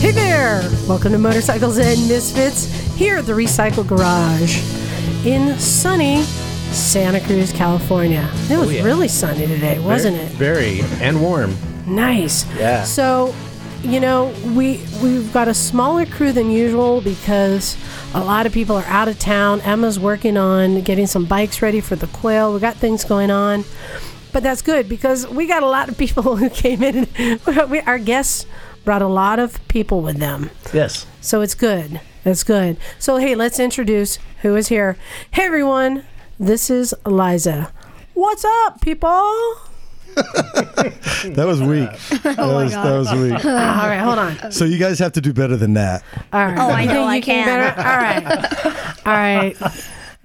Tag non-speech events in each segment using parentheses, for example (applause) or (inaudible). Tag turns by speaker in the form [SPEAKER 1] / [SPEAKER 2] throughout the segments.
[SPEAKER 1] Hey there! Welcome to Motorcycles and Misfits here at the Recycle Garage in sunny Santa Cruz, California. It was
[SPEAKER 2] Oh, yeah.
[SPEAKER 1] really sunny today, wasn't it?
[SPEAKER 2] Very and warm.
[SPEAKER 1] Nice.
[SPEAKER 2] Yeah.
[SPEAKER 1] So, you know, we we've got a smaller crew than usual because a lot of people are out of town. Emma's working on getting some bikes ready for the quail. We got things going on. But that's good because we got a lot of people (laughs) who came in. And (laughs) we, our guests brought a lot of people with them.
[SPEAKER 2] Yes.
[SPEAKER 1] So it's good. That's good. So hey, let's introduce who is here. Hey everyone, this is Liza. What's up, people? All
[SPEAKER 3] That was
[SPEAKER 1] (laughs)
[SPEAKER 3] weak.
[SPEAKER 1] Oh
[SPEAKER 3] that, was, that was weak.
[SPEAKER 1] right, hold on.
[SPEAKER 3] So you guys have to do better than that.
[SPEAKER 1] All right.
[SPEAKER 4] Oh, I
[SPEAKER 1] You
[SPEAKER 4] know
[SPEAKER 1] think
[SPEAKER 4] I
[SPEAKER 1] you
[SPEAKER 4] can. (laughs)
[SPEAKER 1] better? All right. All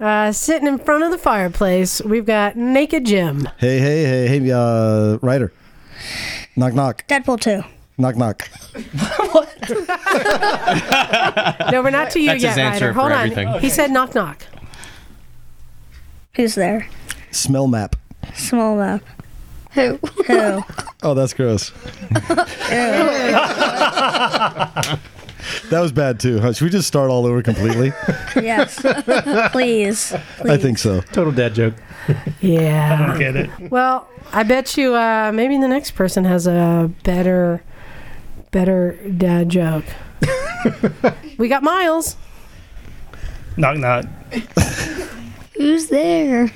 [SPEAKER 1] right. Uh, sitting in front of the fireplace, we've got Naked Jim.
[SPEAKER 3] Hey, hey, hey, hey, uh, writer. Knock, knock,
[SPEAKER 4] Deadpool 2.
[SPEAKER 3] knock, knock.
[SPEAKER 1] No, we're not to you
[SPEAKER 5] That's
[SPEAKER 1] yet,
[SPEAKER 5] his answer
[SPEAKER 1] Ryder. Hold
[SPEAKER 5] for
[SPEAKER 1] on.
[SPEAKER 5] everything.
[SPEAKER 1] He said knock knock.
[SPEAKER 4] Who's there?
[SPEAKER 3] Smell map.
[SPEAKER 4] Small map.
[SPEAKER 6] Who? (laughs)
[SPEAKER 4] Who?
[SPEAKER 3] Oh, that's gross. that was bad too. Huh? Should we just start all over completely?
[SPEAKER 4] yes. Please.
[SPEAKER 3] I think so.
[SPEAKER 2] Total dad joke.
[SPEAKER 1] Yeah.
[SPEAKER 2] Get it?
[SPEAKER 1] Well, I bet you uh, maybe the next person has a better, better dad
[SPEAKER 5] (laughs)
[SPEAKER 1] joke. we got Miles.
[SPEAKER 7] Knock knock.
[SPEAKER 6] Who's there?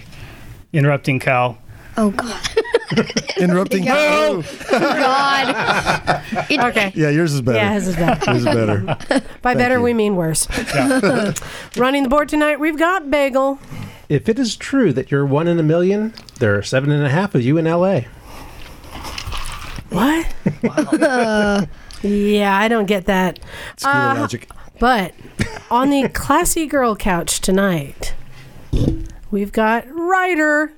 [SPEAKER 7] Interrupting Cal.
[SPEAKER 6] Oh God.
[SPEAKER 3] (laughs)
[SPEAKER 1] (laughs)
[SPEAKER 3] Interrupting. No!
[SPEAKER 6] God.
[SPEAKER 1] Oh,
[SPEAKER 6] (laughs)
[SPEAKER 1] Okay.
[SPEAKER 3] Yeah, yours is better.
[SPEAKER 1] Yeah, his is better.
[SPEAKER 3] Yours is better.
[SPEAKER 1] (laughs) By better,
[SPEAKER 3] you.
[SPEAKER 1] we mean worse. (laughs) Running the board tonight, we've got Bagel.
[SPEAKER 2] If it is true that you're one in a million, there are seven and a half of you in LA.
[SPEAKER 6] (laughs)
[SPEAKER 1] What? yeah, I don't get that. Uh,
[SPEAKER 3] Screw the logic.
[SPEAKER 1] But on the classy girl couch tonight, we've got Ryder.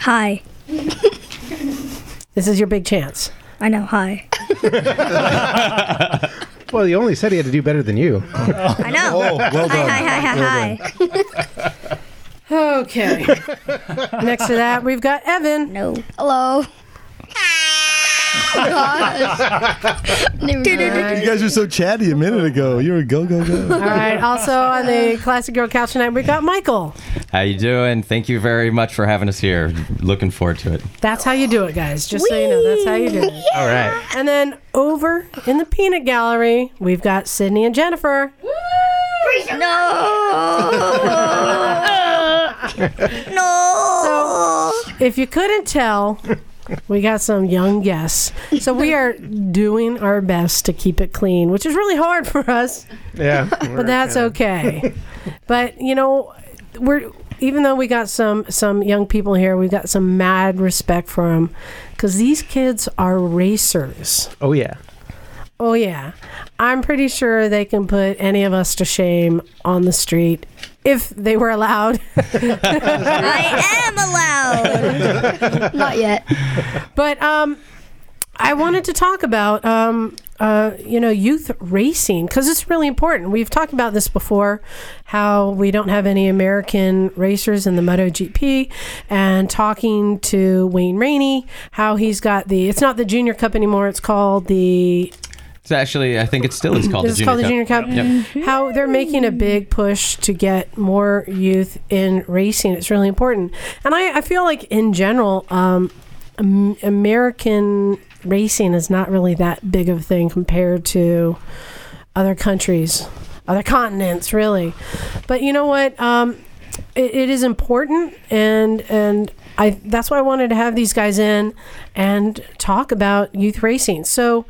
[SPEAKER 4] Hi.
[SPEAKER 1] This is your big chance.
[SPEAKER 4] I know. Hi.
[SPEAKER 2] Well, you only said he had to do better than you.
[SPEAKER 4] I know.
[SPEAKER 3] Oh, well
[SPEAKER 4] hi,
[SPEAKER 3] done.
[SPEAKER 4] hi, hi, hi, hi.
[SPEAKER 1] Okay. Next to that, we've got Evan.
[SPEAKER 4] No.
[SPEAKER 1] (laughs)
[SPEAKER 6] Hello. Gosh. Never mind.
[SPEAKER 3] You guys were so chatty a minute ago. You were go, go, go.
[SPEAKER 1] All right. Also on the classic girl couch tonight, we've got Michael.
[SPEAKER 5] How you doing? Thank you very much for having us here. Looking forward to it.
[SPEAKER 1] That's how you do it, guys. Just so you know, that's how you do it.
[SPEAKER 2] All right.
[SPEAKER 1] And then over in the peanut gallery, we've got Sydney and Jennifer.
[SPEAKER 4] No.
[SPEAKER 1] If you couldn't tell, we got some young guests. So we are doing our best to keep it clean, which is really hard for us,
[SPEAKER 2] Yeah.
[SPEAKER 1] but that's
[SPEAKER 8] (laughs)
[SPEAKER 1] okay. But, you know, we're even though we got some some young people here, we've got some mad respect for them cuz these kids are racers.
[SPEAKER 2] Oh yeah.
[SPEAKER 1] Oh yeah. I'm pretty sure they can put any of us to shame on the street if they were allowed.
[SPEAKER 4] (laughs) I am
[SPEAKER 7] (laughs)
[SPEAKER 4] allowed.
[SPEAKER 1] (laughs)
[SPEAKER 6] Not yet.
[SPEAKER 1] But um, I wanted to talk about um, uh, you know youth racing because it's really important. We've talked about this before, how we don't have any American racers in the MotoGP, and talking to Wayne Rainey, how he's got the it's not the Junior Cup anymore. It's called the
[SPEAKER 5] It's actually, I think it still is called the
[SPEAKER 1] it's
[SPEAKER 5] Junior
[SPEAKER 1] called the
[SPEAKER 5] Cup.
[SPEAKER 1] Junior Cup.
[SPEAKER 5] Yep.
[SPEAKER 1] How they're making a big push to get more youth in racing. It's really important. And I, I feel like, in general, um, Am- American racing is not really that big of a thing compared to other countries, other continents, really. But you know what? Um, it, it is important, and and I that's why I wanted to have these guys in and talk about youth racing. So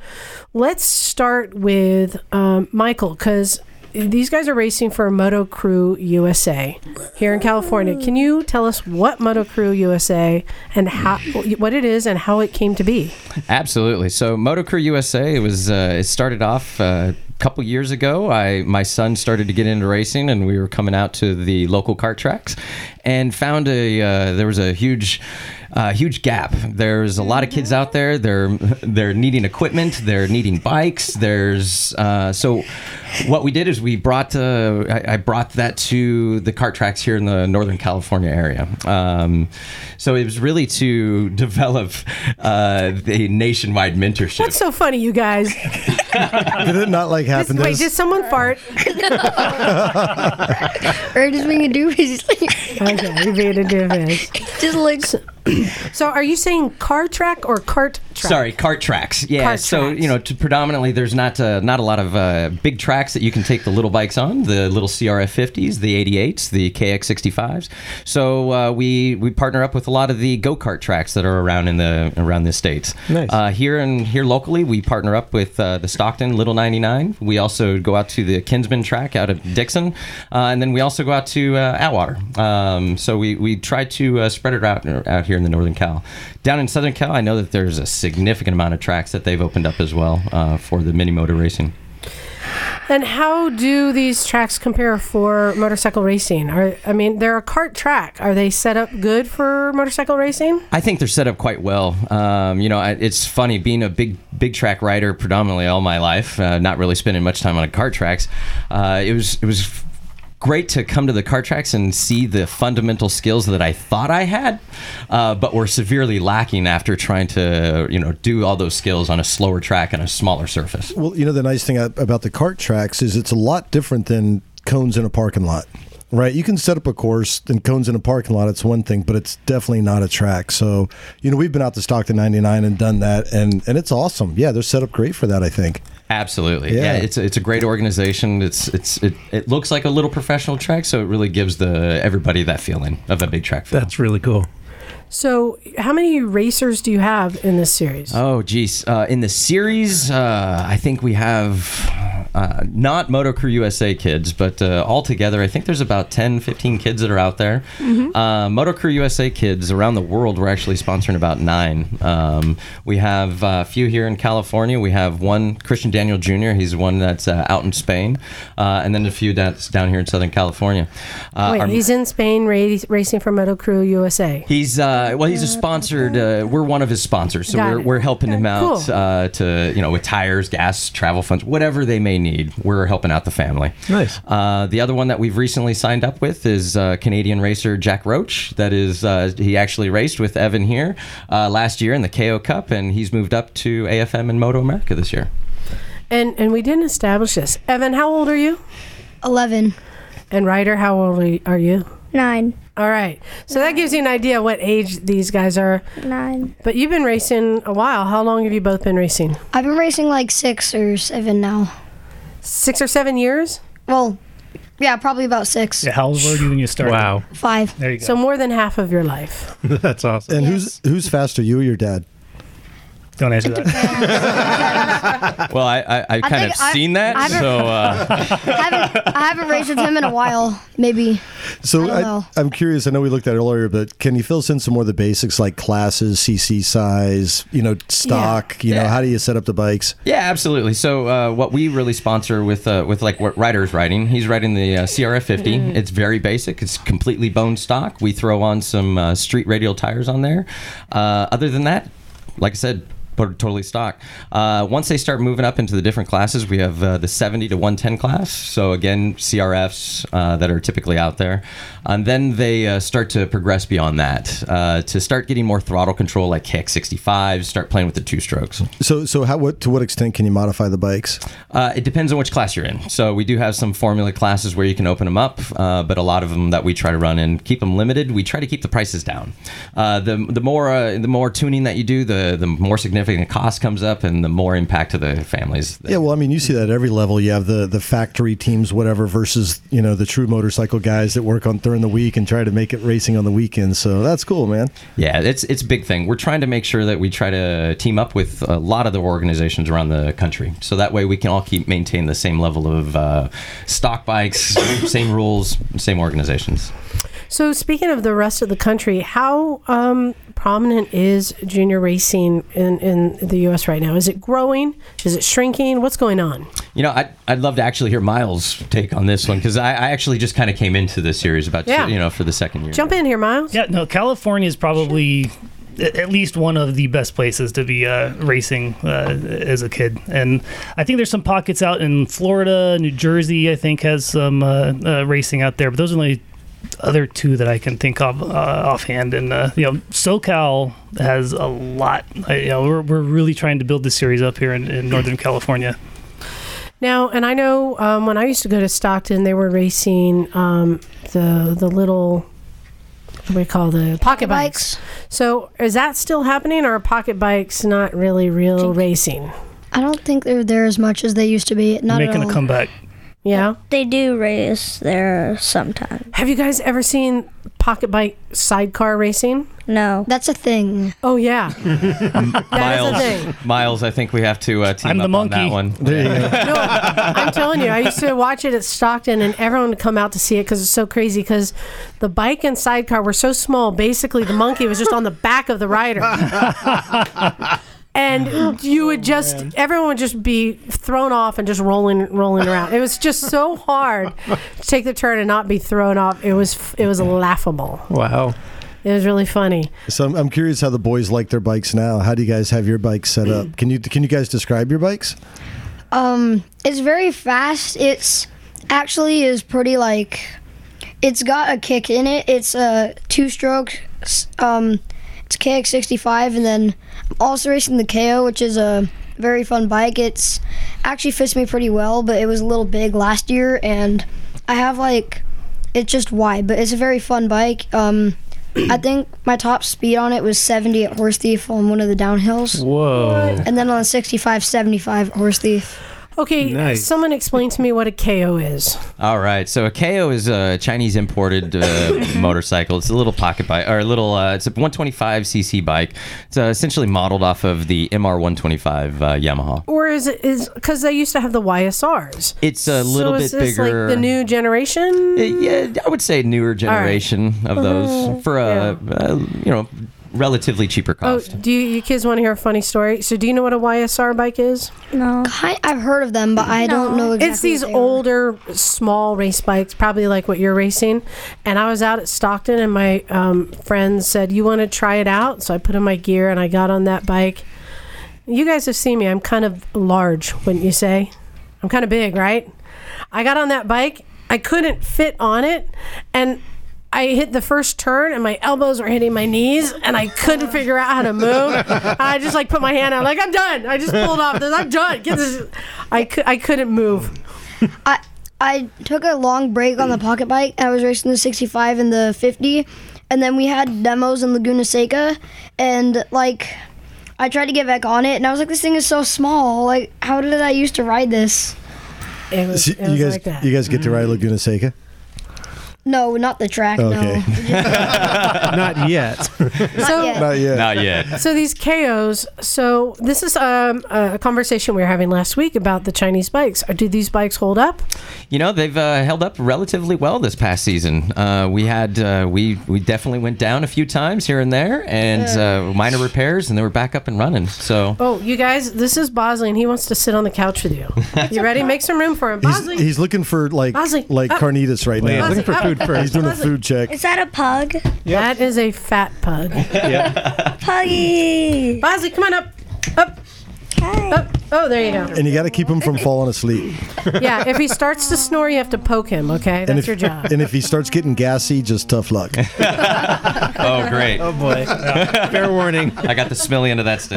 [SPEAKER 1] let's start with um, Michael because these guys are racing for Moto Crew USA here in California. Can you tell us what Moto Crew USA and how what it is and how it came to be?
[SPEAKER 5] Absolutely. So Motocrew USA it was uh, it started off uh, a couple years ago. I my son started to get into racing, and we were coming out to the local kart tracks, and found a uh, there was a huge uh, huge gap. There's a lot of kids out there.
[SPEAKER 1] Mm-hmm.
[SPEAKER 5] They're they're needing equipment. They're needing bikes. There's uh, so what we did is we brought uh, I, I brought that to the cart tracks here in the Northern California area. Um, so it was really to (laughs) develop uh, a nationwide mentorship.
[SPEAKER 1] What's so funny, you guys?
[SPEAKER 3] Did it not like happen to
[SPEAKER 1] Wait,
[SPEAKER 3] us?
[SPEAKER 1] did someone
[SPEAKER 6] (laughs)
[SPEAKER 1] fart?
[SPEAKER 6] Or just being a doofus. like,
[SPEAKER 1] Okay, you made a difference.
[SPEAKER 6] just like
[SPEAKER 1] So, (clears throat) are you saying car track or cart track?
[SPEAKER 5] Sorry, cart tracks. Yeah.
[SPEAKER 1] Cart
[SPEAKER 5] so
[SPEAKER 1] tracks.
[SPEAKER 5] you know, to predominantly, there's not uh, not a lot of uh, big tracks that you can take the little bikes on. The little CRF 50s, the 88s, the KX 65s. So uh, we we partner up with a lot of the go kart tracks that are around in the around the states.
[SPEAKER 2] Nice.
[SPEAKER 5] Uh, here and here locally, we partner up with uh, the Stockton Little 99. We also go out to the Kinsman track out of Dixon, uh, and then we also go out to uh, Atwater. Um, so we, we try to uh, spread it out out here in the Northern Cal. Down in Southern Cal, I know that there's a significant amount of tracks that they've opened up as well uh, for the mini motor racing.
[SPEAKER 1] And how do these tracks compare for motorcycle racing? Are I mean, they're a cart track. Are they set up good for motorcycle racing?
[SPEAKER 5] I think they're set up quite well. Um, you know, I, it's funny being a big big track rider predominantly all my life, uh, not really spending much time on kart tracks. Uh, it was it was f- great to come to the kart tracks and see the fundamental skills that I thought I had, uh, but were severely lacking after trying to you know do all those skills on a slower track and a smaller surface.
[SPEAKER 3] Well, you know the nice thing ab- about the cart tracks is it's a lot different than cones in a parking lot, right? You can set up a course, and cones in a parking lot it's one thing, but it's definitely not a track. So, you know, we've been out to Stockton '99 and done that, and and it's awesome. Yeah, they're set up great for that. I think.
[SPEAKER 5] Absolutely,
[SPEAKER 3] Yeah.
[SPEAKER 5] yeah. it's it's a great organization. It's it's it, it looks like a little professional track, so it really gives the everybody that feeling of a big track. Feel.
[SPEAKER 2] That's really cool.
[SPEAKER 1] So, how many racers do you have in this series?
[SPEAKER 5] Oh, geez. Uh, in the series, uh, I think we have uh, not Motocrew USA kids, but uh, altogether, I think there's about 10, 15 kids that are out there.
[SPEAKER 1] Mm-hmm.
[SPEAKER 5] Uh, Motocrew USA kids around the world, we're actually sponsoring about nine. Um, we have uh, a few here in California. We have one, Christian Daniel Jr., he's one that's uh, out in Spain, uh, and then a few that's down here in Southern California. Uh,
[SPEAKER 1] Wait,
[SPEAKER 5] our-
[SPEAKER 1] he's in Spain ra- racing for Moto Crew USA.
[SPEAKER 5] He's uh, well. He's a sponsored. Uh, we're one of his sponsors, so
[SPEAKER 1] Got
[SPEAKER 5] we're,
[SPEAKER 1] it.
[SPEAKER 5] we're helping him out
[SPEAKER 1] Cool.
[SPEAKER 5] uh, to you know with tires, gas, travel funds, whatever they may need. We're helping out the family.
[SPEAKER 2] Nice.
[SPEAKER 5] Uh, the other one that we've recently signed up with is uh, Canadian racer Jack Roach. That is, uh, he actually raced with Evan here uh, last year in the KO Cup, and he's moved up to AFM and Moto America this year.
[SPEAKER 1] And and we didn't establish this. Evan, how old are you?
[SPEAKER 6] 11,
[SPEAKER 1] And Ryder, how old are you- are you?
[SPEAKER 6] 9,
[SPEAKER 1] All right. So that gives you an idea what age these guys are.
[SPEAKER 6] 9.
[SPEAKER 1] But you've been racing a while. How long have you both been racing?
[SPEAKER 6] I've been racing like 6 or 7 now.
[SPEAKER 1] Six or seven years?
[SPEAKER 6] Well, yeah, probably about 6,
[SPEAKER 7] Yeah, how old were you when you started? (laughs)
[SPEAKER 6] 5.
[SPEAKER 7] There you go.
[SPEAKER 1] So more than half of your life.
[SPEAKER 2] That's awesome.
[SPEAKER 3] And who's who's faster, you or your dad?
[SPEAKER 7] Don't answer that.
[SPEAKER 5] Well, I, I, I've
[SPEAKER 6] I
[SPEAKER 5] kind
[SPEAKER 6] think
[SPEAKER 5] of
[SPEAKER 6] I-
[SPEAKER 5] seen that,
[SPEAKER 6] I've-
[SPEAKER 5] so uh,
[SPEAKER 6] I haven't, I haven't raced with him in a while, maybe.
[SPEAKER 3] So
[SPEAKER 6] I don't
[SPEAKER 3] I
[SPEAKER 6] know.
[SPEAKER 3] I, am curious. I know we looked at it earlier, but can you fill us in some more of the basics like classes, CC size, you know, stock, you know,
[SPEAKER 5] Yeah.
[SPEAKER 3] how do you set up the bikes?
[SPEAKER 5] Yeah, absolutely. So uh, what we really sponsor with uh, with like what Ryder's riding, he's riding the uh, CRF 50. It's very basic. It's completely bone stock. We throw on some uh, street radial tires on there. Uh, other than that, like I said. to- Totally stock. Uh, once they start moving up into the different classes, we have uh, the 70 to 110 class. So again, CRFs uh, that are typically out there, and then they uh, start to progress beyond that uh, to start getting more throttle control, like kick 65s. Start playing with the two strokes.
[SPEAKER 3] So so how what to what extent can you modify the bikes?
[SPEAKER 5] Uh, it depends on which class you're in. So we do have some formula classes where you can open them up, uh, but a lot of them that we try to run and keep them limited. We try to keep the prices down. Uh, the the more uh, the more tuning that you do, the the more significant cost comes up, and the more impact to the families.
[SPEAKER 3] Yeah, well, I mean, you see that at every level. You have the the factory teams, whatever, versus you know the true motorcycle guys that work on during the week and try to make it racing on the weekends. So that's cool, man.
[SPEAKER 5] Yeah, it's it's a big thing. We're trying to make sure that we try to team up with a lot of the organizations around the country, so that way we can all keep maintain the same level of uh, stock bikes, same rules, same organizations.
[SPEAKER 1] So speaking of the rest of the country, how um, prominent is junior racing in, in the U.S. right now? Is it growing? Is it shrinking? What's going on?
[SPEAKER 5] You know, I'd, I'd love to actually hear Miles' take on this one because I, I actually just kind of came into this series about, two-
[SPEAKER 1] Yeah.
[SPEAKER 5] you know, for the second year.
[SPEAKER 1] Jump in here, Miles.
[SPEAKER 7] yeah, no, California is probably a- at least one of the best places to be uh, racing uh, as a kid. And I think there's some pockets out in Florida, New Jersey. I think has some uh, uh, racing out there, but those are the only other two that I can think of uh, offhand. And uh, you know, SoCal has a lot. I, you know, we're, we're really trying to build this series up here in, in Northern California.
[SPEAKER 1] Now, and I know um, when I used to go to Stockton, they were racing um, the the little what do we call the pocket bikes. So is that still happening, or are pocket bikes not really real racing?
[SPEAKER 6] I don't think they're there as much as they used to be. Not at
[SPEAKER 7] Making
[SPEAKER 6] all.
[SPEAKER 7] a comeback.
[SPEAKER 1] Yeah.
[SPEAKER 9] They do race there sometimes.
[SPEAKER 1] Have you guys ever seen pocket bike sidecar racing?
[SPEAKER 9] No.
[SPEAKER 6] That's a thing.
[SPEAKER 1] Oh yeah,
[SPEAKER 5] Miles,
[SPEAKER 1] that is a thing.
[SPEAKER 5] Miles, I think we have to uh, team
[SPEAKER 7] I'm the
[SPEAKER 5] up on that
[SPEAKER 7] monkey.
[SPEAKER 5] one.
[SPEAKER 1] No, I'm telling you, I used to watch it at Stockton, and everyone would come out to see it because it's so crazy. Because the bike and sidecar were so small, basically the monkey was just on the back of the rider, and you would just everyone would just be thrown off and just rolling, rolling around. It was just so hard to take the turn and not be thrown off. It was it was laughable.
[SPEAKER 2] Wow.
[SPEAKER 1] It was really funny.
[SPEAKER 3] So I'm, I'm curious how the boys like their bikes now. How do you guys have your bikes set up? Can you can you guys describe your bikes?
[SPEAKER 6] Um, it's very fast. It's actually is pretty like it's got a kick in it. It's a two stroke. s- Um, it's KX sixty five, and then I'm also racing the KO, which is a very fun bike. It's actually fits me pretty well, but it was a little big last year, and I have like it's just wide, but it's a very fun bike. Um. I think my top speed on it was 70 at Horse Thief on one of the downhills,
[SPEAKER 2] Whoa.
[SPEAKER 6] and then on 65, 75 at Horse Thief.
[SPEAKER 1] Okay,
[SPEAKER 3] Mm.
[SPEAKER 2] Nice.
[SPEAKER 1] someone explain to me what a KO is.
[SPEAKER 5] (laughs) All right. So a KO is a Chinese imported uh, (laughs) motorcycle. It's a little pocket bike or a little. Uh, it's a 125 cc bike. It's uh, essentially modeled off of the MR 125 uh, Yamaha.
[SPEAKER 1] or is it is because they used to have the YSRs?
[SPEAKER 5] It's a
[SPEAKER 1] so
[SPEAKER 5] little bit
[SPEAKER 1] is this
[SPEAKER 5] bigger.
[SPEAKER 1] Like the new generation.
[SPEAKER 5] Uh, Yeah, I would say newer generation of
[SPEAKER 1] Uh-huh.
[SPEAKER 5] those for a, uh you know relatively cheaper
[SPEAKER 1] Oh,
[SPEAKER 5] cost.
[SPEAKER 1] do you, you kids want to hear a funny story? So, do you know what a YSR bike is?
[SPEAKER 9] No.
[SPEAKER 6] I, I've heard of them, but I don't know exactly.
[SPEAKER 1] it's these
[SPEAKER 6] what they are.
[SPEAKER 1] older, small race bikes, probably like what you're racing. And I was out at Stockton, and my um, friend said, "You want to try it out?" So I put on my gear and I got on that bike. You guys have seen me. I'm kind of large, wouldn't you say? I'm kind of big, right? I got on that bike. I couldn't fit on it, and I hit the first turn, and my elbows were hitting my knees, and I couldn't figure out how to move. I just like put my hand out, like I'm done. I just pulled off. this. I'm done. Get this. I cou- I couldn't move.
[SPEAKER 6] I I took a long break on the pocket bike. I was racing the 65 and the 50, and then we had demos in Laguna Seca, and like I tried to get back on it, and I was like, this thing is so small. Like, how did I used to ride this?
[SPEAKER 1] It was,
[SPEAKER 3] So
[SPEAKER 1] it was
[SPEAKER 3] you guys
[SPEAKER 1] like that.
[SPEAKER 3] you guys get to ride Laguna Seca.
[SPEAKER 6] Mm-hmm. No, not the track.
[SPEAKER 3] Okay.
[SPEAKER 6] No.
[SPEAKER 2] Not yet.
[SPEAKER 1] so,
[SPEAKER 6] yet.
[SPEAKER 3] Not yet.
[SPEAKER 5] Not yet.
[SPEAKER 1] so these KOs. So this is um, a conversation we were having last week about the Chinese bikes. Or do these bikes hold up?
[SPEAKER 5] You know they've uh, held up relatively well this past season. Uh, we had uh, we we definitely went down a few times here and there, and uh, minor repairs, and they were back up and running. So
[SPEAKER 1] Oh, you guys, this is Bosley, and he wants to sit on the couch with you.
[SPEAKER 3] (laughs)
[SPEAKER 1] You ready? Make some room for him,
[SPEAKER 3] He's,
[SPEAKER 1] Bosley.
[SPEAKER 3] he's looking for like
[SPEAKER 1] Bosley, oh.
[SPEAKER 3] like
[SPEAKER 1] up.
[SPEAKER 3] carnitas right
[SPEAKER 2] Yeah,
[SPEAKER 3] now.
[SPEAKER 2] looking for food
[SPEAKER 3] He's
[SPEAKER 2] first.
[SPEAKER 3] doing a food check.
[SPEAKER 9] Is that a pug?
[SPEAKER 1] uh, That is a fat
[SPEAKER 2] (laughs)
[SPEAKER 1] pug.
[SPEAKER 9] Puggy!
[SPEAKER 1] Bosley, come on up, up,
[SPEAKER 9] Hi.
[SPEAKER 1] up. Oh, there you go.
[SPEAKER 3] And you got to keep him from falling asleep.
[SPEAKER 1] Yeah, if he starts to snore, you have to poke him. Okay,
[SPEAKER 3] And
[SPEAKER 1] that's
[SPEAKER 3] if, (laughs)
[SPEAKER 1] your job.
[SPEAKER 3] and if he starts getting gassy, just tough luck.
[SPEAKER 5] oh great,
[SPEAKER 7] (laughs) Oh boy,
[SPEAKER 2] Fair warning.
[SPEAKER 5] I got the smelly end of that stick.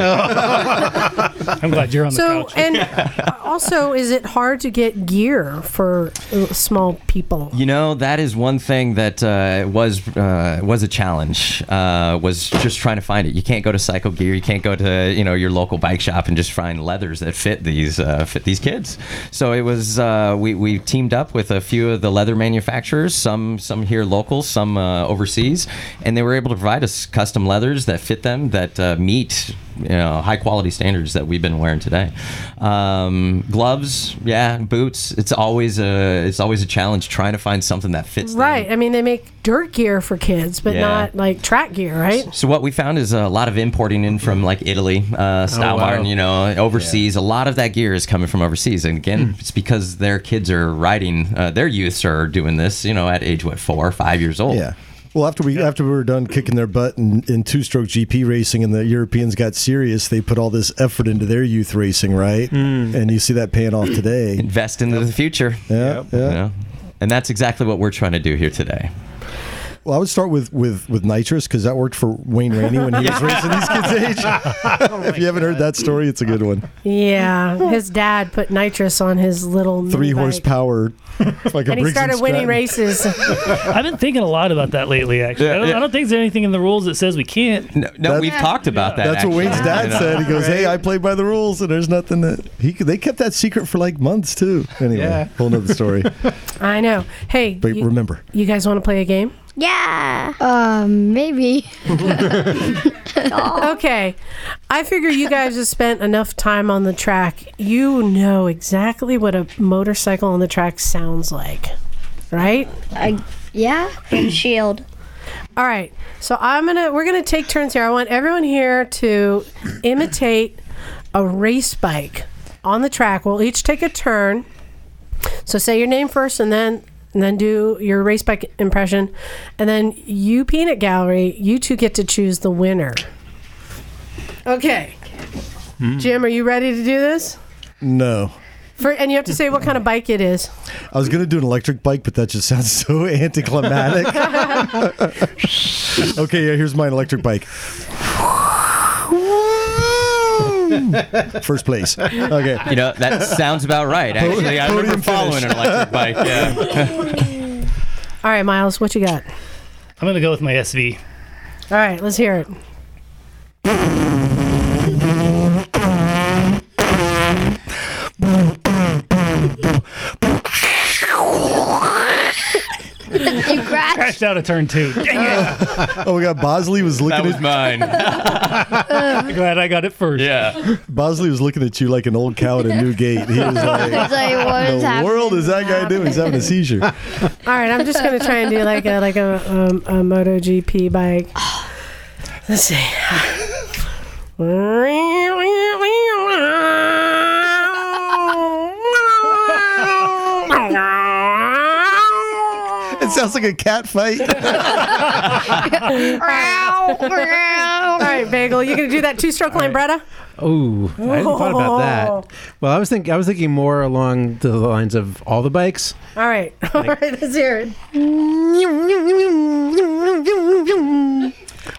[SPEAKER 7] I'm glad you're on the
[SPEAKER 1] So,
[SPEAKER 7] couch.
[SPEAKER 1] and
[SPEAKER 3] (laughs)
[SPEAKER 1] also, is it hard to get gear for uh, small people?
[SPEAKER 5] You know, that is one thing that uh, was uh, was a challenge. Uh, was just trying to find it. You can't go to Cycle Gear. You can't go to you know your local bike shop and just find leathers that fit these uh, fit these kids. So it was uh, we we teamed up with a few of the leather manufacturers. Some some here local, some uh, overseas, and they were able to provide us custom leathers that fit them that uh, meet you know high quality standards that we've been wearing today um, gloves yeah boots it's always a it's always a challenge trying to find something that fits them.
[SPEAKER 1] Right. I mean, they make dirt gear for kids, but
[SPEAKER 5] Yeah.
[SPEAKER 1] not like track gear,
[SPEAKER 3] (laughs)
[SPEAKER 1] right?
[SPEAKER 5] so what we found is a lot of importing in from like Italy, uh, style
[SPEAKER 2] wow.
[SPEAKER 5] barn, you know, overseas. A lot of that gear is coming from overseas, and again, it's because their kids are riding, uh, their youths are doing this, you know, at age what four, five years old.
[SPEAKER 3] Yeah. Well, after we after we were done kicking their butt in, in two stroke GP racing, and the Europeans got serious, they put all this effort into their youth racing, right?
[SPEAKER 2] Hmm.
[SPEAKER 3] And you see that paying off today.
[SPEAKER 5] Invest into the future.
[SPEAKER 3] Yeah,
[SPEAKER 2] Yep.
[SPEAKER 3] yeah.
[SPEAKER 5] You know? And that's exactly what we're trying to do here today.
[SPEAKER 3] Well, I would start with with with nitrous because that worked for Wayne Rainey
[SPEAKER 2] (laughs)
[SPEAKER 3] when
[SPEAKER 5] (laughs)
[SPEAKER 3] he was racing these kids' age.
[SPEAKER 2] Oh
[SPEAKER 3] if you haven't heard that story, it's a good one.
[SPEAKER 1] Yeah, his dad put nitrous on his little mini
[SPEAKER 3] Three
[SPEAKER 1] bike.
[SPEAKER 3] horsepower,
[SPEAKER 7] (laughs)
[SPEAKER 3] like a
[SPEAKER 1] and
[SPEAKER 3] Briggs
[SPEAKER 1] he started winning
[SPEAKER 3] Stratton.
[SPEAKER 1] races.
[SPEAKER 7] I've been thinking a lot about that lately. Actually,
[SPEAKER 5] Yeah,
[SPEAKER 7] I, don't,
[SPEAKER 5] yeah.
[SPEAKER 7] I don't think there's anything in the rules that says we can't.
[SPEAKER 5] No, no
[SPEAKER 3] That-
[SPEAKER 5] we've talked about that.
[SPEAKER 3] That's what
[SPEAKER 5] actually,
[SPEAKER 3] Wayne's
[SPEAKER 5] you
[SPEAKER 3] dad
[SPEAKER 5] know.
[SPEAKER 3] said. He goes, "Hey, I played by the rules, and there's nothing that he." could- They kept that secret for like months too. Anyway,
[SPEAKER 2] Yeah.
[SPEAKER 3] whole nother
[SPEAKER 9] (laughs)
[SPEAKER 3] story. (laughs)
[SPEAKER 1] I know. Hey,
[SPEAKER 3] But
[SPEAKER 1] you,
[SPEAKER 3] remember,
[SPEAKER 1] you guys want to play a game?
[SPEAKER 9] Yeah.
[SPEAKER 6] Um, maybe.
[SPEAKER 1] Okay. I figure you guys have spent enough time on the track. You know exactly what a motorcycle on the track sounds like, right?
[SPEAKER 9] I,
[SPEAKER 6] Yeah.
[SPEAKER 9] and shield.
[SPEAKER 1] All right. So I'm gonna we're gonna take turns here. I want everyone here to imitate a race bike on the track. We'll each take a turn. So say your name first, and then and then do your race bike impression, and then you peanut gallery. You two get to choose the winner. Okay. Jim, are you ready to do this?
[SPEAKER 3] no.
[SPEAKER 1] For, and you have to say what kind of bike it
[SPEAKER 6] (laughs)
[SPEAKER 1] is.
[SPEAKER 3] I was gonna do an electric bike, but that just sounds so (laughs)
[SPEAKER 9] (laughs)
[SPEAKER 3] anticlimactic. okay, yeah, here's my electric bike. First place. Okay.
[SPEAKER 5] You know,
[SPEAKER 3] (laughs)
[SPEAKER 5] that sounds about right. Actually, I
[SPEAKER 3] Podium
[SPEAKER 5] remember following an electric bike. Yeah.
[SPEAKER 1] All right, Miles, what you got?
[SPEAKER 7] I'm gonna go with my SV.
[SPEAKER 1] All right, let's hear it.
[SPEAKER 9] You crash.
[SPEAKER 7] Crashed out of turn
[SPEAKER 5] (laughs)
[SPEAKER 7] two. Dang
[SPEAKER 3] Oh my God, Bosley was
[SPEAKER 5] That
[SPEAKER 3] looking
[SPEAKER 5] was
[SPEAKER 3] at
[SPEAKER 5] mine.
[SPEAKER 7] it! (laughs) Glad I got it first.
[SPEAKER 5] Yeah.
[SPEAKER 3] Bosley was looking at you like an old cow at a new gate. He was
[SPEAKER 9] (laughs)
[SPEAKER 3] like,
[SPEAKER 9] It's like, what is
[SPEAKER 3] "The
[SPEAKER 9] happening?
[SPEAKER 3] world is that guy doing? He's having a seizure."
[SPEAKER 9] (laughs)
[SPEAKER 1] All right, I'm just gonna try and do like a like a um, a MotoGP
[SPEAKER 6] (sighs)
[SPEAKER 1] bike. Let's see.
[SPEAKER 3] It sounds like a cat fight.
[SPEAKER 1] (laughs) All right, Bagel, you gonna do that two-stroke lambretta?
[SPEAKER 2] Oh, I hadn't thought about that. Well, I was thinking I was thinking more along the lines of all the bikes.
[SPEAKER 1] All right, all right, let's hear it.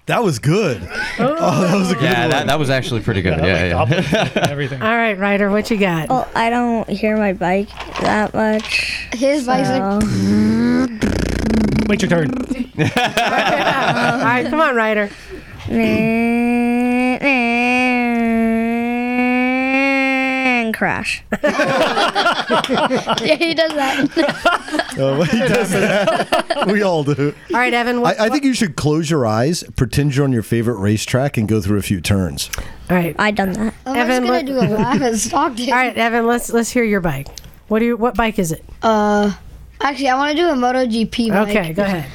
[SPEAKER 3] That was good. (laughs) Oh, that was a good
[SPEAKER 5] Yeah,
[SPEAKER 3] one.
[SPEAKER 5] that, that was actually pretty good. Yeah, yeah.
[SPEAKER 7] Everything.
[SPEAKER 1] All right, Ryder, what you got?
[SPEAKER 9] Well, I don't hear my bike that much.
[SPEAKER 6] His bike's like.
[SPEAKER 9] So.
[SPEAKER 7] Wait your
[SPEAKER 5] (laughs)
[SPEAKER 7] turn.
[SPEAKER 1] All right, come on, Ryder. (laughs)
[SPEAKER 9] And crash.
[SPEAKER 6] Yeah, he does that.
[SPEAKER 3] (laughs) Oh, he does that. we all do.
[SPEAKER 1] All right, Evan. What,
[SPEAKER 3] I, I think you should close your eyes, pretend you're on your favorite racetrack, and go through a few turns.
[SPEAKER 1] all right, all
[SPEAKER 9] I done that.
[SPEAKER 6] I'm
[SPEAKER 1] Evan,
[SPEAKER 6] just Oh, gonna
[SPEAKER 1] what-
[SPEAKER 6] do a laugh
[SPEAKER 1] (laughs)
[SPEAKER 6] and stalk it.
[SPEAKER 1] right, Evan. Let's let's hear your bike. What do you? What bike is it?
[SPEAKER 6] Uh, actually, I want to do a MotoGP bike.
[SPEAKER 1] Okay, go ahead.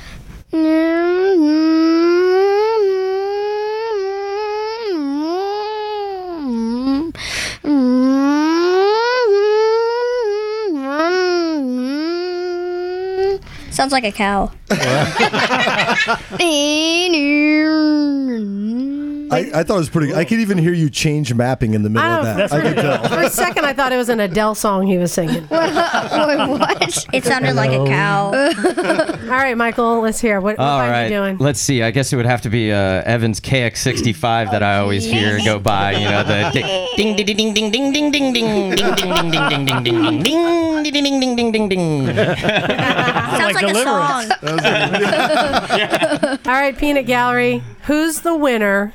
[SPEAKER 9] Sounds like a cow.
[SPEAKER 3] I, I thought it was pretty. I could even hear you change mapping in the middle of
[SPEAKER 1] I don't-
[SPEAKER 3] that. I could tell.
[SPEAKER 1] Oh. For a second, I thought it was an Adele song he was
[SPEAKER 9] (laughs)
[SPEAKER 1] singing. All
[SPEAKER 9] It sounded like a cow.
[SPEAKER 1] right, Michael, let's hear. What, what
[SPEAKER 5] All
[SPEAKER 1] bike you
[SPEAKER 5] right.
[SPEAKER 1] doing?
[SPEAKER 5] Let's see. I guess it would have to be uh, Evan's KX65 that I always hear go by. You know, the
[SPEAKER 8] (laughs)
[SPEAKER 5] ding ding ding ding ding ding ding ding ding ding ding ding ding ding ding ding ding ding ding ding ding.
[SPEAKER 9] Sounds like, a song. (laughs)
[SPEAKER 1] All right, Peanut Gallery. Who's the winner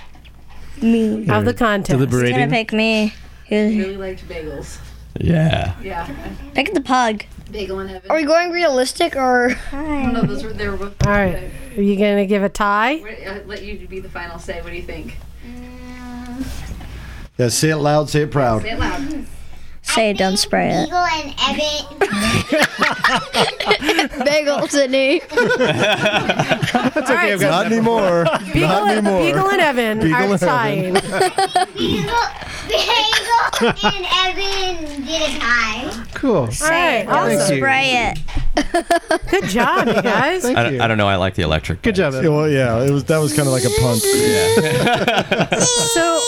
[SPEAKER 9] Me.
[SPEAKER 1] of the contest?
[SPEAKER 9] He's gonna pick me. He's-
[SPEAKER 10] really liked bagels.
[SPEAKER 5] Yeah.
[SPEAKER 10] Yeah,
[SPEAKER 9] Pick the pug.
[SPEAKER 10] bagel and heaven.
[SPEAKER 6] Are we going realistic or?
[SPEAKER 10] No, those were they were both.
[SPEAKER 1] All right. Are you going to give a tie?
[SPEAKER 10] What- I'll let you be the final say. What do you think?
[SPEAKER 3] (laughs) Yeah, say it loud, say it proud.
[SPEAKER 10] Say it loud.
[SPEAKER 9] Say it, don't spray it.
[SPEAKER 11] Eagle and Evan.
[SPEAKER 6] (laughs) Bagel Sydney.
[SPEAKER 1] That's okay. All right,
[SPEAKER 3] Not anymore.
[SPEAKER 1] Beagle,
[SPEAKER 3] Not anymore.
[SPEAKER 1] Beagle and Evan
[SPEAKER 3] Beagle
[SPEAKER 1] are
[SPEAKER 3] and (laughs)
[SPEAKER 1] tying.
[SPEAKER 3] Evan.
[SPEAKER 11] Eagle, Eagle and Evan did a tie.
[SPEAKER 2] Cool.
[SPEAKER 1] All right.
[SPEAKER 9] Don't
[SPEAKER 1] Awesome.
[SPEAKER 9] spray it.
[SPEAKER 1] Good job, you guys.
[SPEAKER 9] (laughs)
[SPEAKER 5] I, don't- I don't know. I like the electric.
[SPEAKER 2] Good job.
[SPEAKER 3] Yeah, well, yeah, it was that was kind of like a punt.
[SPEAKER 1] so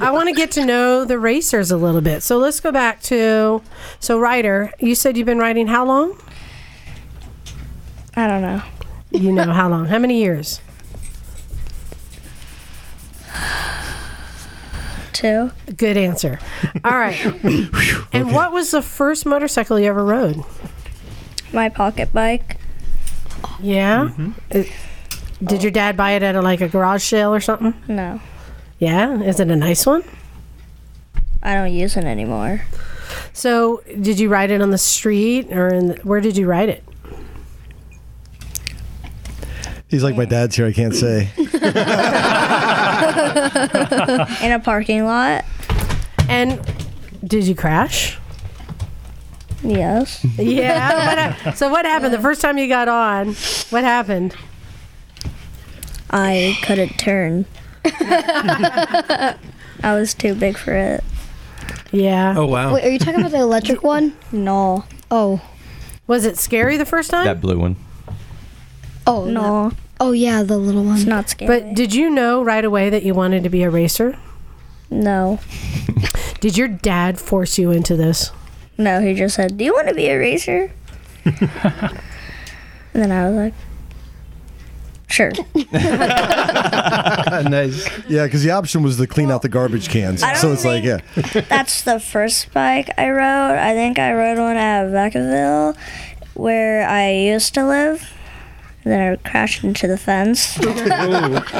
[SPEAKER 1] I want to get to know the racers a little bit. So let's go back to so Ryder, you said you've been riding how long?
[SPEAKER 9] I don't know.
[SPEAKER 1] You know how long? How many years?
[SPEAKER 9] Two.
[SPEAKER 1] Good answer. All right. and what was the first motorcycle you ever rode?
[SPEAKER 9] My pocket bike.
[SPEAKER 1] Yeah. It- did your dad buy it at a, like a garage sale or something?
[SPEAKER 9] No,
[SPEAKER 1] Yeah. Is it a nice one?
[SPEAKER 9] I don't use it anymore. (laughs)
[SPEAKER 1] So did you ride it on the street or in the, where did you ride it?
[SPEAKER 3] He's like my dad's here. I can't
[SPEAKER 1] (laughs)
[SPEAKER 3] say.
[SPEAKER 9] In a parking lot.
[SPEAKER 1] And did you crash?
[SPEAKER 9] Yes.
[SPEAKER 1] Yeah. (laughs) what hap- so what happened the first time you got on? What happened?
[SPEAKER 9] (laughs) I couldn't turn. (laughs) I was too big for it.
[SPEAKER 1] Yeah.
[SPEAKER 2] (laughs) Oh wow.
[SPEAKER 6] Wait, are you talking about the electric one?
[SPEAKER 9] (laughs) No.
[SPEAKER 6] Oh,
[SPEAKER 1] Was it scary the first time?
[SPEAKER 5] That blue one.
[SPEAKER 6] oh no.
[SPEAKER 9] No.
[SPEAKER 6] Oh yeah, the little
[SPEAKER 9] It's
[SPEAKER 6] one.
[SPEAKER 9] not scary.
[SPEAKER 1] but did you know right away that you wanted to be a racer?
[SPEAKER 3] (laughs)
[SPEAKER 9] no.
[SPEAKER 1] Did your dad force you into this?
[SPEAKER 9] No, he just said, Do you want to be a
[SPEAKER 6] (laughs)
[SPEAKER 9] racer? and then I was like,
[SPEAKER 6] (laughs)
[SPEAKER 9] Sure.
[SPEAKER 2] nice.
[SPEAKER 3] Yeah, because the option was to clean out the garbage cans.
[SPEAKER 9] I don't
[SPEAKER 3] So it's like, yeah,
[SPEAKER 9] think- (laughs) That's the first bike I rode. I think I rode one at Vacaville where I used to live. Then I crashed into the fence.
[SPEAKER 1] (laughs)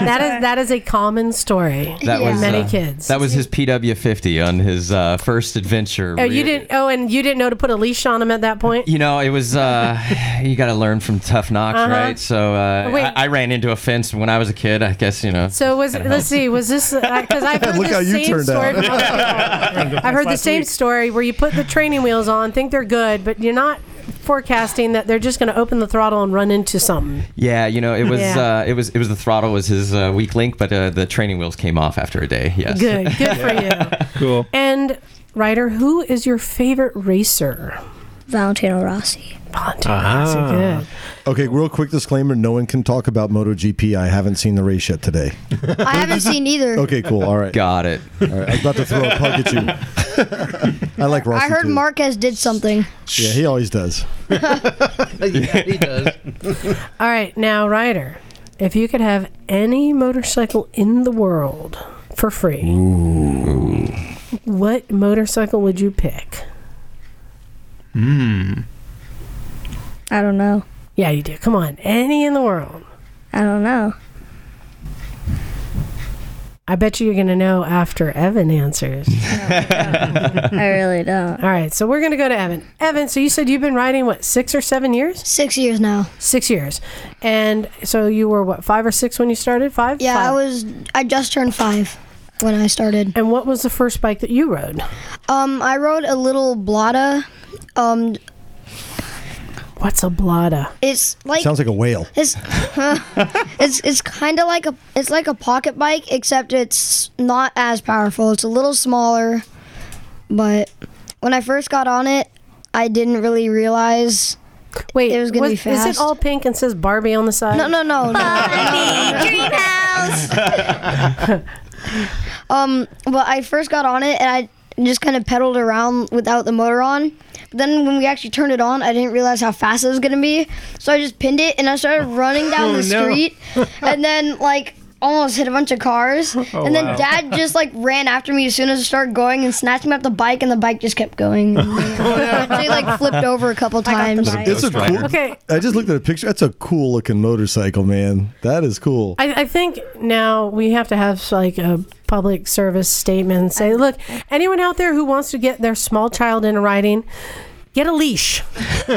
[SPEAKER 1] That is that is a common story.
[SPEAKER 5] That
[SPEAKER 6] Yeah.
[SPEAKER 5] was
[SPEAKER 1] Many
[SPEAKER 5] uh,
[SPEAKER 1] kids.
[SPEAKER 5] That was his PW50 on his uh, first adventure.
[SPEAKER 1] Oh, you
[SPEAKER 5] Re-
[SPEAKER 1] didn't. Oh, and you didn't know to put a leash on him at that point.
[SPEAKER 5] You know, it was uh, (sighs) you got to learn from tough knocks, right? So uh,
[SPEAKER 1] Uh-huh. Wait.
[SPEAKER 5] I, I ran into a fence when I was a kid. I guess you know.
[SPEAKER 3] (laughs)
[SPEAKER 1] So was let's see. Was this because I've heard
[SPEAKER 3] Look
[SPEAKER 1] the
[SPEAKER 3] how you
[SPEAKER 1] same
[SPEAKER 3] turned
[SPEAKER 1] story?
[SPEAKER 3] out.
[SPEAKER 1] from
[SPEAKER 3] (laughs)
[SPEAKER 7] (laughs)
[SPEAKER 1] other people. I've heard the
[SPEAKER 7] Last
[SPEAKER 1] same
[SPEAKER 7] week.
[SPEAKER 1] story where you put the training wheels on, think they're good, but you're not forecasting that they're just going to open the throttle and run into something.
[SPEAKER 5] Yeah, you know, it was
[SPEAKER 1] Yeah.
[SPEAKER 5] uh, it was it was the throttle was his uh, weak link, but uh, the training wheels came off after a day. Yes.
[SPEAKER 1] Good, good
[SPEAKER 5] (laughs)
[SPEAKER 1] for you.
[SPEAKER 2] Cool.
[SPEAKER 1] And Ryder, who is your favorite racer?
[SPEAKER 9] Valentino Rossi.
[SPEAKER 1] Valentino
[SPEAKER 2] Ah.
[SPEAKER 1] Rossi, good.
[SPEAKER 3] okay. Real quick disclaimer: no one can talk about MotoGP. I haven't seen the race yet today.
[SPEAKER 6] (laughs) I haven't seen either.
[SPEAKER 3] Okay, cool. All right.
[SPEAKER 5] Got it.
[SPEAKER 3] All right. I was about to throw a pug at you. I like Rossi.
[SPEAKER 6] I heard
[SPEAKER 3] too.
[SPEAKER 6] Marquez did something.
[SPEAKER 3] Yeah, he always does.
[SPEAKER 2] he does.
[SPEAKER 1] All right, now Ryder, if you could have any motorcycle in the world for free, what motorcycle would you pick?
[SPEAKER 3] Hmm.
[SPEAKER 9] I don't know.
[SPEAKER 1] Yeah, you do. Come on, any in the world.
[SPEAKER 9] I don't know.
[SPEAKER 1] I bet you you're going to know after Evan answers. Mmm.
[SPEAKER 9] I really don't.
[SPEAKER 1] All right, so we're going to go to Evan. Evan, so you said you've been riding, what, six or seven years?
[SPEAKER 6] Six years now.
[SPEAKER 1] Six years. And so you were, what, five or six when you started? Five?
[SPEAKER 6] Yeah,
[SPEAKER 1] Five.
[SPEAKER 6] I was. I just turned five when I started.
[SPEAKER 1] And what was the first bike that you rode?
[SPEAKER 6] Um, I rode a little Blotta. Um,
[SPEAKER 1] What's a blotta?
[SPEAKER 6] it's like
[SPEAKER 3] Sounds like a whale.
[SPEAKER 6] it's it's it's kind of like a it's like a pocket bike except it's not as powerful. It's a little smaller, but when I first got on it, I didn't really realize.
[SPEAKER 1] Wait,
[SPEAKER 6] It was gonna be
[SPEAKER 1] Is it
[SPEAKER 6] fast.
[SPEAKER 1] all pink and says Barbie on the side?
[SPEAKER 6] No, no, no, no. Um, but I first got on it and I just kind of pedaled around without the motor on. But then when we actually turned it on, I didn't realize how fast it was gonna be. So I just pinned it and I started running down
[SPEAKER 2] no.
[SPEAKER 6] the street, and then like almost hit a bunch of cars. and then Dad just like ran after me as soon as I started going and snatched me up the bike, and the bike just kept going. And actually like flipped over a couple times.
[SPEAKER 3] It's a cool.
[SPEAKER 1] Okay.
[SPEAKER 3] I just looked at a picture. That's a cool looking motorcycle, man. That is cool.
[SPEAKER 1] I, I think now we have to have like a public service statement and say, look, anyone out there who wants to get their small child into riding, get a leash.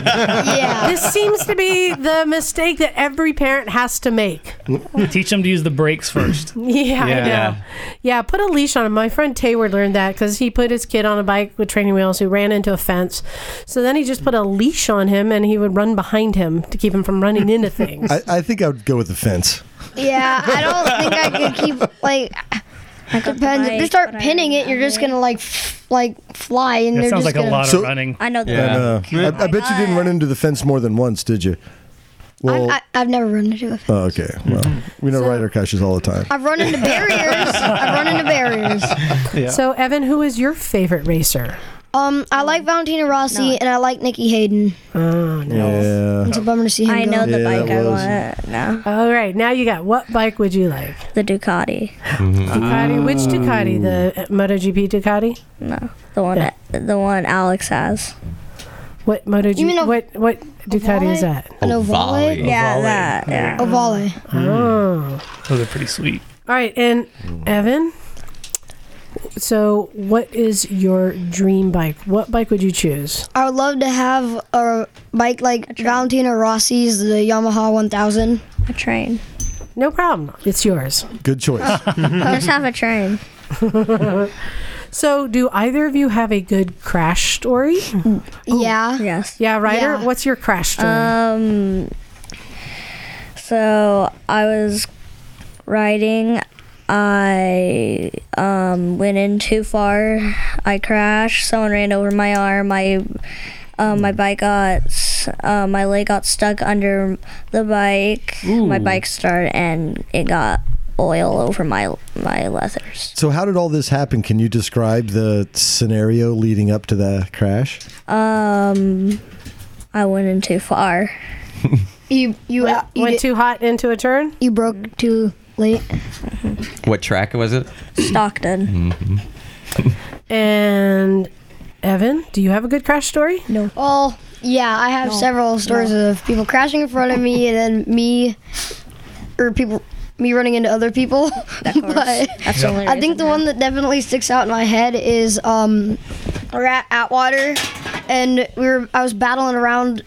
[SPEAKER 6] Yeah.
[SPEAKER 1] This seems to be the mistake that every parent has to make.
[SPEAKER 7] Teach them to use the brakes first.
[SPEAKER 1] (laughs) Yeah,
[SPEAKER 2] Yeah.
[SPEAKER 1] I know.
[SPEAKER 2] Yeah.
[SPEAKER 1] Yeah. put a leash on him. My friend Tayward learned that because he put his kid on a bike with training wheels who ran into a fence. So then he just put a leash on him and he would run behind him to keep him from running into things.
[SPEAKER 3] I, I think I would go with the fence.
[SPEAKER 6] Yeah, I don't think I could keep like.
[SPEAKER 9] I got the
[SPEAKER 6] Depends. if you
[SPEAKER 9] bike,
[SPEAKER 6] start
[SPEAKER 9] but I
[SPEAKER 6] pinning it,
[SPEAKER 9] didn't
[SPEAKER 6] you're
[SPEAKER 9] have
[SPEAKER 6] just gonna like f- like fly, and
[SPEAKER 7] That
[SPEAKER 6] they're
[SPEAKER 7] sounds
[SPEAKER 6] just
[SPEAKER 7] like a
[SPEAKER 6] gonna,
[SPEAKER 7] lot
[SPEAKER 3] So-
[SPEAKER 7] of running.
[SPEAKER 9] I know that.
[SPEAKER 5] Yeah.
[SPEAKER 3] And, uh,
[SPEAKER 5] Yeah.
[SPEAKER 3] I, I bet you didn't run into the fence more than once, did you? Well,
[SPEAKER 6] I, I, I've never run into a fence.
[SPEAKER 3] oh, okay. Well, we know rider crashes all the time.
[SPEAKER 6] I've run into barriers. I've run
[SPEAKER 3] (laughs)
[SPEAKER 6] into barriers.
[SPEAKER 2] Yeah.
[SPEAKER 1] So, Evan, who is your favorite racer?
[SPEAKER 6] Um, I like Valentina Rossi and I like Nikki Hayden.
[SPEAKER 1] Oh, no.
[SPEAKER 3] Yeah.
[SPEAKER 6] It's a bummer to see him
[SPEAKER 9] I
[SPEAKER 6] go.
[SPEAKER 9] know the
[SPEAKER 3] Yeah, that
[SPEAKER 9] bike I
[SPEAKER 3] was-
[SPEAKER 9] want. No,
[SPEAKER 1] All right, now you got what bike would you like?
[SPEAKER 9] the Ducati.
[SPEAKER 1] Ducati, which Ducati? The uh, MotoGP Ducati?
[SPEAKER 9] No, the one
[SPEAKER 1] Yeah.
[SPEAKER 9] that, the one Alex has.
[SPEAKER 1] What
[SPEAKER 6] You mean
[SPEAKER 1] MotoGP?
[SPEAKER 6] a-
[SPEAKER 1] What what Ducati is
[SPEAKER 6] Ovale?
[SPEAKER 1] that?
[SPEAKER 6] An ovale.
[SPEAKER 9] Yeah, that. Yeah.
[SPEAKER 6] Ovale.
[SPEAKER 1] Oh.
[SPEAKER 7] Mm. Those are pretty sweet.
[SPEAKER 1] All right, and Evan. So, what is your dream bike? What bike would you choose?
[SPEAKER 6] I would love to have a bike like Valentina Rossi's, the Yamaha 1000.
[SPEAKER 9] A train.
[SPEAKER 1] No problem. It's yours.
[SPEAKER 3] Good choice.
[SPEAKER 9] I just have a train.
[SPEAKER 1] (laughs) So, do either of you have a good crash story?
[SPEAKER 6] Yeah.
[SPEAKER 9] Yes.
[SPEAKER 1] Yeah, Ryder,
[SPEAKER 6] Yeah.
[SPEAKER 1] what's your crash story?
[SPEAKER 9] Um. So I was riding. I um went in too far. I crashed. Someone ran over my arm. My um, my bike got s- uh, my leg got stuck under the bike. My bike started and it got oil over my my leathers.
[SPEAKER 3] so, how did all this happen? Can you describe the scenario leading up to the crash?
[SPEAKER 9] Um, I went in too far.
[SPEAKER 6] (laughs) You you you,
[SPEAKER 1] Went
[SPEAKER 6] did-
[SPEAKER 1] too hot into a turn?
[SPEAKER 6] you broke too late.
[SPEAKER 5] What track was it? Mm-hmm.
[SPEAKER 9] Stockton.
[SPEAKER 1] And Evan, do you have a good crash story?
[SPEAKER 6] Well, yeah, I have several stories of people crashing in front of me and then me or people me running into other people. (laughs) but
[SPEAKER 9] That's the only
[SPEAKER 6] I think the one that definitely sticks out in my head is um, we're at Atwater, and we were I was battling around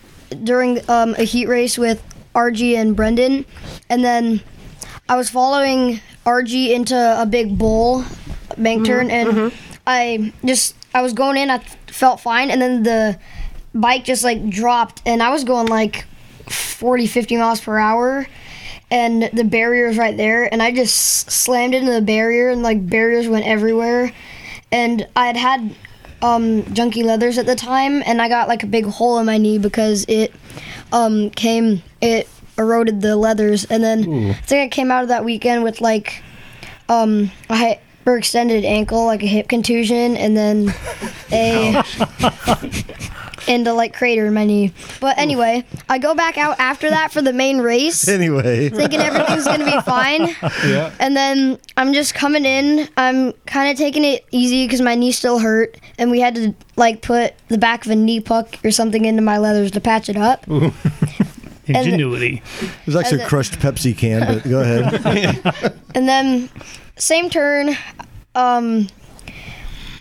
[SPEAKER 6] during um, a heat race with RG and Brendan, and then I was following RG into a big bowl bank turn, and I just I was going in, I felt fine, and then the bike just like dropped, and I was going like 40, 50 miles per hour and the barrier was right there and i just slammed into the barrier and like barriers went everywhere and i had had um, junky leathers at the time and i got like a big hole in my knee because it um, came it eroded the leathers and then i think i came out of that weekend with like um, a hyperextended ankle like a hip contusion and then a and a like crater in my knee but anyway i go back out after that for the main race
[SPEAKER 3] Anyway,
[SPEAKER 6] thinking everything's gonna be fine.
[SPEAKER 2] Yeah.
[SPEAKER 6] And then I'm just coming in. I'm kind of taking it easy because my knee still hurt, and we had to like put the back of a knee puck or something into my leathers to patch it up.
[SPEAKER 7] Ingenuity.
[SPEAKER 3] it was actually a crushed Pepsi can, but go ahead.
[SPEAKER 6] And then same turn, um,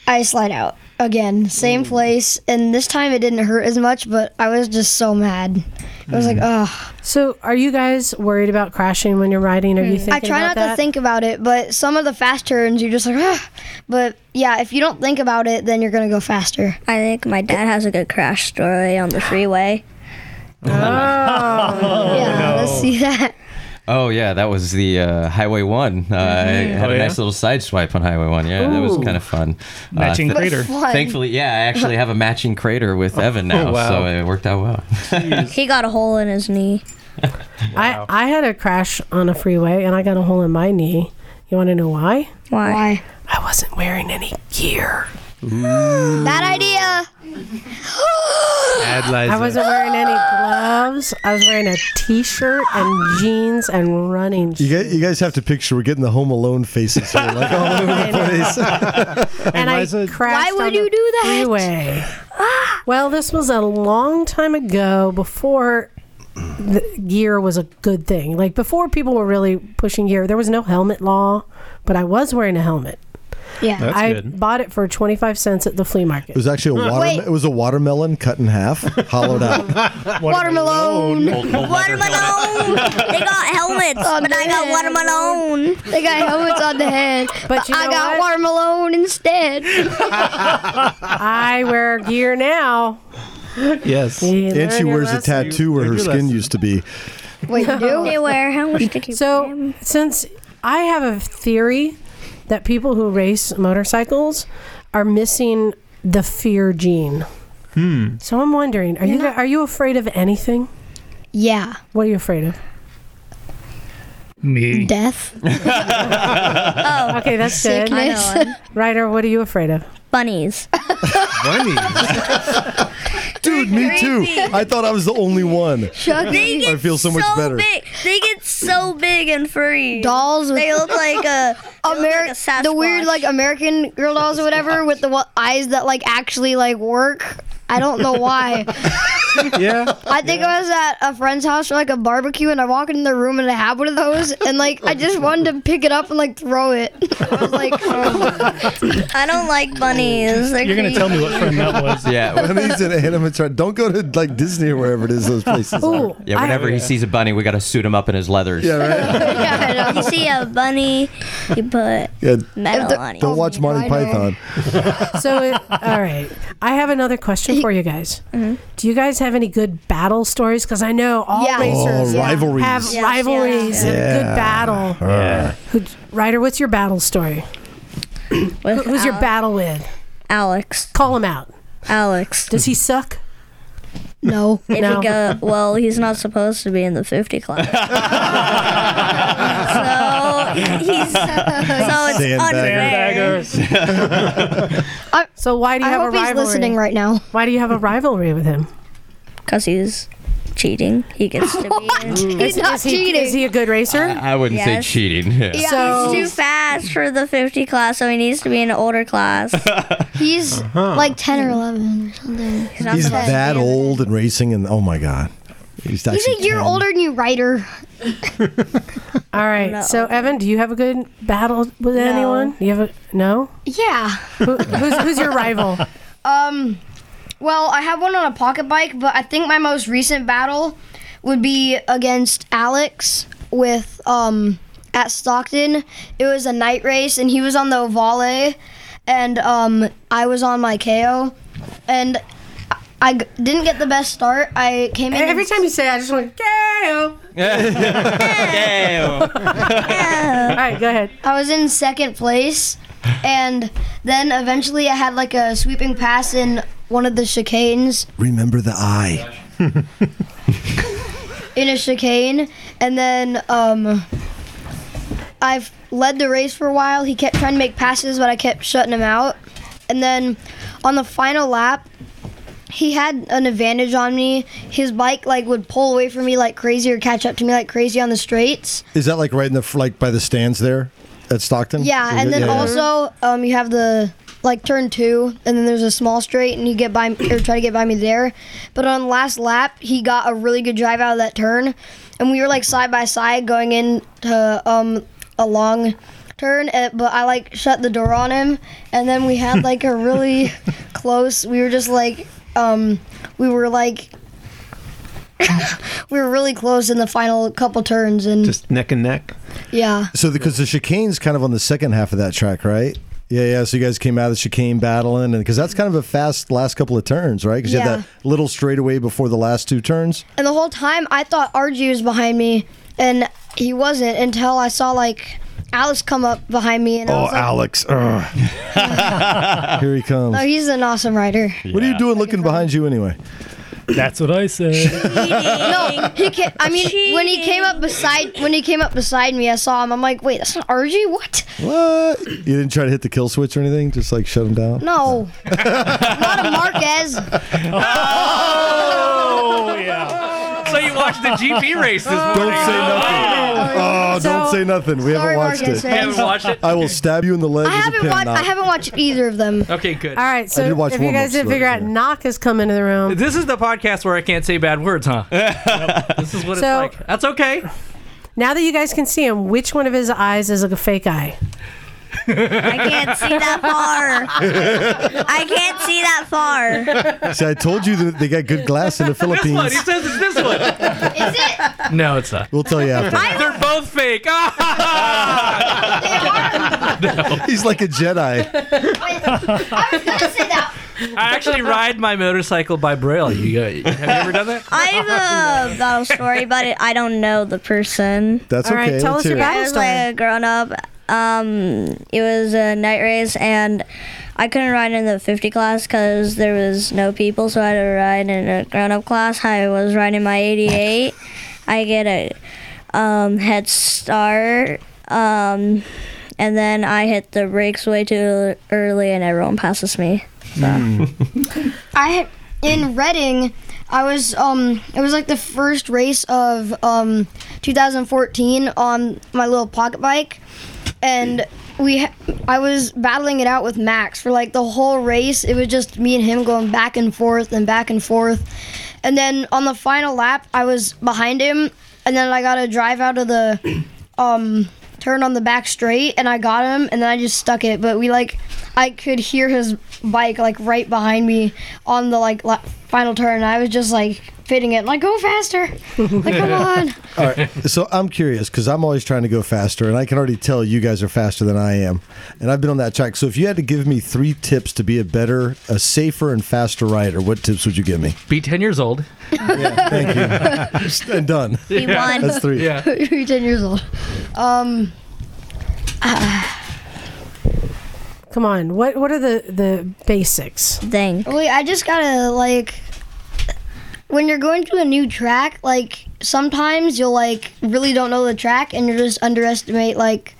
[SPEAKER 6] I slide out again, same place, and this time it didn't hurt as much, but I was just so mad. I was like,
[SPEAKER 1] Mm-hmm.
[SPEAKER 6] ugh.
[SPEAKER 1] Hmm. So, are you guys worried about crashing when you're riding? Are you thinking
[SPEAKER 6] Hmm. I try
[SPEAKER 1] about
[SPEAKER 6] not
[SPEAKER 1] that?
[SPEAKER 6] to think about it, but some of the fast turns, you're just like, ah. But yeah, if you don't think about it, then you're gonna go faster.
[SPEAKER 9] I think my dad has a good crash story on the freeway.
[SPEAKER 1] Oh.
[SPEAKER 6] yeah, let's (laughs) see that.
[SPEAKER 5] Oh yeah, that was the uh, Highway One. Uh, I had
[SPEAKER 7] Oh,
[SPEAKER 5] a
[SPEAKER 7] yeah?
[SPEAKER 5] nice little side swipe on Highway One. Yeah, that was
[SPEAKER 1] Mm-hmm. Ooh.
[SPEAKER 5] kind of fun. Uh,
[SPEAKER 7] Matching
[SPEAKER 5] th-
[SPEAKER 7] crater. Oh,
[SPEAKER 6] Fun.
[SPEAKER 5] Thankfully, yeah, I actually have a matching
[SPEAKER 7] (laughs)
[SPEAKER 5] crater with Evan now,
[SPEAKER 2] wow.
[SPEAKER 5] so it worked out well.
[SPEAKER 9] He got a hole in his knee.
[SPEAKER 1] I, I had a crash on a freeway and I got a hole in my knee. You want to know why?
[SPEAKER 9] Why?
[SPEAKER 6] Why?
[SPEAKER 1] I wasn't wearing any gear.
[SPEAKER 6] Bad idea.
[SPEAKER 2] Ad lies
[SPEAKER 1] I wasn't wearing any gloves. I was wearing a t-shirt and jeans and running.
[SPEAKER 3] You
[SPEAKER 1] shoes.
[SPEAKER 3] guys, you guys have to picture we're getting the Home Alone faces here, like all over the
[SPEAKER 6] (laughs)
[SPEAKER 3] place.
[SPEAKER 1] and I
[SPEAKER 2] Liza-
[SPEAKER 1] crashed.
[SPEAKER 6] Why would
[SPEAKER 1] on
[SPEAKER 6] you
[SPEAKER 1] the
[SPEAKER 6] do that? Ah!
[SPEAKER 1] Freeway. well, this was a long time ago before the gear was a good thing. Like before people were really pushing gear. There was no helmet law, but I was wearing a helmet.
[SPEAKER 6] Yeah.
[SPEAKER 2] That's
[SPEAKER 1] I
[SPEAKER 2] good.
[SPEAKER 1] bought it for 25 cents at the flea
[SPEAKER 2] (laughs)
[SPEAKER 1] market.
[SPEAKER 3] It was actually a water.
[SPEAKER 6] Wait.
[SPEAKER 3] It was a watermelon cut in half, hollowed out.
[SPEAKER 8] (laughs)
[SPEAKER 6] Watermelon.
[SPEAKER 9] Watermelon! they got helmets,
[SPEAKER 6] (laughs)
[SPEAKER 9] but I got watermelon.
[SPEAKER 6] They got helmets on the head.
[SPEAKER 1] But you
[SPEAKER 6] I
[SPEAKER 1] know what?
[SPEAKER 6] got watermelon instead. (laughs)
[SPEAKER 1] I wear gear now.
[SPEAKER 2] Yes.
[SPEAKER 1] You
[SPEAKER 3] And
[SPEAKER 1] learn
[SPEAKER 3] she
[SPEAKER 1] your
[SPEAKER 3] wears a
[SPEAKER 1] lesson.
[SPEAKER 3] tattoo where her skin used to be.
[SPEAKER 6] Wait, you do?
[SPEAKER 9] They wear
[SPEAKER 6] (laughs)
[SPEAKER 9] helmets to keep
[SPEAKER 1] So, since I have a theory that people who race motorcycles are missing the fear gene.
[SPEAKER 2] Hmm.
[SPEAKER 1] So I'm wondering, are you
[SPEAKER 6] You're not-
[SPEAKER 1] gu- are you afraid of anything?
[SPEAKER 6] Yeah.
[SPEAKER 1] What are you afraid of?
[SPEAKER 7] Me.
[SPEAKER 5] (laughs)
[SPEAKER 6] Death.
[SPEAKER 1] Oh, okay, that's good.
[SPEAKER 6] Sickness.
[SPEAKER 1] Ryder, what are you afraid of?
[SPEAKER 9] Bunnies.
[SPEAKER 2] Bunnies.
[SPEAKER 3] (laughs) Dude, me too. I thought I was the only one.
[SPEAKER 9] They get
[SPEAKER 3] I feel so much better.
[SPEAKER 9] Big. They get so big and furry.
[SPEAKER 6] Dolls with (laughs)
[SPEAKER 9] They look like a, they look like a Sasquatch.
[SPEAKER 6] the weird like American Girl dolls or whatever with the wa- eyes that like actually like work. I don't know why.
[SPEAKER 3] (laughs)
[SPEAKER 2] yeah.
[SPEAKER 6] I think I was at a friend's house for like a barbecue, and I walked in their room and I had one of those, and like I just wanted to pick it up and like throw it. (laughs) I was like,
[SPEAKER 9] (laughs) I don't like bunnies. They're
[SPEAKER 7] You're gonna tell me what friend that
[SPEAKER 9] (laughs)
[SPEAKER 7] was.
[SPEAKER 3] (laughs)
[SPEAKER 5] Yeah.
[SPEAKER 3] That means an animatronic. Don't go to like Disney or wherever it is. Those places. are.
[SPEAKER 1] Ooh,
[SPEAKER 5] Yeah, whenever he sees a bunny, we got to suit him up in his leathers.
[SPEAKER 3] Yeah, right.
[SPEAKER 9] creepy. you see a bunny, you put
[SPEAKER 3] Yeah,
[SPEAKER 9] metal on it.
[SPEAKER 3] don't watch Monty Python.
[SPEAKER 1] I, so it, all right. I have another question for you guys.
[SPEAKER 9] Mm-hmm.
[SPEAKER 1] Do you guys have any good battle stories? Because I know all
[SPEAKER 6] Yeah.
[SPEAKER 1] racers
[SPEAKER 3] Oh, rivalries.
[SPEAKER 1] have
[SPEAKER 9] Yes,
[SPEAKER 1] rivalries and
[SPEAKER 3] yeah.
[SPEAKER 1] good battle.
[SPEAKER 7] Yeah.
[SPEAKER 1] Who, Ryder, what's your battle story? Who-
[SPEAKER 9] With
[SPEAKER 1] Who's your
[SPEAKER 9] Al-
[SPEAKER 1] battle with?
[SPEAKER 9] Alex?
[SPEAKER 1] Call him out.
[SPEAKER 9] Alex.
[SPEAKER 1] Does he suck?
[SPEAKER 6] no.
[SPEAKER 9] If
[SPEAKER 1] No.
[SPEAKER 9] he go, well, he's not supposed to be in the 50 class.
[SPEAKER 1] (laughs)
[SPEAKER 9] so he's so it's unfair.
[SPEAKER 7] Sandbaggers.
[SPEAKER 1] So why do you
[SPEAKER 6] I
[SPEAKER 1] have a
[SPEAKER 6] hope
[SPEAKER 1] rivalry?
[SPEAKER 6] he's listening right now.
[SPEAKER 1] Why do you have a rivalry with him?
[SPEAKER 9] Because he's cheating. He gets to
[SPEAKER 6] (laughs)
[SPEAKER 9] be. In.
[SPEAKER 6] He's not
[SPEAKER 1] Is he,
[SPEAKER 6] cheating.
[SPEAKER 1] is he a good racer?
[SPEAKER 5] I wouldn't
[SPEAKER 9] Yes.
[SPEAKER 5] say cheating. Yeah.
[SPEAKER 6] yeah,
[SPEAKER 1] So-
[SPEAKER 9] He's too fast for the 50 class, so he needs to be in an older
[SPEAKER 5] (laughs)
[SPEAKER 9] class.
[SPEAKER 6] he's
[SPEAKER 2] Uh-huh.
[SPEAKER 6] like ten or eleven or something.
[SPEAKER 9] He's not
[SPEAKER 3] He's
[SPEAKER 9] supposed to
[SPEAKER 3] that
[SPEAKER 9] be in the-
[SPEAKER 3] old and racing, and oh my god, he's,
[SPEAKER 6] He's
[SPEAKER 3] actually
[SPEAKER 6] a year
[SPEAKER 3] 10.
[SPEAKER 6] older than you, Ryder.
[SPEAKER 1] (laughs) All right.
[SPEAKER 9] No.
[SPEAKER 1] So Evan, do you have a good battle with anyone? You have a no?
[SPEAKER 6] Yeah.
[SPEAKER 1] Who, who's, who's
[SPEAKER 3] (laughs)
[SPEAKER 1] your rival?
[SPEAKER 6] Um, well, I have one on a pocket bike, but I think my most recent battle would be against Alex with um at Stockton. It was a night race, and he was on the volley, and um I was on my KO, and I- I g- didn't get the best start. I came in
[SPEAKER 1] Every
[SPEAKER 6] and-
[SPEAKER 1] time you say, I just want to go.
[SPEAKER 5] Damn.
[SPEAKER 1] All right, go ahead.
[SPEAKER 6] I was in second place, and then eventually I had like a sweeping pass in one of the chicanes,
[SPEAKER 3] Remember the
[SPEAKER 2] (laughs)
[SPEAKER 3] eye.
[SPEAKER 6] in a chicane, and then um, I've led the race for a while. He kept trying to make passes, but I kept shutting him out. And then on the final lap, he had an advantage on me. His bike like would pull away from me like crazy or catch up to me like crazy on the straights.
[SPEAKER 3] Is that like right in the fr- like by the stands there at Stockton?
[SPEAKER 6] Yeah, and then also um, you have the like turn two, and then there's a small straight, and you get by or try to get by me there. But on the last lap, he got a really good drive out of that turn, and we were like side by side going into um, a long turn. eh, But I like shut the door on him, and then we had like (laughs) a really close. We were just like um, we were like. (laughs) we were really close in the final couple turns, and
[SPEAKER 2] Just neck and neck.
[SPEAKER 6] yeah.
[SPEAKER 3] So because the chicane's kind of on the second half of that track, right? Yeah, yeah. So you guys came out of the chicane battling, and because that's kind of a fast last couple of turns, right? Because you
[SPEAKER 6] Yeah.
[SPEAKER 3] had that little straightaway before the last two turns.
[SPEAKER 6] And the whole time I thought RG was behind me, and he wasn't until I saw like Alice come up behind me, and
[SPEAKER 3] Oh,
[SPEAKER 12] Oh,
[SPEAKER 6] I was like,
[SPEAKER 3] Alex! (laughs) Here he comes.
[SPEAKER 6] "Oh, he's an awesome rider."
[SPEAKER 3] What are you doing looking behind you anyway?
[SPEAKER 7] That's what I said.
[SPEAKER 6] No, he can I mean, when he came up beside when he came up beside me, I saw him. I'm like, "Wait, that's not RG? What?
[SPEAKER 3] What? (laughs) You didn't try to hit the kill switch or anything? Just like shut him down?
[SPEAKER 1] (laughs)
[SPEAKER 6] No, not a Marquez."
[SPEAKER 7] oh yeah.
[SPEAKER 12] (laughs) So you watched the GP race this morning.
[SPEAKER 3] Don't say nothing. Oh, don't
[SPEAKER 1] So-
[SPEAKER 3] say nothing. We
[SPEAKER 6] Sorry,
[SPEAKER 3] haven't watched
[SPEAKER 6] Marquez.
[SPEAKER 3] it.
[SPEAKER 12] You haven't watched it?
[SPEAKER 3] I will stab you in the leg
[SPEAKER 6] I
[SPEAKER 3] with a
[SPEAKER 6] haven't
[SPEAKER 3] pin
[SPEAKER 6] watched.
[SPEAKER 3] knot.
[SPEAKER 6] I haven't watched either of them.
[SPEAKER 12] Okay, good.
[SPEAKER 1] All right, so
[SPEAKER 3] did watch
[SPEAKER 1] if you
[SPEAKER 3] warm-ups
[SPEAKER 1] guys didn't
[SPEAKER 3] right
[SPEAKER 1] figure out,
[SPEAKER 3] there.
[SPEAKER 1] Knock has come into the room.
[SPEAKER 12] This is the podcast where I can't say bad words, huh? This is what
[SPEAKER 1] So-
[SPEAKER 12] it's like.
[SPEAKER 1] (laughs)
[SPEAKER 12] That's okay.
[SPEAKER 1] Now that you guys can see him, which one of his eyes is like a fake eye?
[SPEAKER 9] I can't see that
[SPEAKER 5] (laughs)
[SPEAKER 9] far. I can't see that far.
[SPEAKER 3] See, I told you that they got good glass
[SPEAKER 6] (laughs)
[SPEAKER 3] in the
[SPEAKER 12] This one,
[SPEAKER 3] Philippines.
[SPEAKER 12] he says it's this one. is it? No, it's not.
[SPEAKER 3] We'll
[SPEAKER 6] (laughs)
[SPEAKER 3] tell you after.
[SPEAKER 12] They're both fake. (laughs) Ah!
[SPEAKER 3] He's like a Jedi.
[SPEAKER 12] (laughs) I actually ride my motorcycle by braille. You, have you ever done that?
[SPEAKER 1] (laughs)
[SPEAKER 9] I have a battle story, but it, I don't know the person.
[SPEAKER 3] That's
[SPEAKER 1] All right,
[SPEAKER 3] okay.
[SPEAKER 1] tell
[SPEAKER 3] let's
[SPEAKER 1] us your
[SPEAKER 3] hear it.
[SPEAKER 1] back-
[SPEAKER 9] I was like a grown up. Um, it was a night race, and I couldn't ride in the 50 class because there was no people, so I had to ride in a grown-up class. I was riding my 88. I get a um, head start, um, and then I hit the brakes way too early, and everyone passes me.
[SPEAKER 6] I had- in Reading, I was um it was like the first race of um 2014 on my little pocket bike and we ha- I was battling it out with Max for like the whole race. It was just me and him going back and forth and back and forth. And then on the final lap, I was behind him and then I got to drive out of the (clears throat) um turn on the back straight and I got him and then I just stuck it but we like I could hear his bike like right behind me on the like la- final turn and I was just like fitting it like go faster like come on
[SPEAKER 3] All right. So I'm curious because I'm always trying to go faster, and I can already tell you guys are faster than I am. And I've been on that track. So if you had to give me three tips to be a better, a safer, and faster rider, what tips would you
[SPEAKER 2] (laughs)
[SPEAKER 3] give me?
[SPEAKER 12] Be 10 years old.
[SPEAKER 3] Thank you. and done.
[SPEAKER 6] Be one.
[SPEAKER 3] That's three.
[SPEAKER 6] (laughs)
[SPEAKER 12] Yeah.
[SPEAKER 6] you're 10 years old um
[SPEAKER 1] (sighs) Come on. What what are the the basics?
[SPEAKER 9] Thing.
[SPEAKER 6] Wait, I just gotta like when you're going to a new track, like sometimes you'll like really don't know the track and you just underestimate like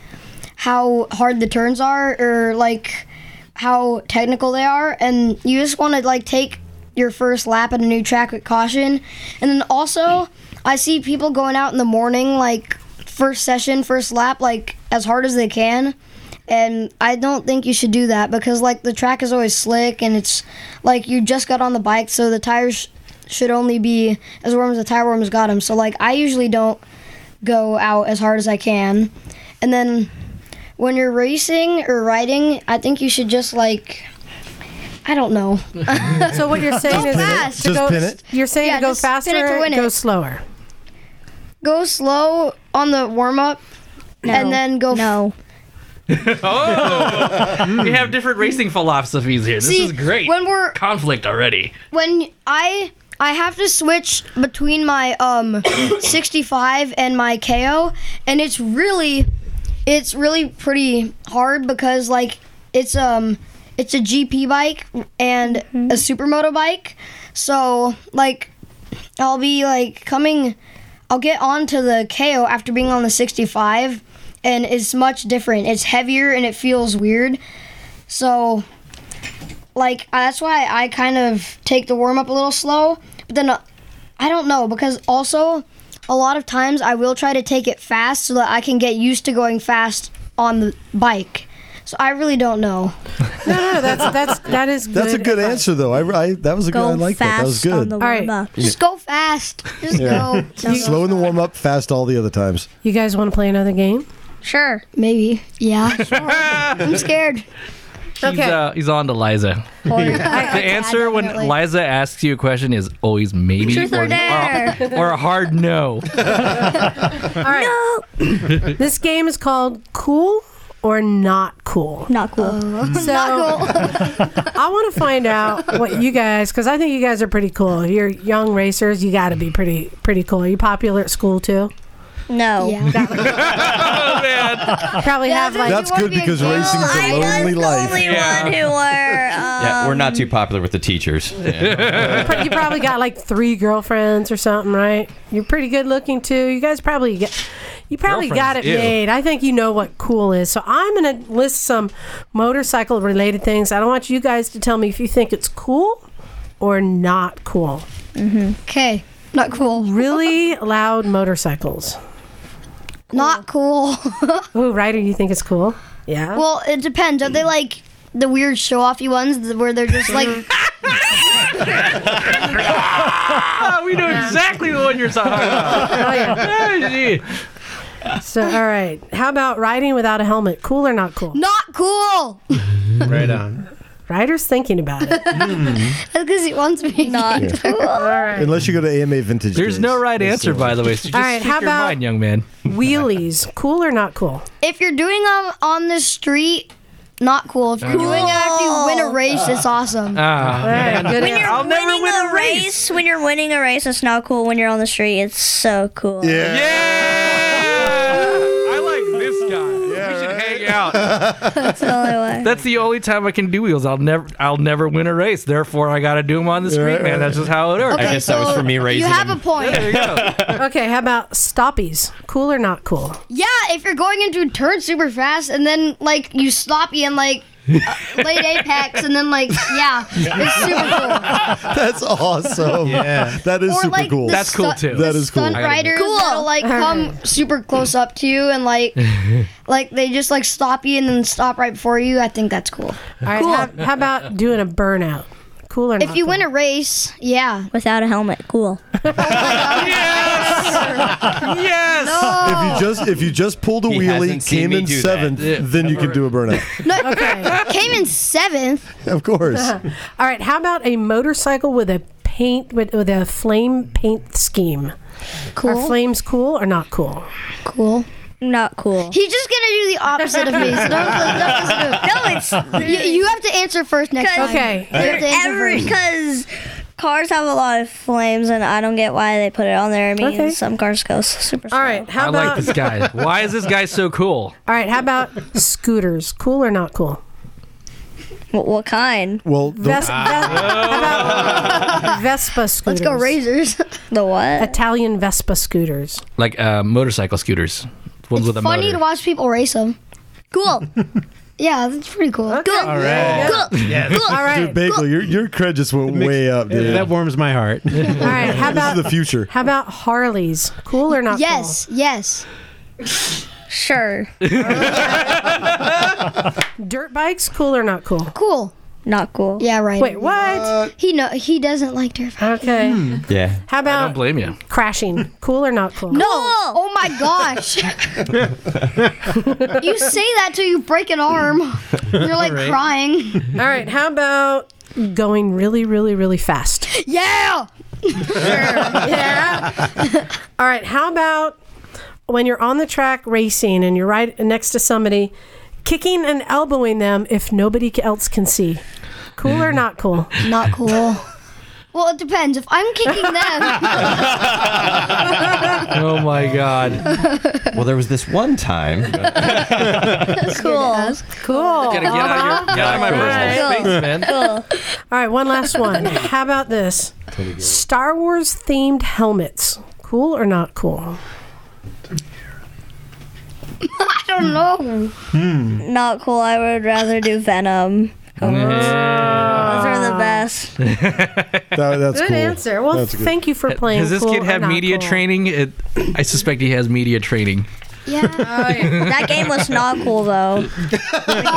[SPEAKER 6] how hard the turns are or like how technical they are and you just want to like take your first lap at a new track with caution. And then also I see people going out in the morning like first session, first lap like as hard as they can and I don't think you should do that because like the track is always slick and it's like you just got on the bike, so the tires should only be as warm as the tire warm's got them. So like I usually don't go out as hard as I can, and then when you're racing or riding, I think you should just like I don't know.
[SPEAKER 1] (laughs) so what (laughs) you're saying
[SPEAKER 6] Go
[SPEAKER 1] is
[SPEAKER 6] fast.
[SPEAKER 1] to
[SPEAKER 6] (laughs) Just
[SPEAKER 1] go,
[SPEAKER 6] pin it?
[SPEAKER 1] You're saying
[SPEAKER 6] Yeah,
[SPEAKER 1] to go
[SPEAKER 6] just spin
[SPEAKER 1] faster,
[SPEAKER 6] it to win it.
[SPEAKER 1] go slower.
[SPEAKER 6] Go slow on the warm up, and then go no.
[SPEAKER 12] (laughs) oh, we have different racing philosophies here. This
[SPEAKER 6] See,
[SPEAKER 12] is great.
[SPEAKER 6] when we're-
[SPEAKER 12] conflict already.
[SPEAKER 6] when I I have to switch between my um (coughs) 65 and my KO and it's really it's really pretty hard because like it's um it's a GP bike and a supermoto bike. So like I'll be like coming I'll get onto the KO after being on the 65 and it's much different. It's heavier and it feels weird. So like I- that's why I kind of take the warm up a little slow. But then uh, I don't know because also a lot of times I will try to take it fast so that I can get used to going fast on the bike. So I really don't know.
[SPEAKER 1] (laughs) No, no, that's that's that is. Good
[SPEAKER 3] That's a good answer, though. I, I that was a good. I like that. That was good.
[SPEAKER 1] All right.
[SPEAKER 6] Just go fast. Just
[SPEAKER 1] (laughs)
[SPEAKER 3] Yeah.
[SPEAKER 6] go.
[SPEAKER 3] Slow in the warm up, fast all the other times.
[SPEAKER 1] You guys want to play another game?
[SPEAKER 6] Sure. Maybe. Yeah. Sure. I'm scared.
[SPEAKER 12] He's, uh, he's on to Liza. (laughs) the answer when Liza asks you a question is always maybe
[SPEAKER 1] Truth or dare.
[SPEAKER 12] or, or a hard
[SPEAKER 1] (laughs)
[SPEAKER 12] no.
[SPEAKER 1] All right. this game is called Cool or Not Cool. Uh,
[SPEAKER 9] Not cool.
[SPEAKER 6] (laughs)
[SPEAKER 1] so (laughs) I want to find out what you guys, because I think you guys are pretty cool. You're young racers. You got to be pretty pretty cool. Are you popular at school too?
[SPEAKER 9] No.
[SPEAKER 1] Probably have like.
[SPEAKER 3] That's good because racing is a lonely life.
[SPEAKER 9] one who were
[SPEAKER 5] yeah, we're
[SPEAKER 1] um,
[SPEAKER 5] not too popular with the teachers. Yeah.
[SPEAKER 1] Pro- you probably got like three girlfriends or something, right? You're pretty good looking too. You guys probably get, you probably got it
[SPEAKER 5] Girlfriends, ew.
[SPEAKER 1] made. I think you know what cool is. So I'm gonna list some motorcycle related things. I don't want you guys to tell me if you think it's cool or not cool.
[SPEAKER 6] Okay, not cool.
[SPEAKER 1] Really (laughs) loud motorcycles.
[SPEAKER 6] Not cool. (laughs)
[SPEAKER 1] Ooh, Ryder, you think it's cool? Yeah.
[SPEAKER 6] Well, it depends. Are they like the weird show offy ones th- where they're just like
[SPEAKER 12] Ah, we know exactly the one you're talking about. Ah, gee.
[SPEAKER 1] So, all right. How about riding without a helmet? Cool or not cool?
[SPEAKER 6] not cool?
[SPEAKER 2] Right on.
[SPEAKER 1] Ryder's thinking about it.
[SPEAKER 6] That's because he wants me not
[SPEAKER 1] All right.
[SPEAKER 3] Unless you go to AMA Vintage.
[SPEAKER 12] There's no right answer, by the way. So just
[SPEAKER 1] All right,
[SPEAKER 12] speak
[SPEAKER 1] how
[SPEAKER 12] your
[SPEAKER 1] about-
[SPEAKER 12] mind, young man.
[SPEAKER 1] (laughs) Wheelies, cool or not cool?
[SPEAKER 6] If you're doing them on the street, not cool.
[SPEAKER 9] Oh.
[SPEAKER 6] If you're doing it after you win a race, it's awesome.
[SPEAKER 12] Ah,
[SPEAKER 1] All right, good
[SPEAKER 9] When
[SPEAKER 1] answer.
[SPEAKER 9] you're winning a race. when you're winning a race, it's not cool. When you're on the street, it's so cool.
[SPEAKER 3] Yeah.
[SPEAKER 12] Yeah! I like this guy. we should hang out.
[SPEAKER 9] (laughs)
[SPEAKER 12] out.
[SPEAKER 9] That's the only way.
[SPEAKER 12] That's the only time I can do wheels. I'll never, I'll never win a race. Therefore, I got to do them on the street, man. That's just how it works.
[SPEAKER 5] I guess that was for me raising. him.
[SPEAKER 6] point. (laughs)
[SPEAKER 1] okay, how about stoppies? Cool or not cool?
[SPEAKER 6] Yeah, if you're going into a turn super fast and then like you stop you and like uh, late apex and then like yeah, it's super cool.
[SPEAKER 3] (laughs) That's awesome.
[SPEAKER 2] Yeah.
[SPEAKER 3] That is
[SPEAKER 6] Or,
[SPEAKER 3] super
[SPEAKER 6] like,
[SPEAKER 3] cool.
[SPEAKER 6] the That's cool, stu- too.
[SPEAKER 3] That is cool.
[SPEAKER 6] Stunt riders that'll
[SPEAKER 1] (laughs)
[SPEAKER 6] like come super close up to you and like like they just like stop you and then stop right before you. I think that's cool.
[SPEAKER 1] All right, how, how about doing a burnout? Cool or not?
[SPEAKER 6] If you win (laughs) a race, yeah.
[SPEAKER 9] Without a helmet,
[SPEAKER 6] (laughs)
[SPEAKER 9] cool.
[SPEAKER 12] yes.
[SPEAKER 6] No.
[SPEAKER 3] If you just if you just pulled a
[SPEAKER 5] He hasn't
[SPEAKER 3] wheelie,
[SPEAKER 5] seen
[SPEAKER 3] came
[SPEAKER 5] me
[SPEAKER 3] in
[SPEAKER 5] do that.
[SPEAKER 3] seventh,
[SPEAKER 5] Yeah.
[SPEAKER 3] then you can do a
[SPEAKER 12] (laughs)
[SPEAKER 3] burnout.
[SPEAKER 6] No, (laughs) Came in seventh.
[SPEAKER 3] of course.
[SPEAKER 1] (laughs) All right, how about a motorcycle with a paint with, with a flame paint scheme? Cool. Are flames cool or not cool?
[SPEAKER 6] Cool.
[SPEAKER 9] Not cool.
[SPEAKER 6] He's just gonna do the opposite of me. So don't,
[SPEAKER 1] (laughs)
[SPEAKER 6] don't, no, it's you, you have to answer first next time.
[SPEAKER 1] Okay.
[SPEAKER 6] You have to answer first.
[SPEAKER 9] Because cars have a lot of flames, and I don't get why they put it on there. I mean,
[SPEAKER 1] Okay.
[SPEAKER 9] some cars go s- super slow.
[SPEAKER 1] All right, how
[SPEAKER 12] I
[SPEAKER 1] about
[SPEAKER 12] like
[SPEAKER 1] (laughs)
[SPEAKER 12] this guy. Why is this guy so cool?
[SPEAKER 1] All right, how about scooters? Cool or not cool?
[SPEAKER 9] What, what kind?
[SPEAKER 3] Well, the,
[SPEAKER 1] Vespa, how about (laughs) Vespa scooters.
[SPEAKER 6] Let's go razors. (laughs)
[SPEAKER 9] The what?
[SPEAKER 1] Italian Vespa scooters.
[SPEAKER 12] Like uh, motorcycle scooters, ones with a
[SPEAKER 6] Funny
[SPEAKER 12] motor.
[SPEAKER 6] to watch people race them. Cool. yeah, that's pretty cool. Cool. Cool.
[SPEAKER 1] All
[SPEAKER 3] dude,
[SPEAKER 1] right,
[SPEAKER 3] Bagel, your your cred just went way up, dude.
[SPEAKER 2] That warms my heart.
[SPEAKER 1] all right. How
[SPEAKER 3] this is
[SPEAKER 1] about
[SPEAKER 3] the
[SPEAKER 12] (laughs)
[SPEAKER 3] future.
[SPEAKER 1] how about Harleys? Cool or not?
[SPEAKER 6] Yes. Yes.
[SPEAKER 9] Sure.
[SPEAKER 1] Cool? Dirt bikes. Cool or not cool?
[SPEAKER 6] Cool.
[SPEAKER 9] Not cool.
[SPEAKER 6] Yeah. Right.
[SPEAKER 1] Wait, what?
[SPEAKER 6] He no. He doesn't like dirt bikes.
[SPEAKER 1] Okay.
[SPEAKER 12] Hmm.
[SPEAKER 5] Yeah.
[SPEAKER 1] How
[SPEAKER 12] I don't
[SPEAKER 1] about
[SPEAKER 12] blame you.
[SPEAKER 1] crashing? Cool or not cool?
[SPEAKER 6] No. Oh my gosh.
[SPEAKER 1] (laughs)
[SPEAKER 6] you say that till you break an arm. You're like crying.
[SPEAKER 1] All right. How about going really, really, really fast?
[SPEAKER 6] Yeah.
[SPEAKER 1] yeah. All right. How about when you're on the track racing and you're right next to somebody, kicking and elbowing them if nobody else can see? Cool or not cool?
[SPEAKER 6] Not cool. Well, it depends. If I'm
[SPEAKER 1] (laughs)
[SPEAKER 6] kicking them,
[SPEAKER 12] Oh my god.
[SPEAKER 5] Well, there was this one time.
[SPEAKER 9] Cool.
[SPEAKER 1] Cool. All
[SPEAKER 12] Gotta get out of your, get out of my personal
[SPEAKER 9] Cool.
[SPEAKER 12] space, man.
[SPEAKER 9] Cool.
[SPEAKER 1] right. One last one. How about this? Star Wars themed helmets. Cool or not cool?
[SPEAKER 6] I don't know.
[SPEAKER 9] Not cool. I would rather do Venom. Those are
[SPEAKER 1] Uh,
[SPEAKER 9] the best.
[SPEAKER 3] That- that's
[SPEAKER 1] Good
[SPEAKER 3] cool.
[SPEAKER 1] answer. Well,
[SPEAKER 3] That's good.
[SPEAKER 1] thank you for playing.
[SPEAKER 12] Does this
[SPEAKER 1] cool
[SPEAKER 12] kid
[SPEAKER 1] or
[SPEAKER 12] have
[SPEAKER 1] not
[SPEAKER 12] media
[SPEAKER 1] cool.
[SPEAKER 12] training? It, I suspect he has media training.
[SPEAKER 6] Yeah.
[SPEAKER 1] oh,
[SPEAKER 9] That game was not
[SPEAKER 1] (laughs)
[SPEAKER 9] cool though.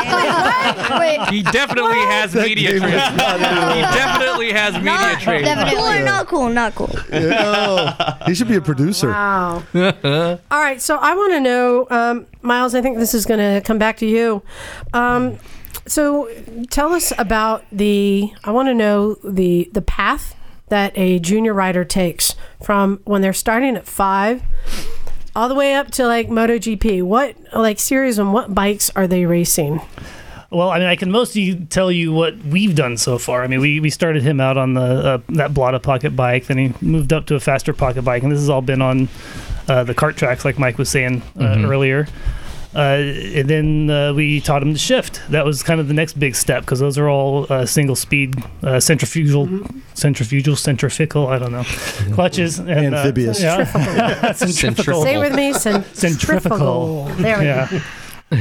[SPEAKER 6] Wait.
[SPEAKER 12] He definitely has media training. He definitely has media
[SPEAKER 9] Not
[SPEAKER 12] training.
[SPEAKER 9] cool or not cool? Not cool.
[SPEAKER 3] Yeah. He should be a producer.
[SPEAKER 1] Wow.
[SPEAKER 12] (laughs)
[SPEAKER 1] All right. So I want to know, um, Miles, I think this is going to come back to you. Um, so tell us about the, I want to know the, the path that a junior rider takes from when they're starting at five all the way up to like MotoGP. What, like, series and what bikes are they racing?
[SPEAKER 7] Well, I mean, I can mostly tell you what we've done so far. I mean, we, we started him out on the uh, that Blotta pocket bike, then he moved up to a faster pocket bike, and this has all been on uh, the cart tracks, like Mike was saying uh, earlier. Uh, and then uh, we taught him to shift. That was kind of the next big step because those are all uh, single speed uh, centrifugal, centrifugal, centrifugal. I don't know, clutches and uh,
[SPEAKER 3] Amphibious.
[SPEAKER 7] yeah.
[SPEAKER 1] (laughs)
[SPEAKER 7] centrifugal.
[SPEAKER 1] Say it with me, cent-
[SPEAKER 7] Centrifugal.
[SPEAKER 1] centrifugal. There we go.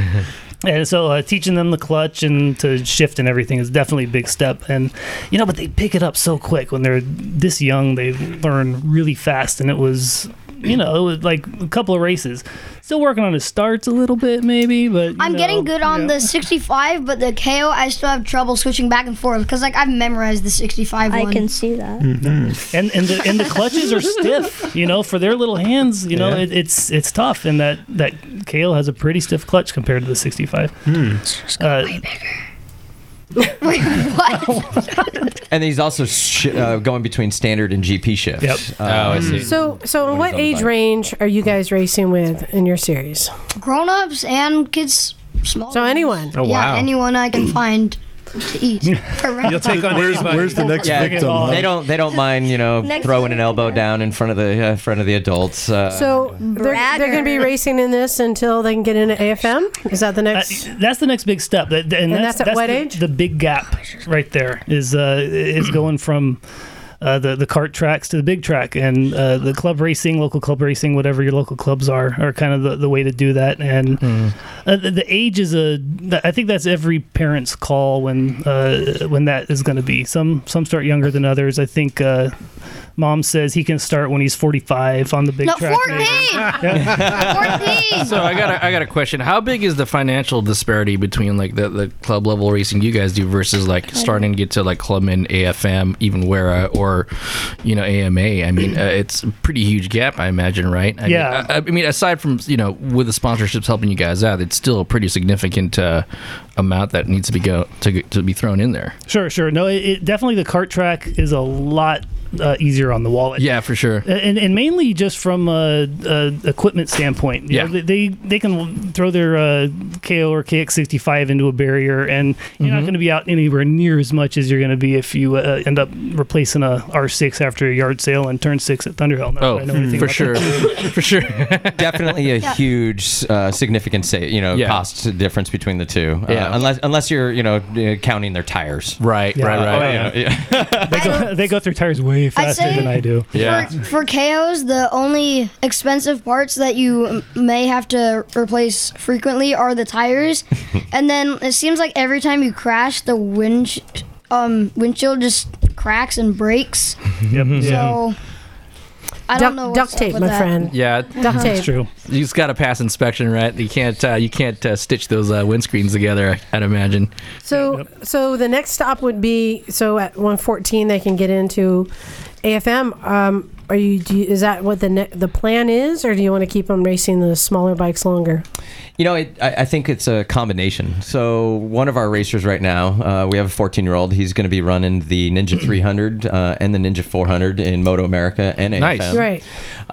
[SPEAKER 7] Yeah. and so uh, teaching them the clutch and to shift and everything is definitely a big step. And you know, but they pick it up so quick when they're this young. They learn really fast, and it was. You know, it was like a couple of races. Still working on his starts a little bit, maybe, but you
[SPEAKER 6] I'm
[SPEAKER 7] know,
[SPEAKER 6] getting good on
[SPEAKER 7] yeah.
[SPEAKER 6] the 65, but the KO I still have trouble switching back and forth because like I've memorized the 65
[SPEAKER 9] I
[SPEAKER 6] one.
[SPEAKER 9] can see that.
[SPEAKER 7] and and the and the clutches are stiff. You know, for their little hands, you know,
[SPEAKER 2] Yeah.
[SPEAKER 7] it, it's it's tough. And that that Kale has a pretty stiff clutch compared to the 65. Uh,
[SPEAKER 6] Wait, what?
[SPEAKER 5] And he's also sh- uh, going between standard and GP shifts.
[SPEAKER 7] Yep.
[SPEAKER 5] Oh, I see.
[SPEAKER 1] So, so in what
[SPEAKER 5] on the
[SPEAKER 1] age
[SPEAKER 5] bike?
[SPEAKER 1] range are you guys racing with in your series?
[SPEAKER 6] Grown ups and kids small.
[SPEAKER 1] So anyone.
[SPEAKER 3] Oh,
[SPEAKER 6] yeah, anyone I can find. to
[SPEAKER 3] (laughs)
[SPEAKER 6] eat. (laughs) You'll
[SPEAKER 3] Where's-
[SPEAKER 5] anybody.
[SPEAKER 3] where's the next victim, huh?
[SPEAKER 5] They don't. They don't mind. You know,
[SPEAKER 1] Oh. Next
[SPEAKER 5] throwing an elbow down in front of the uh, front of the adults. Uh,
[SPEAKER 1] So they're, they're going to be racing in this until they can get into AFM. Is that the next?
[SPEAKER 7] Uh, that's the next big step. That, and,
[SPEAKER 1] And that's at what
[SPEAKER 7] the,
[SPEAKER 1] age?
[SPEAKER 7] The big gap right there is uh, is going from. Uh, the the cart tracks to the big track and uh, the club racing, local club racing, whatever your local clubs are, are kind of the, the way to do that. And uh, the, the age is a, th- I think that's every parent's call when uh, when that is going to be. Some some start younger than others. I think uh, mom says he can start when he's 45 on the big
[SPEAKER 6] No,
[SPEAKER 7] track. maybe.
[SPEAKER 6] 14!
[SPEAKER 12] so I got a, I got a question. How big is the financial disparity between like the, the club level racing you guys do versus like starting to get to like Clubman, AFM, even Wera, or you know AMA? I mean, uh, it's a pretty huge gap, I imagine, right? I
[SPEAKER 7] Yeah.
[SPEAKER 12] Mean, I, I mean, aside from you know with the sponsorships helping you guys out, it's still a pretty significant uh, amount that needs to be go to g- to be thrown in there.
[SPEAKER 7] Sure, sure. No, it, it definitely the cart track is a lot uh, easier on the wallet.
[SPEAKER 12] Yeah, for sure.
[SPEAKER 7] And, and mainly just from a, a equipment standpoint. You
[SPEAKER 12] Yeah.
[SPEAKER 7] know, they- they they can throw their uh, KO or KX65 into a barrier, and you're
[SPEAKER 12] Mm-hmm.
[SPEAKER 7] not going to be out anywhere near as much as you're going to be if you uh, end up replacing a R6 after a yard sale and turn six at Thunderhill. Not that
[SPEAKER 12] Oh,
[SPEAKER 7] I know anything
[SPEAKER 12] for
[SPEAKER 7] about
[SPEAKER 12] sure,
[SPEAKER 7] that.
[SPEAKER 12] (laughs) for sure.
[SPEAKER 1] (laughs)
[SPEAKER 5] definitely a
[SPEAKER 7] Yeah.
[SPEAKER 5] huge, uh, significant, sa- you know,
[SPEAKER 12] Yeah.
[SPEAKER 5] cost difference between the two. Uh,
[SPEAKER 12] Yeah.
[SPEAKER 5] unless unless you're, you know, uh, counting their tires. Uh,
[SPEAKER 12] Right.
[SPEAKER 7] Yeah. right, right.
[SPEAKER 5] you know, yeah.
[SPEAKER 7] Um, They
[SPEAKER 6] (laughs)
[SPEAKER 7] go, they go through tires way faster
[SPEAKER 6] say-
[SPEAKER 7] than I do.
[SPEAKER 5] Yeah.
[SPEAKER 6] For KOs, the only expensive parts that you may have to replace frequently are
[SPEAKER 3] (laughs)
[SPEAKER 6] the tires, and then it seems like every time you crash, the wind um, windshield just cracks and breaks.
[SPEAKER 7] Yep.
[SPEAKER 6] Mm-hmm. So I
[SPEAKER 1] Duct-
[SPEAKER 6] don't know.
[SPEAKER 1] duct
[SPEAKER 6] What's up
[SPEAKER 1] tape,
[SPEAKER 6] with
[SPEAKER 1] my
[SPEAKER 6] that.
[SPEAKER 1] friend.
[SPEAKER 12] Yeah,
[SPEAKER 1] Duct tape. That's
[SPEAKER 7] true.
[SPEAKER 12] You just got to pass inspection, right? You can't uh, you can't uh, stitch those uh, windscreens together. I'd imagine.
[SPEAKER 1] So so the next stop would be so at 114 they can get into AFM. Um, are you, do you is that what the ne- the plan is, or do you want to keep them racing the smaller bikes longer?
[SPEAKER 5] You know, it, I, I think it's a combination. So one of our racers right now, uh, we have a 14 year old. He's going to be running the Ninja 300 uh, and the Ninja 400 in Moto America and
[SPEAKER 12] Nice.
[SPEAKER 5] AFM.
[SPEAKER 12] Right.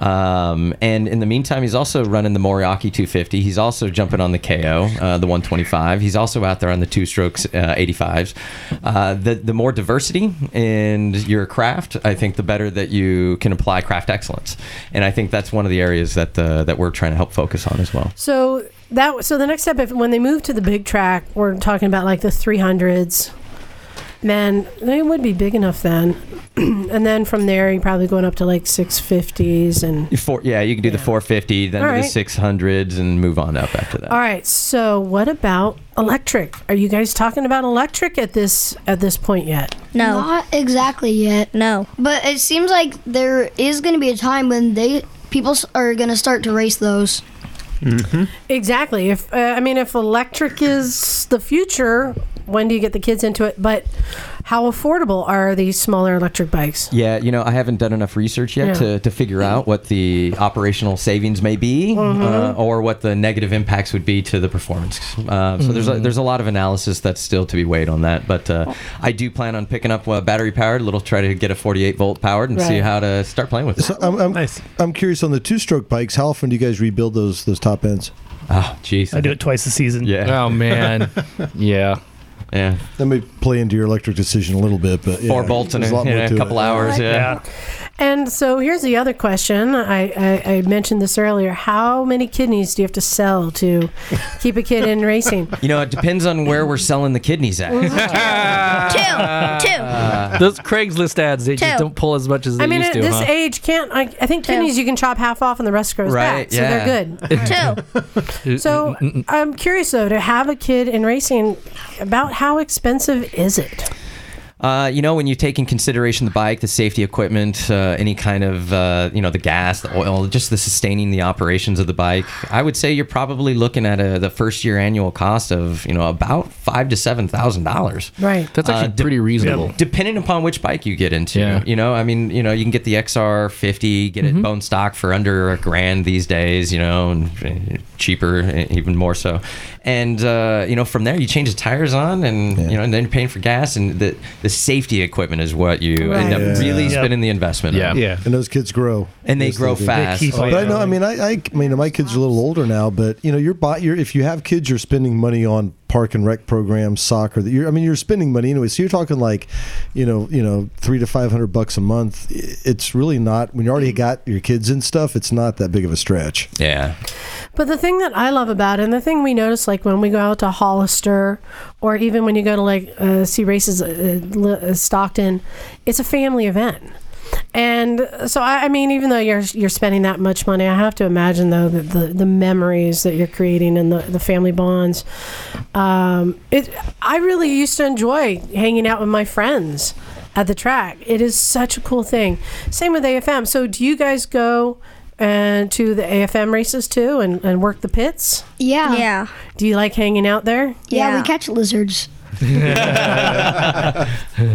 [SPEAKER 5] Um, and in the meantime, he's also running the Moriaki 250. He's also jumping on the KO, uh, the 125. He's also out there on the two strokes uh, 85s. Uh, the the more diversity in your craft, I think, the better that you can apply craft excellence. And I think that's one of the areas that uh, that we're trying to help focus on as well.
[SPEAKER 1] So that so the next step if when they move to the big track, we're talking about like the 300s. Man, they would be big enough then, (clears throat) and then from there you're probably going up to like 650s and.
[SPEAKER 5] You Four, yeah, you can do the 450, then
[SPEAKER 1] All
[SPEAKER 5] do the
[SPEAKER 1] right.
[SPEAKER 5] 600s, and move on up after that.
[SPEAKER 1] All right. So, what about electric? Are you guys talking about electric at this at this point yet?
[SPEAKER 6] No. Not exactly yet.
[SPEAKER 9] No.
[SPEAKER 6] But it seems like there is going to be a time when they people s- are going to start to race those.
[SPEAKER 1] Exactly. If uh, I mean, if electric is the future, when do you get the kids into it? But how affordable are these smaller electric bikes?
[SPEAKER 5] Yeah, you know, I haven't done enough research yet
[SPEAKER 1] Yeah.
[SPEAKER 5] to, to figure out what the operational savings may be uh,
[SPEAKER 1] Mhm.
[SPEAKER 5] or what the negative impacts would be to the performance. Uh, so there's, a,
[SPEAKER 12] Mhm.
[SPEAKER 5] there's a lot of analysis that's still to be weighed on that. But uh, I do plan on picking up uh, battery powered, little try to get a 48 volt powered and see
[SPEAKER 1] Right.
[SPEAKER 5] how to start playing with it.
[SPEAKER 3] So I'm, I'm, I'm curious on the two-stroke bikes. How often do you guys rebuild those those top ends?
[SPEAKER 5] Oh, jeez.
[SPEAKER 7] I do it twice a season.
[SPEAKER 5] Yeah.
[SPEAKER 12] Oh
[SPEAKER 5] (laughs)
[SPEAKER 12] man. yeah.
[SPEAKER 5] Yeah.
[SPEAKER 3] That may play into your electric decision a little bit, but
[SPEAKER 5] Four
[SPEAKER 3] yeah,
[SPEAKER 5] bolts in
[SPEAKER 3] there's
[SPEAKER 5] a,
[SPEAKER 3] lot
[SPEAKER 5] in
[SPEAKER 3] more
[SPEAKER 5] a
[SPEAKER 3] to it.
[SPEAKER 5] couple hours. Yeah.
[SPEAKER 1] And so, here's the other question. I, I, I mentioned this earlier. How many kidneys do you have to sell to keep a kid
[SPEAKER 12] (laughs)
[SPEAKER 1] in racing?
[SPEAKER 5] You know, it depends on where we're selling the kidneys at.
[SPEAKER 12] Two,
[SPEAKER 9] two.
[SPEAKER 12] (laughs) Those Craigslist ads, they
[SPEAKER 1] Two.
[SPEAKER 12] just don't pull as much as they
[SPEAKER 1] I mean,
[SPEAKER 12] used
[SPEAKER 1] at
[SPEAKER 12] to.
[SPEAKER 1] this
[SPEAKER 12] huh?
[SPEAKER 1] age, can't I? I think kidneys you can chop half off and the rest grows
[SPEAKER 12] Right,
[SPEAKER 1] back, so they're
[SPEAKER 12] yeah.
[SPEAKER 1] good.
[SPEAKER 5] Uh,
[SPEAKER 12] (laughs)
[SPEAKER 1] So I'm curious though to have a kid in racing. About how expensive is it?
[SPEAKER 5] Uh, you know, when you take in consideration the bike, the safety equipment, uh, any kind of, uh, you know, the gas, the oil, just the sustaining the operations of the bike, I would say you're probably looking at a, the first year annual cost of, you know, about five to seven thousand dollars.
[SPEAKER 1] Right.
[SPEAKER 12] That's actually
[SPEAKER 3] Uh,
[SPEAKER 12] pretty reasonable.
[SPEAKER 5] Uh, depending upon which bike you get into.
[SPEAKER 12] Yeah. Mm-hmm.
[SPEAKER 5] You know, I mean, you know, you can get the XR 50, get it bone stock for under a grand these days, you know, and uh, cheaper, uh, even more so. And, uh, you know, from there, you change the tires on and, you know, and then you're paying for gas and the, the safety equipment is what you end up
[SPEAKER 3] Right. Yeah.
[SPEAKER 5] really
[SPEAKER 3] Yep.
[SPEAKER 5] spending the investment on.
[SPEAKER 3] And those kids grow.
[SPEAKER 5] And they
[SPEAKER 3] Yes,
[SPEAKER 5] grow
[SPEAKER 3] do.
[SPEAKER 5] fast. Oh, They keep
[SPEAKER 3] but
[SPEAKER 5] on
[SPEAKER 3] I know. I
[SPEAKER 5] growing.
[SPEAKER 3] mean, I, I, I mean, my kids are a little older now, but you know, you're, buy, you're if you have kids, you're spending money on park and rec programs, soccer. That you're, I mean, you're spending money anyway. So you're talking like, you know, you know, three to five hundred bucks a month. It's really not when you already got your kids and stuff. It's not that big of a stretch.
[SPEAKER 12] (laughs)
[SPEAKER 5] Yeah.
[SPEAKER 1] But the thing that I love about it, and the thing we notice, like when we go out to Hollister, or even when you go to like uh, see races uh, uh, Li- uh, Stockton, it's a family event. And so, I, I mean, even though you're you're spending that much money, I have to imagine though that the, the memories that you're creating and the, the family bonds. Um, it I really used to enjoy hanging out with my friends at the track. It is such a cool thing. Same with AFM. So, do you guys go and to the AFM races too and, and work the pits?
[SPEAKER 6] Yeah. Yeah.
[SPEAKER 1] Do you like hanging out there?
[SPEAKER 6] Yeah, we catch lizards.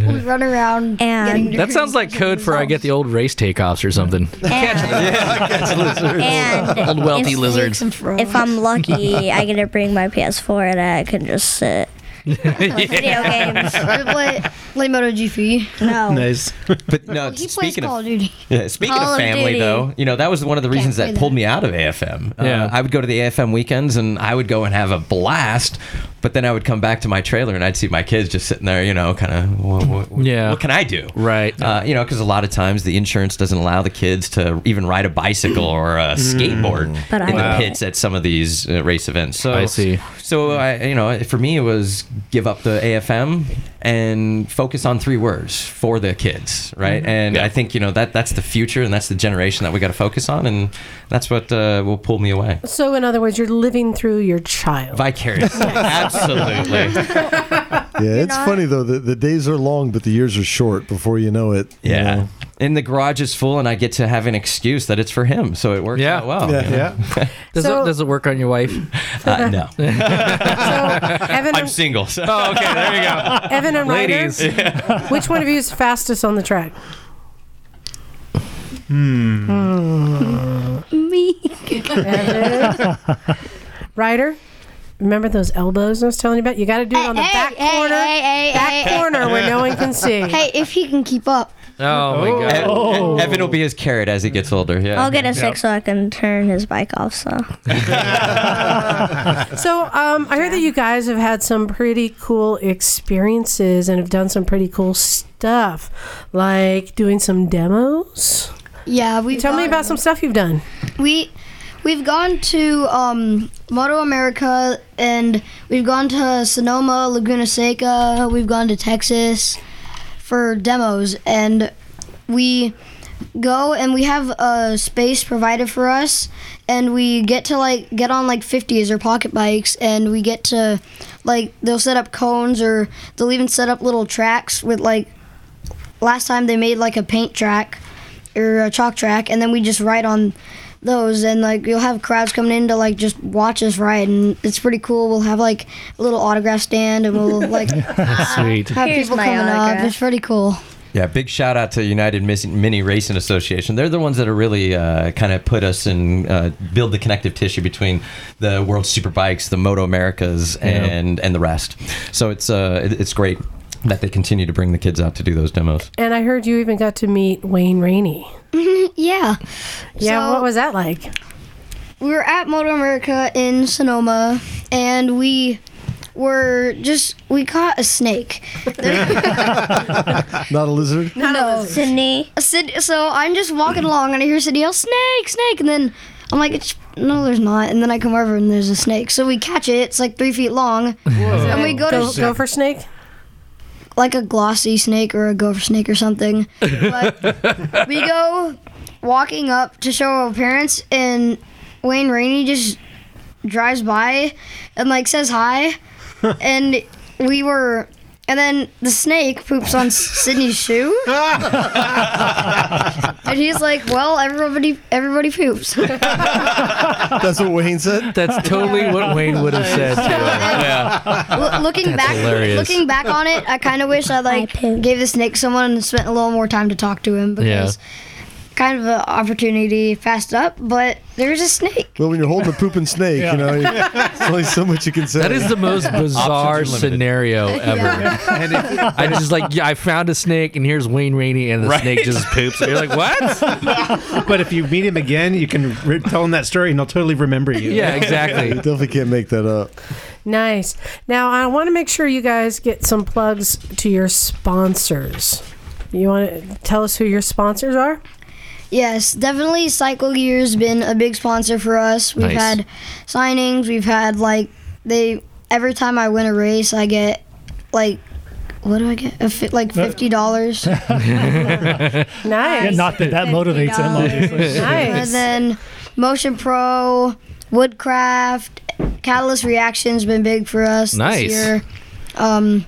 [SPEAKER 6] We run around and
[SPEAKER 12] That sounds like code for I get the old race takeoffs or something.
[SPEAKER 9] And
[SPEAKER 12] (laughs) Old wealthy
[SPEAKER 9] if-
[SPEAKER 12] lizards.
[SPEAKER 9] If I'm lucky, I get to bring my PS4 and I can just sit.
[SPEAKER 6] video games. We play, play MotoGP. No.
[SPEAKER 2] Nice.
[SPEAKER 5] But no,
[SPEAKER 6] Oh. He plays
[SPEAKER 5] speaking
[SPEAKER 6] Call of
[SPEAKER 5] of
[SPEAKER 6] Duty.
[SPEAKER 5] yeah, speaking
[SPEAKER 6] Call
[SPEAKER 5] of
[SPEAKER 6] of
[SPEAKER 5] family
[SPEAKER 6] Duty.
[SPEAKER 5] though, you know that was one of the reasons
[SPEAKER 6] say
[SPEAKER 5] that
[SPEAKER 6] that.
[SPEAKER 5] pulled me out of AFM. Uh,
[SPEAKER 12] Yeah.
[SPEAKER 5] I would go to the AFM weekends and I would go and have a blast, but then I would come back to my trailer and I'd see my kids just sitting there, you know, kind of what, what,
[SPEAKER 12] Yeah.
[SPEAKER 5] what can I do?
[SPEAKER 12] Right.
[SPEAKER 5] Uh, you know, because a lot of times the insurance doesn't allow the kids to even ride a bicycle or
[SPEAKER 12] Mm.
[SPEAKER 5] a skateboard
[SPEAKER 9] But I
[SPEAKER 5] in the
[SPEAKER 9] did.
[SPEAKER 5] pits at some of these uh, race events. So
[SPEAKER 12] I see.
[SPEAKER 5] So I, you know, for me it was give up the AFM and focus on three words for the kids, right? And I think you know that that's the future and that's the generation that we got to focus on, and that's what uh, will pull me away.
[SPEAKER 1] So, in other words, you're living through your child.
[SPEAKER 5] Vicarious, absolutely.
[SPEAKER 3] Yeah, it's funny though. The, the days are long, but the years are short. Before you know it, you
[SPEAKER 5] Yeah.
[SPEAKER 3] know.
[SPEAKER 5] And the garage is full, and I get to have an excuse that it's for him, so it works
[SPEAKER 12] Yeah.
[SPEAKER 5] out well. you know? (laughs)
[SPEAKER 3] yeah.
[SPEAKER 12] Does,
[SPEAKER 1] So-
[SPEAKER 12] it, does it work on your wife?
[SPEAKER 5] Uh,
[SPEAKER 12] (laughs)
[SPEAKER 5] no.
[SPEAKER 1] (laughs) Evan,
[SPEAKER 5] I'm
[SPEAKER 1] and,
[SPEAKER 5] single. So.
[SPEAKER 12] Oh, okay. There you go.
[SPEAKER 1] (laughs) Evan and Ryder,
[SPEAKER 12] Ladies.
[SPEAKER 1] (laughs) which one of you is fastest on the track?
[SPEAKER 6] Me.
[SPEAKER 1] Evan. (laughs) Ryder, remember those elbows I was telling you about? You got to do it on the
[SPEAKER 6] hey,
[SPEAKER 1] back
[SPEAKER 6] hey,
[SPEAKER 1] corner,
[SPEAKER 6] hey, hey,
[SPEAKER 1] back
[SPEAKER 6] hey, hey.
[SPEAKER 1] corner where no one can see.
[SPEAKER 6] (laughs) Hey, if he can keep up.
[SPEAKER 12] Oh, my God.
[SPEAKER 5] Ev- Ev- Evan will be his carrot as he gets older. Yeah.
[SPEAKER 9] I'll get a six so I can turn his bike off. So
[SPEAKER 1] So um, I heard that you guys have had some pretty cool experiences and have done some pretty cool stuff, like doing some demos.
[SPEAKER 6] Yeah, we
[SPEAKER 1] Tell me about some stuff you've done.
[SPEAKER 6] We we've gone to um, Moto America and we've gone to Sonoma, Laguna Seca. We've gone to Texas for demos, and we go and we have a space provided for us, and we get to like get on like 50s or pocket bikes, and we get to like they'll set up cones or they'll even set up little tracks with like last time they made like a paint track or a chalk track, and then we just ride on those, and like you'll have crowds coming in to like just watch us ride, and it's pretty cool. We'll have like a little autograph stand, and we'll like have
[SPEAKER 12] Sweet.
[SPEAKER 9] Here's
[SPEAKER 6] people
[SPEAKER 9] my
[SPEAKER 6] coming up.
[SPEAKER 9] autograph.
[SPEAKER 6] It's pretty cool.
[SPEAKER 5] Yeah, big shout out to United Mis- Mini Racing Association. They're the ones that are really uh, kind of put us in, uh, build the connective tissue between the World Superbikes, the Moto Americas, and and the rest. So it's uh, it- it's great that they continue to bring the kids out to do those demos.
[SPEAKER 1] And I heard you even got to meet Wayne Rainey.
[SPEAKER 6] (laughs) Yeah,
[SPEAKER 1] Yeah,
[SPEAKER 6] So-
[SPEAKER 1] what was that like?
[SPEAKER 6] we were at Moto America in Sonoma, and we were just we caught a snake.
[SPEAKER 3] (laughs) Not a lizard.
[SPEAKER 6] no.
[SPEAKER 9] Sydney,
[SPEAKER 6] Sid, so I'm just walking along and I hear Sid yell, "Snake, snake!" And then I'm like, it's, "No, there's not." And then I come over and there's a snake. So we catch it. It's like three feet long, and we go
[SPEAKER 1] Go,
[SPEAKER 6] to
[SPEAKER 1] gopher snake?
[SPEAKER 6] like a glossy snake or a gopher snake or something.
[SPEAKER 3] (laughs)
[SPEAKER 4] (laughs)
[SPEAKER 6] But we go walking up to show our parents, and Wayne Rainey just drives by and like says hi, and we were. And then the snake poops on Sydney's shoe, and he's like, "Well, everybody, everybody poops." (laughs)
[SPEAKER 3] That's what Wayne said.
[SPEAKER 12] That's totally what Wayne would have said.
[SPEAKER 6] L- looking back,
[SPEAKER 12] hilarious.
[SPEAKER 6] looking back on it, I kind of wish I like
[SPEAKER 9] pooped.
[SPEAKER 6] gave the snake someone and spent a little more time to talk to him because kind of an opportunity passed up. But there's a snake.
[SPEAKER 3] Well, when you're holding a pooping snake, you know, there's only so much you can say.
[SPEAKER 12] That is the most bizarre
[SPEAKER 5] Options are limited.
[SPEAKER 12] scenario ever. I just (laughs) like, yeah, I found a snake, and here's Wayne Rainey, and the snake (laughs) just poops. And you're like, what?
[SPEAKER 2] But if you meet him again, you can re- tell him that story, and he'll totally remember you.
[SPEAKER 12] yeah,
[SPEAKER 3] You
[SPEAKER 12] exactly.
[SPEAKER 3] definitely can't make that up.
[SPEAKER 1] Nice. Now I want to make sure you guys get some plugs to your sponsors. You want to tell us who your sponsors are?
[SPEAKER 6] Yes, definitely Cycle Gear's been a big sponsor for us. We've
[SPEAKER 1] Nice.
[SPEAKER 6] had signings, we've had like they every time I win a race, I get like what do I get? A fi- like $50.
[SPEAKER 7] nice. Yeah, not that that motivates him, (laughs) obviously.
[SPEAKER 6] And then Motion Pro, Woodcraft, Catalyst Reaction's been big for us
[SPEAKER 12] Nice.
[SPEAKER 6] this year. Um,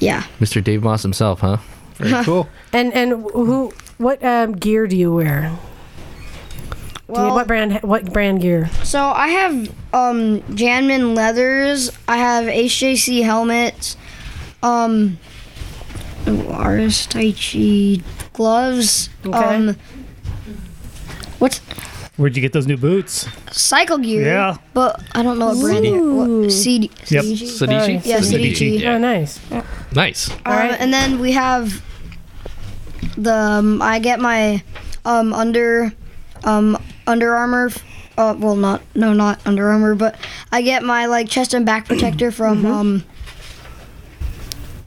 [SPEAKER 6] yeah.
[SPEAKER 12] Mr. Dave Moss himself, huh? Very cool.
[SPEAKER 1] and and who? What um, gear do you wear? Do you-
[SPEAKER 6] Well-
[SPEAKER 1] what brand? What brand gear?
[SPEAKER 6] So I have um, Janman leathers. I have HJC helmets. Um, RS Taichi gloves. Um, what's
[SPEAKER 7] Where'd you get those new boots?
[SPEAKER 6] cycle gear?
[SPEAKER 7] Yeah.
[SPEAKER 6] But I don't know what brand. it- What, CD.
[SPEAKER 7] Yep.
[SPEAKER 12] Sadici?
[SPEAKER 6] Yeah,
[SPEAKER 12] Sadici,
[SPEAKER 6] Sadici.
[SPEAKER 12] yeah. Oh,
[SPEAKER 1] nice.
[SPEAKER 12] Nice.
[SPEAKER 6] Um, and then we have the um, I get my um, under um, Under Armour. f- Uh, well, not no, not Under Armour, but I get my like chest and back protector from
[SPEAKER 1] Mm-hmm.
[SPEAKER 6] um,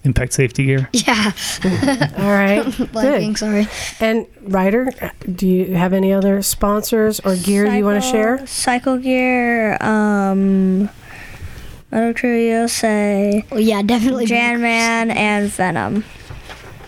[SPEAKER 7] Impact safety
[SPEAKER 6] (laughs)
[SPEAKER 7] gear.
[SPEAKER 6] yeah.
[SPEAKER 1] All right. (laughs)
[SPEAKER 6] Blanking, sorry.
[SPEAKER 1] And Ryder, do you have any other sponsors or gear you want to share?
[SPEAKER 9] Cycle gear, um, Metal Curiose.
[SPEAKER 6] Well, Oh, yeah, definitely.
[SPEAKER 9] Janman and Venom.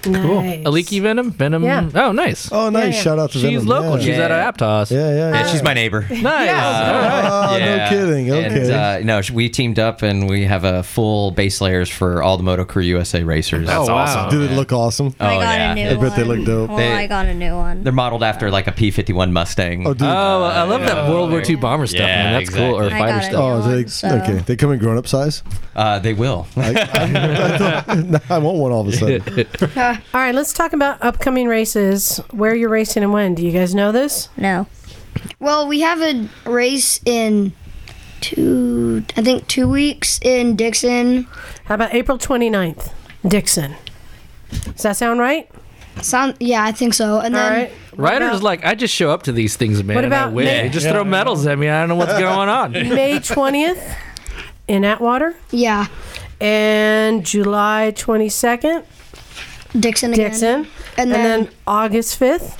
[SPEAKER 12] Cool. Aliki Venom? Venom.
[SPEAKER 9] Yeah.
[SPEAKER 12] Oh, nice.
[SPEAKER 3] Oh, nice. Shout out to
[SPEAKER 12] She's
[SPEAKER 3] Venom.
[SPEAKER 12] local.
[SPEAKER 3] Yeah.
[SPEAKER 12] She's
[SPEAKER 3] Yeah.
[SPEAKER 12] out of Aptos.
[SPEAKER 3] Yeah, yeah.
[SPEAKER 5] Yeah, she's my neighbor.
[SPEAKER 12] Nice.
[SPEAKER 3] Oh, no kidding.
[SPEAKER 5] And, uh, no, sh- we teamed up and we have a full base layers for all the Moto Crew USA racers.
[SPEAKER 3] That's Oh, wow. awesome. Did it look awesome?
[SPEAKER 5] Oh,
[SPEAKER 3] I got a
[SPEAKER 5] yeah.
[SPEAKER 3] new I bet they one. Oh, look
[SPEAKER 5] Oh,
[SPEAKER 3] dope.
[SPEAKER 9] Well, I got a new one.
[SPEAKER 5] They're modeled after like a P fifty one Mustang.
[SPEAKER 12] Oh, I love that World War II bomber stuff,
[SPEAKER 5] Yeah,
[SPEAKER 12] man. That's cool. Or
[SPEAKER 5] exactly. I
[SPEAKER 12] fighter
[SPEAKER 5] got it.
[SPEAKER 12] stuff.
[SPEAKER 3] Oh, they,
[SPEAKER 5] so-
[SPEAKER 3] okay. They come in grown up size?
[SPEAKER 5] Uh, they will.
[SPEAKER 3] (laughs) I (laughs) want one all of a sudden.
[SPEAKER 1] All right, let's talk about upcoming races. Where you're racing and when? Do you guys know this?
[SPEAKER 9] No.
[SPEAKER 6] Well, we have a race in two, I think two weeks in Dixon.
[SPEAKER 1] How about April 29th, Dixon? Does that sound right?
[SPEAKER 6] Sound yeah, I think so. And then
[SPEAKER 12] Ryder's like, I just show up to these things, man.
[SPEAKER 1] What
[SPEAKER 12] and I
[SPEAKER 1] about
[SPEAKER 12] win.
[SPEAKER 1] May-
[SPEAKER 12] They just
[SPEAKER 1] Yeah.
[SPEAKER 12] throw medals at me. I don't
[SPEAKER 3] (laughs)
[SPEAKER 12] know what's going
[SPEAKER 1] (laughs)
[SPEAKER 12] on.
[SPEAKER 1] May 20th in Atwater.
[SPEAKER 6] Yeah.
[SPEAKER 1] And July 22nd.
[SPEAKER 6] Dixon again.
[SPEAKER 1] Dixon.
[SPEAKER 6] And
[SPEAKER 1] And,
[SPEAKER 6] then-
[SPEAKER 1] then, August 5th.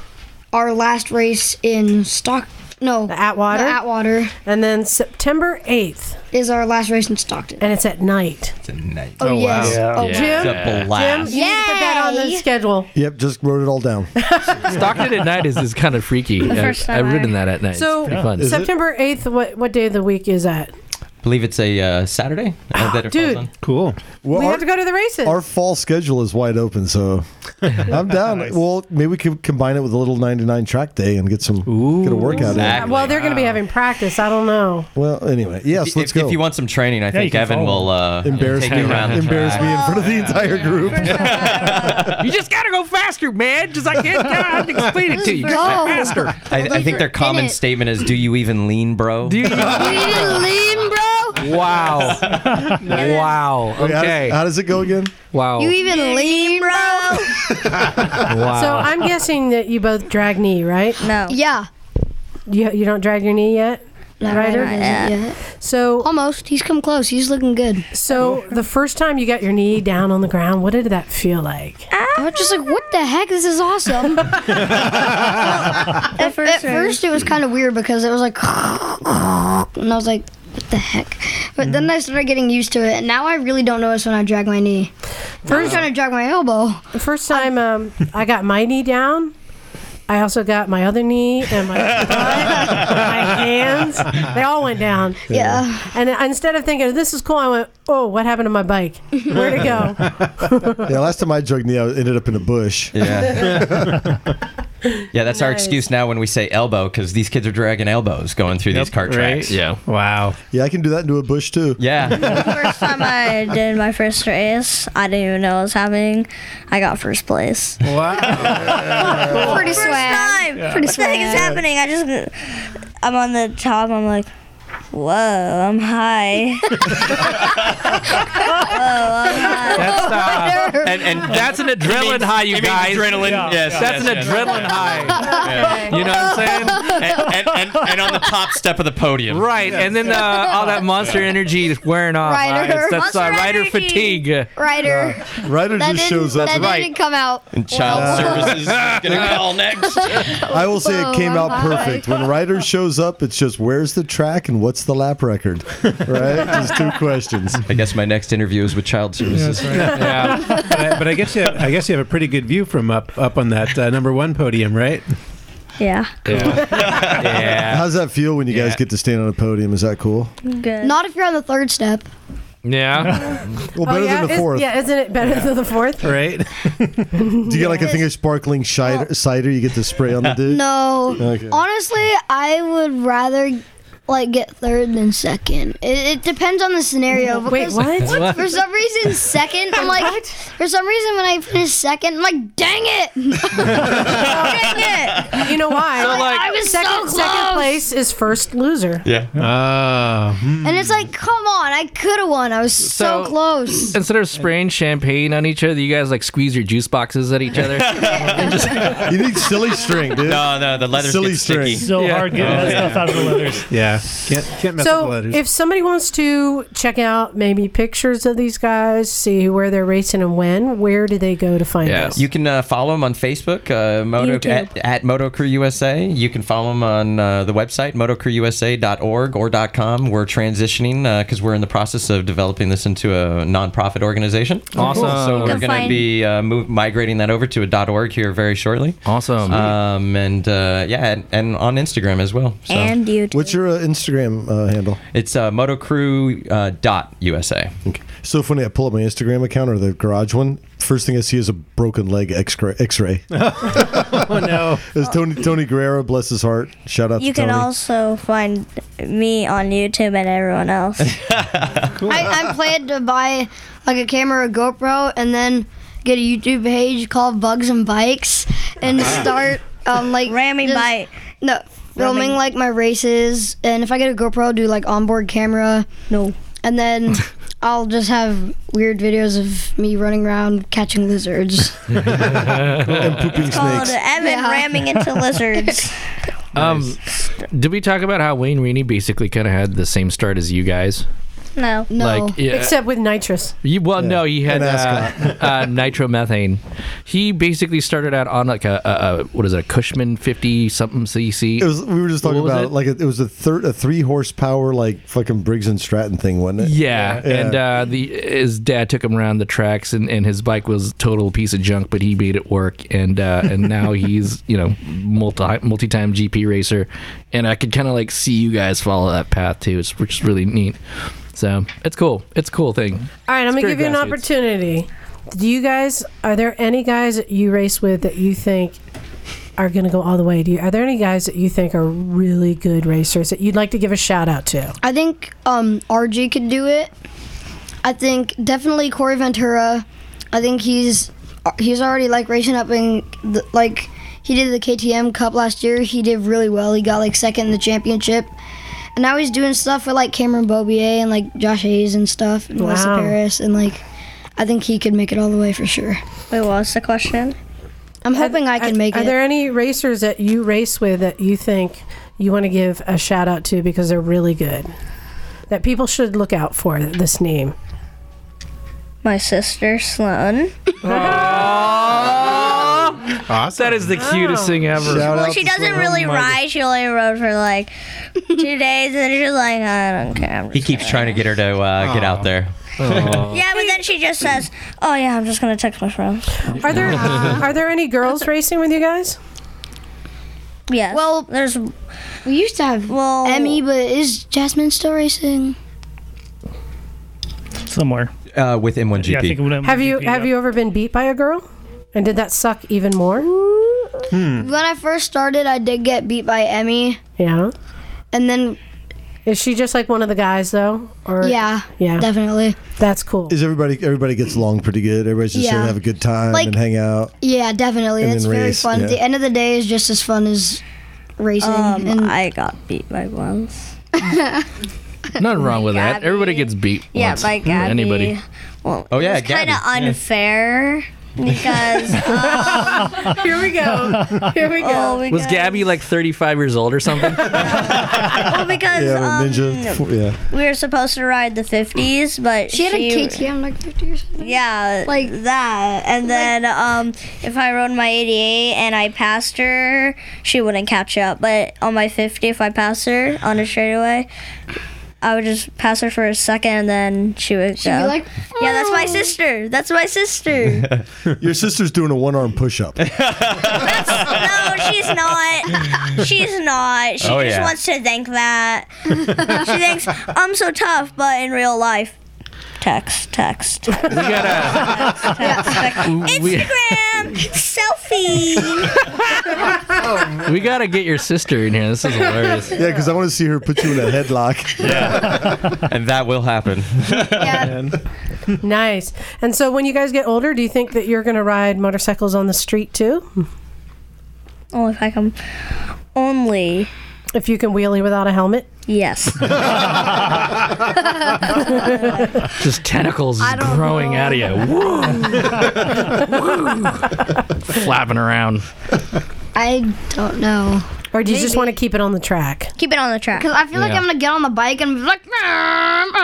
[SPEAKER 6] Our last race in Stock. No. The
[SPEAKER 1] Atwater.
[SPEAKER 6] the Atwater.
[SPEAKER 1] And then September 8th
[SPEAKER 6] is our last race in Stockton.
[SPEAKER 1] And it's at night.
[SPEAKER 5] It's a night.
[SPEAKER 1] Oh,
[SPEAKER 3] Oh, wow.
[SPEAKER 1] yes.
[SPEAKER 3] Yeah.
[SPEAKER 1] Oh,
[SPEAKER 3] Yeah.
[SPEAKER 1] Jim,
[SPEAKER 3] It's a
[SPEAKER 1] Jim,
[SPEAKER 3] blast.
[SPEAKER 1] you need to put that on the schedule.
[SPEAKER 3] Yep, just wrote it all
[SPEAKER 12] (laughs)
[SPEAKER 3] down.
[SPEAKER 12] Stockton at night is, is kind of freaky.
[SPEAKER 1] The
[SPEAKER 12] I-
[SPEAKER 1] first time
[SPEAKER 12] I've
[SPEAKER 1] I-
[SPEAKER 12] ridden that at night.
[SPEAKER 1] So
[SPEAKER 12] it's pretty fun.
[SPEAKER 1] September 8th, what, what day of the week is that?
[SPEAKER 3] Oh.
[SPEAKER 5] believe it's a uh, Saturday.
[SPEAKER 12] Ah,
[SPEAKER 5] uh, that it falls
[SPEAKER 1] Dude.
[SPEAKER 5] on.
[SPEAKER 3] Cool. Well,
[SPEAKER 1] we
[SPEAKER 3] our,
[SPEAKER 1] have to go to the races.
[SPEAKER 3] our fall schedule is wide open, so I'm down. Well, maybe we could combine it with a little 99 track day and get some get a workout
[SPEAKER 1] Yeah, well, they're going to be having practice. I don't know.
[SPEAKER 3] in. Well, anyway, yes,
[SPEAKER 5] if,
[SPEAKER 3] let's
[SPEAKER 5] if,
[SPEAKER 3] go.
[SPEAKER 5] if you want some training,
[SPEAKER 3] Yeah,
[SPEAKER 5] I
[SPEAKER 3] you
[SPEAKER 5] think
[SPEAKER 3] can
[SPEAKER 5] Evan
[SPEAKER 3] follow.
[SPEAKER 5] will uh,
[SPEAKER 3] embarrass
[SPEAKER 5] take
[SPEAKER 3] me,
[SPEAKER 5] you around the
[SPEAKER 3] embarrass me in front of the entire group.
[SPEAKER 12] you just gotta go faster, man. Just I can't. I have to explain it to you. Just
[SPEAKER 5] Go.
[SPEAKER 12] faster.
[SPEAKER 5] I, I think their common statement is, "Do you even lean, bro?" (laughs) Do
[SPEAKER 12] you?
[SPEAKER 6] lean, bro.
[SPEAKER 12] Wow. wow.
[SPEAKER 3] Wait, how does-
[SPEAKER 12] Okay.
[SPEAKER 3] how, does it go again?
[SPEAKER 1] Oh.
[SPEAKER 12] Wow.
[SPEAKER 6] even lean, bro.
[SPEAKER 12] wow.
[SPEAKER 1] So I'm guessing that you both drag knee, right?
[SPEAKER 9] No.
[SPEAKER 6] Yeah.
[SPEAKER 1] You, you don't drag your knee yet?
[SPEAKER 6] No,
[SPEAKER 1] Ryder?
[SPEAKER 6] not yet.
[SPEAKER 1] So
[SPEAKER 6] almost. He's come close. He's looking good.
[SPEAKER 1] So the first time you got your knee down on the ground, what did that feel like?
[SPEAKER 6] I was just like, what the heck? This
[SPEAKER 3] (laughs)
[SPEAKER 6] is awesome. at, first, at first, it was kind of weird because it was like, and I was like, what the heck? But then I started getting used to it, and now I really don't notice when I drag my knee. First, I'm trying to drag my elbow.
[SPEAKER 1] The first time um, I got my knee down, I also got my other knee and my butt, my hands. They all went down.
[SPEAKER 6] Yeah.
[SPEAKER 1] And instead of thinking this is cool, I went, "Oh, what happened to my bike? Where'd it go?"
[SPEAKER 3] (laughs) yeah, last time I drugged me, I ended up in a bush.
[SPEAKER 5] Yeah. yeah, that's our excuse now when we say elbow because these kids are dragging elbows going through these cart tracks.
[SPEAKER 12] Yeah. Wow.
[SPEAKER 3] Yeah, I can (laughs) do that into a bush too. (laughs)
[SPEAKER 5] Yeah.
[SPEAKER 9] First time I did my first race, I didn't even know what was happening. I got first place.
[SPEAKER 12] Wow.
[SPEAKER 9] Pretty swag.
[SPEAKER 6] Pretty
[SPEAKER 9] What the heck is
[SPEAKER 6] swag.
[SPEAKER 9] happening? I just, I'm on the top. I'm like, Whoa, I'm (laughs) high.
[SPEAKER 12] That's, uh, (laughs) and, and that's an adrenaline high, you guys. Adrenaline.
[SPEAKER 8] Yes,
[SPEAKER 12] that's
[SPEAKER 8] yes,
[SPEAKER 12] an
[SPEAKER 8] yes.
[SPEAKER 12] adrenaline high. You know what I'm saying?
[SPEAKER 8] and, and, and, and on the top step of the podium.
[SPEAKER 12] Right, and then uh, all that monster energy is wearing off.
[SPEAKER 6] Rider.
[SPEAKER 12] Uh, it's- that's uh,
[SPEAKER 6] Monster
[SPEAKER 12] rider
[SPEAKER 6] energy.
[SPEAKER 12] fatigue.
[SPEAKER 6] Ryder.
[SPEAKER 3] Ryder
[SPEAKER 6] that
[SPEAKER 3] just
[SPEAKER 6] didn't-
[SPEAKER 3] shows up.
[SPEAKER 6] That
[SPEAKER 12] Right.
[SPEAKER 6] didn't come out.
[SPEAKER 8] And child
[SPEAKER 3] Uh,
[SPEAKER 8] services is gonna call next.
[SPEAKER 3] (laughs) I will say
[SPEAKER 6] Whoa,
[SPEAKER 3] it came
[SPEAKER 6] I'm
[SPEAKER 3] out
[SPEAKER 6] high.
[SPEAKER 3] perfect. When Ryder shows up, it's just where's the track and what's the lap record, right? Just two questions.
[SPEAKER 5] I guess my next interview is with Child
[SPEAKER 8] (laughs)
[SPEAKER 5] Services.
[SPEAKER 2] yeah. But, I, but I guess you have, I guess you have a pretty good view from up up on that uh, number one podium, right?
[SPEAKER 1] (laughs)
[SPEAKER 9] yeah.
[SPEAKER 12] Yeah.
[SPEAKER 3] How's that feel when you guys get to stand on a podium? Is that cool?
[SPEAKER 9] Good.
[SPEAKER 6] Not if you're on the third step.
[SPEAKER 12] Yeah.
[SPEAKER 3] Well, better
[SPEAKER 1] Oh, yeah,
[SPEAKER 3] than the
[SPEAKER 1] is-
[SPEAKER 3] fourth.
[SPEAKER 1] yeah, isn't it better than the fourth?
[SPEAKER 2] Right.
[SPEAKER 3] (laughs) Do you get like a thing of sparkling cider, cider you get to spray on the dude?
[SPEAKER 6] No.
[SPEAKER 3] Okay.
[SPEAKER 6] Honestly, I would rather like get third than second. It, it depends on the scenario.
[SPEAKER 1] Wait,
[SPEAKER 6] because (laughs)
[SPEAKER 1] what?
[SPEAKER 12] What?
[SPEAKER 6] For some reason, second. I'm like, for some reason, when I finish second, I'm like, dang it, dang it.
[SPEAKER 1] You know
[SPEAKER 6] (laughs)
[SPEAKER 1] why?
[SPEAKER 6] I was
[SPEAKER 1] second,
[SPEAKER 6] so
[SPEAKER 1] second
[SPEAKER 6] close.
[SPEAKER 1] place is first loser.
[SPEAKER 8] Yeah.
[SPEAKER 2] Ah. hmm.
[SPEAKER 6] And it's like, come on, I could have won. I was so,
[SPEAKER 12] So-
[SPEAKER 6] close.
[SPEAKER 12] Instead of spraying champagne on each other, you guys like squeeze your juice boxes at each other.
[SPEAKER 3] You need (laughs)
[SPEAKER 12] (laughs)
[SPEAKER 3] silly string, dude.
[SPEAKER 8] No, no, the leathers
[SPEAKER 3] Silly
[SPEAKER 8] get sticky.
[SPEAKER 3] string.
[SPEAKER 7] So
[SPEAKER 12] Yeah.
[SPEAKER 7] hard getting that stuff out of the leathers.
[SPEAKER 2] Yeah. Can't can't mess up the
[SPEAKER 1] So,
[SPEAKER 2] letters.
[SPEAKER 1] if somebody wants to check out maybe pictures of these guys, see where they're racing and when, where do they go to find
[SPEAKER 12] Yeah.
[SPEAKER 1] us?
[SPEAKER 5] You can uh, follow him on Facebook, uh, Moto,
[SPEAKER 9] YouTube.
[SPEAKER 5] at, at Moto Crew USA. You can follow him on uh, the website, motocrewusa.org or .com. We're transitioning because we're in the process of developing this into a nonprofit organization.
[SPEAKER 12] Awesome.
[SPEAKER 5] So
[SPEAKER 9] Go
[SPEAKER 5] we're going to
[SPEAKER 9] find-
[SPEAKER 5] be uh, move, migrating that over to a .org here very shortly.
[SPEAKER 12] awesome.
[SPEAKER 5] Um, and uh, yeah, and, and on Instagram as well. So
[SPEAKER 9] And you.
[SPEAKER 3] What's your uh, Instagram uh, handle?
[SPEAKER 5] it's uh, motocrew uh, dot USA.
[SPEAKER 3] Okay. So funny. I pull up my Instagram account or the garage one. First thing I see is a broken leg X-ray.
[SPEAKER 12] (laughs)
[SPEAKER 3] X-ray.
[SPEAKER 2] oh no.
[SPEAKER 3] It's Tony Tony Guerrero, bless his heart. Shout out
[SPEAKER 9] You
[SPEAKER 3] to
[SPEAKER 9] can
[SPEAKER 3] Tony.
[SPEAKER 9] also find me on YouTube and
[SPEAKER 2] (laughs)
[SPEAKER 9] everyone else.
[SPEAKER 6] I, I planned to buy like a camera, a GoPro, and then get a YouTube page called Bugs and Bikes and start um like
[SPEAKER 9] Ramming
[SPEAKER 6] just-
[SPEAKER 9] bite.
[SPEAKER 6] No, filming
[SPEAKER 9] Ramming.
[SPEAKER 6] like my races, and if I get a GoPro, do like onboard camera,
[SPEAKER 9] No.
[SPEAKER 6] and then I'll just have weird videos of me running around catching lizards.
[SPEAKER 3] and pooping
[SPEAKER 9] Called
[SPEAKER 3] snakes.
[SPEAKER 9] Evan
[SPEAKER 6] Yeah.
[SPEAKER 9] ramming into lizards.
[SPEAKER 12] (laughs) Um, did we talk about how Wayne Rainey basically kind of had the same start as you guys?
[SPEAKER 9] No.
[SPEAKER 6] No,
[SPEAKER 12] Like, yeah,
[SPEAKER 1] Except with nitrous.
[SPEAKER 12] you, well, no, he had
[SPEAKER 3] An
[SPEAKER 12] uh, (laughs) uh, nitromethane. He basically started out on like a, a, a what is it, a Cushman fifty something cc.
[SPEAKER 3] It was, we were just talking
[SPEAKER 12] What was
[SPEAKER 3] about
[SPEAKER 12] it?
[SPEAKER 3] like it, it was a third a three horsepower like fucking Briggs and Stratton thing, wasn't it?
[SPEAKER 12] yeah.
[SPEAKER 3] Yeah.
[SPEAKER 12] and uh, the his dad took him around the tracks, and, and his bike was a total piece of junk, but he made it work, and uh, and
[SPEAKER 3] (laughs)
[SPEAKER 12] now he's you know multi multi time GP racer, and I could kind of like see you guys follow that path too, it's, which is really neat. So it's cool, it's a cool thing.
[SPEAKER 1] All right, I'm gonna
[SPEAKER 12] very
[SPEAKER 1] give you an
[SPEAKER 12] grassroots.
[SPEAKER 1] opportunity. Do you guys? Are there any guys that you race with that you think are gonna go all the way? Do you? Are there any guys that you think are really good racers that you'd like to give a shout out to?
[SPEAKER 6] I think um, RG could do it. I think definitely Corey Ventura. I think he's he's already like racing up in the, like he did the KTM Cup last year. He did really well. He got like second in the championship, and now he's doing stuff with like Cameron Bobier and like Josh Hayes and stuff and Melissa
[SPEAKER 1] Wow.
[SPEAKER 6] Paris and like. I think he could make it all the way for sure.
[SPEAKER 9] Wait, what was the question?
[SPEAKER 6] I'm hoping I can
[SPEAKER 1] Are-
[SPEAKER 6] make
[SPEAKER 1] Are
[SPEAKER 6] it.
[SPEAKER 1] there any racers that you race with that you think you want to give a shout out to because they're really good? That people should look out for this name.
[SPEAKER 9] My sister Sloan. Oh.
[SPEAKER 2] Awesome.
[SPEAKER 12] That is the cutest thing ever.
[SPEAKER 3] Shout
[SPEAKER 9] Well,
[SPEAKER 3] out
[SPEAKER 9] she
[SPEAKER 3] to
[SPEAKER 9] doesn't
[SPEAKER 3] Sloan.
[SPEAKER 9] really
[SPEAKER 3] Oh my
[SPEAKER 9] ride. She only rode for like two days, and then she's like, I don't care. I'm
[SPEAKER 5] He
[SPEAKER 9] just
[SPEAKER 5] keeps
[SPEAKER 9] gonna-"
[SPEAKER 5] trying to get her to uh, get out there.
[SPEAKER 9] (laughs) Yeah, but then she just says, "Oh yeah, I'm just gonna text my friends."
[SPEAKER 1] Are
[SPEAKER 12] (laughs)
[SPEAKER 1] there are there any girls racing with you guys?
[SPEAKER 9] Yeah.
[SPEAKER 6] Well-
[SPEAKER 9] there's
[SPEAKER 6] we used to have
[SPEAKER 9] well
[SPEAKER 6] Emmy, but is Jasmine still racing?
[SPEAKER 7] Somewhere.
[SPEAKER 5] Uh, with M1GP.
[SPEAKER 7] Yeah, I think it would
[SPEAKER 1] Have you have you ever been beat by a girl? And did that suck even more?
[SPEAKER 7] Hmm.
[SPEAKER 6] When I first started, I did get beat by Emmy,
[SPEAKER 1] Yeah.
[SPEAKER 6] and then
[SPEAKER 1] Is she just like one of the guys though? Or
[SPEAKER 6] yeah,
[SPEAKER 1] yeah,
[SPEAKER 6] definitely.
[SPEAKER 12] uh,
[SPEAKER 1] that's cool.
[SPEAKER 3] Is everybody everybody gets along pretty good? Everybody's just there to
[SPEAKER 6] Yeah.
[SPEAKER 3] have a good time
[SPEAKER 6] Like-
[SPEAKER 3] and hang
[SPEAKER 12] (laughs)
[SPEAKER 3] out.
[SPEAKER 6] Yeah, definitely.
[SPEAKER 3] And
[SPEAKER 6] It's
[SPEAKER 3] then
[SPEAKER 6] very
[SPEAKER 3] race,
[SPEAKER 6] fun.
[SPEAKER 3] yeah.
[SPEAKER 6] The end of the day is just as fun as racing.
[SPEAKER 9] um
[SPEAKER 6] and
[SPEAKER 9] I got beat by once.
[SPEAKER 12] (laughs) Nothing wrong with that. Everybody gets beat.
[SPEAKER 9] Yeah,
[SPEAKER 12] once.
[SPEAKER 9] by Gabby.
[SPEAKER 12] (laughs) Anybody.
[SPEAKER 9] Well,
[SPEAKER 12] oh yeah,
[SPEAKER 9] it's kind of unfair
[SPEAKER 12] (laughs)
[SPEAKER 9] because um, oh,
[SPEAKER 1] here we go. Here we
[SPEAKER 9] go.
[SPEAKER 12] Was Gabby like 35
[SPEAKER 9] (laughs)
[SPEAKER 12] years old or something?
[SPEAKER 9] well, because um,
[SPEAKER 12] yeah.
[SPEAKER 9] we were supposed to ride the 50s, but
[SPEAKER 6] She had a KTM like 50 or something.
[SPEAKER 9] Yeah, like that. And then um, if I rode my 88 and I passed her, she wouldn't catch up. But on my 50, if I passed her on a straightaway, I would just pass her for a second, and then she would
[SPEAKER 6] be
[SPEAKER 9] go.
[SPEAKER 6] like,
[SPEAKER 9] "Yeah, that's my sister. That's my sister."
[SPEAKER 3] Your sister's doing a one arm push up.
[SPEAKER 9] no, (laughs) she's not. She's not. She
[SPEAKER 3] Oh,
[SPEAKER 9] just
[SPEAKER 3] yeah.
[SPEAKER 9] wants to think
[SPEAKER 6] (laughs)
[SPEAKER 9] that. she thinks I'm so tough, but in real life, text, text. We (laughs)
[SPEAKER 12] gotta
[SPEAKER 6] (laughs)
[SPEAKER 9] Instagram selfie.
[SPEAKER 12] We gotta get your sister in here. This is (laughs) hilarious.
[SPEAKER 3] Yeah, because I want to see her put you in a headlock.
[SPEAKER 12] (laughs)
[SPEAKER 5] Yeah. and that will happen.
[SPEAKER 1] nice. And so, when you guys get older, do you think that you're going to ride motorcycles on the street too?
[SPEAKER 9] Oh, if I can only.
[SPEAKER 1] If you can wheelie without a helmet?
[SPEAKER 9] Yes.
[SPEAKER 12] Just tentacles is growing out of you. Woo! Flapping around.
[SPEAKER 1] I don't know. Or do you just want to keep it on the track?
[SPEAKER 9] Keep it on the track.
[SPEAKER 6] Because I feel like
[SPEAKER 1] Yeah.
[SPEAKER 6] I'm gonna get on the bike and be like, "Nom, nom,"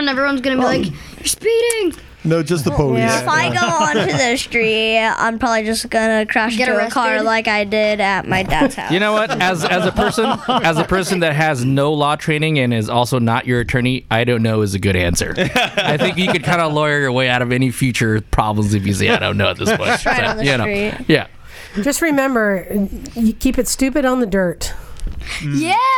[SPEAKER 6] and everyone's gonna
[SPEAKER 1] Oh.
[SPEAKER 6] be like, "You're speeding."
[SPEAKER 3] No,
[SPEAKER 9] (laughs)
[SPEAKER 3] just the police.
[SPEAKER 9] If I go onto the street, I'm probably just gonna crash
[SPEAKER 6] Get
[SPEAKER 9] into a car
[SPEAKER 6] arrested?
[SPEAKER 9] like I did at my dad's house.
[SPEAKER 12] You know what? As as a person, as a person that has no law training and is also not your attorney, I don't know is a good answer. I think you could kind of lawyer your way out of any future problems if you say I don't know at this point.
[SPEAKER 1] Just ride on the
[SPEAKER 12] you know.
[SPEAKER 1] street.
[SPEAKER 12] Yeah.
[SPEAKER 1] Just remember, you keep it stupid on the dirt.
[SPEAKER 6] Yeah.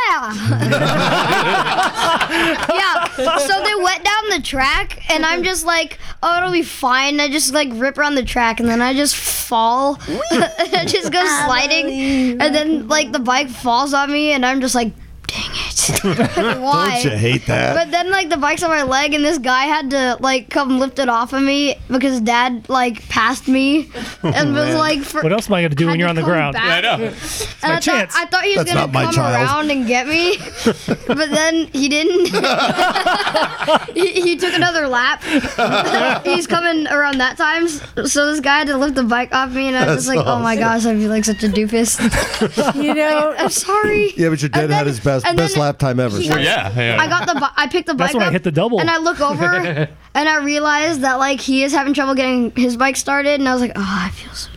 [SPEAKER 6] yeah. So they went down the track, and I'm just like, "Oh, it'll be fine." I just like rip around the track, and then I just fall. (laughs) I just go sliding, and then like the bike falls on me, and I'm just like, "Dang it!" Why?
[SPEAKER 3] (laughs) Don't you hate that?
[SPEAKER 6] But then like the bike's on my leg and this guy had to like come lift it off of me because dad like
[SPEAKER 3] (laughs)
[SPEAKER 6] passed me and was
[SPEAKER 7] Man.
[SPEAKER 6] like for
[SPEAKER 7] what else am I gonna do when you're on the ground?
[SPEAKER 6] and
[SPEAKER 7] my
[SPEAKER 6] I,
[SPEAKER 7] chance.
[SPEAKER 6] Thought, I thought he was
[SPEAKER 7] That's
[SPEAKER 6] gonna
[SPEAKER 7] not my
[SPEAKER 6] come
[SPEAKER 7] child.
[SPEAKER 6] around and
[SPEAKER 3] (laughs)
[SPEAKER 6] get me, but then he didn't. he, he took
[SPEAKER 3] (laughs)
[SPEAKER 6] another lap. He's coming around that time, s- so this guy had to lift the bike off me, and I was
[SPEAKER 3] That's
[SPEAKER 6] just like, "Oh my gosh,
[SPEAKER 3] awesome.
[SPEAKER 6] I feel like such
[SPEAKER 3] (laughs)
[SPEAKER 6] a doofus." (laughs)
[SPEAKER 1] you know,
[SPEAKER 6] I'm sorry.
[SPEAKER 3] Yeah, but your dad had his best
[SPEAKER 6] and
[SPEAKER 3] best
[SPEAKER 6] then
[SPEAKER 3] lap time ever.
[SPEAKER 6] he- Well, yeah, yeah. I got the bi- I picked the
[SPEAKER 3] That's
[SPEAKER 6] bike
[SPEAKER 3] when I
[SPEAKER 6] up
[SPEAKER 3] hit the double.
[SPEAKER 6] and
[SPEAKER 3] (laughs)
[SPEAKER 6] I look over and I realize that like he is having trouble getting his bike started and I was like, "Oh, I feel so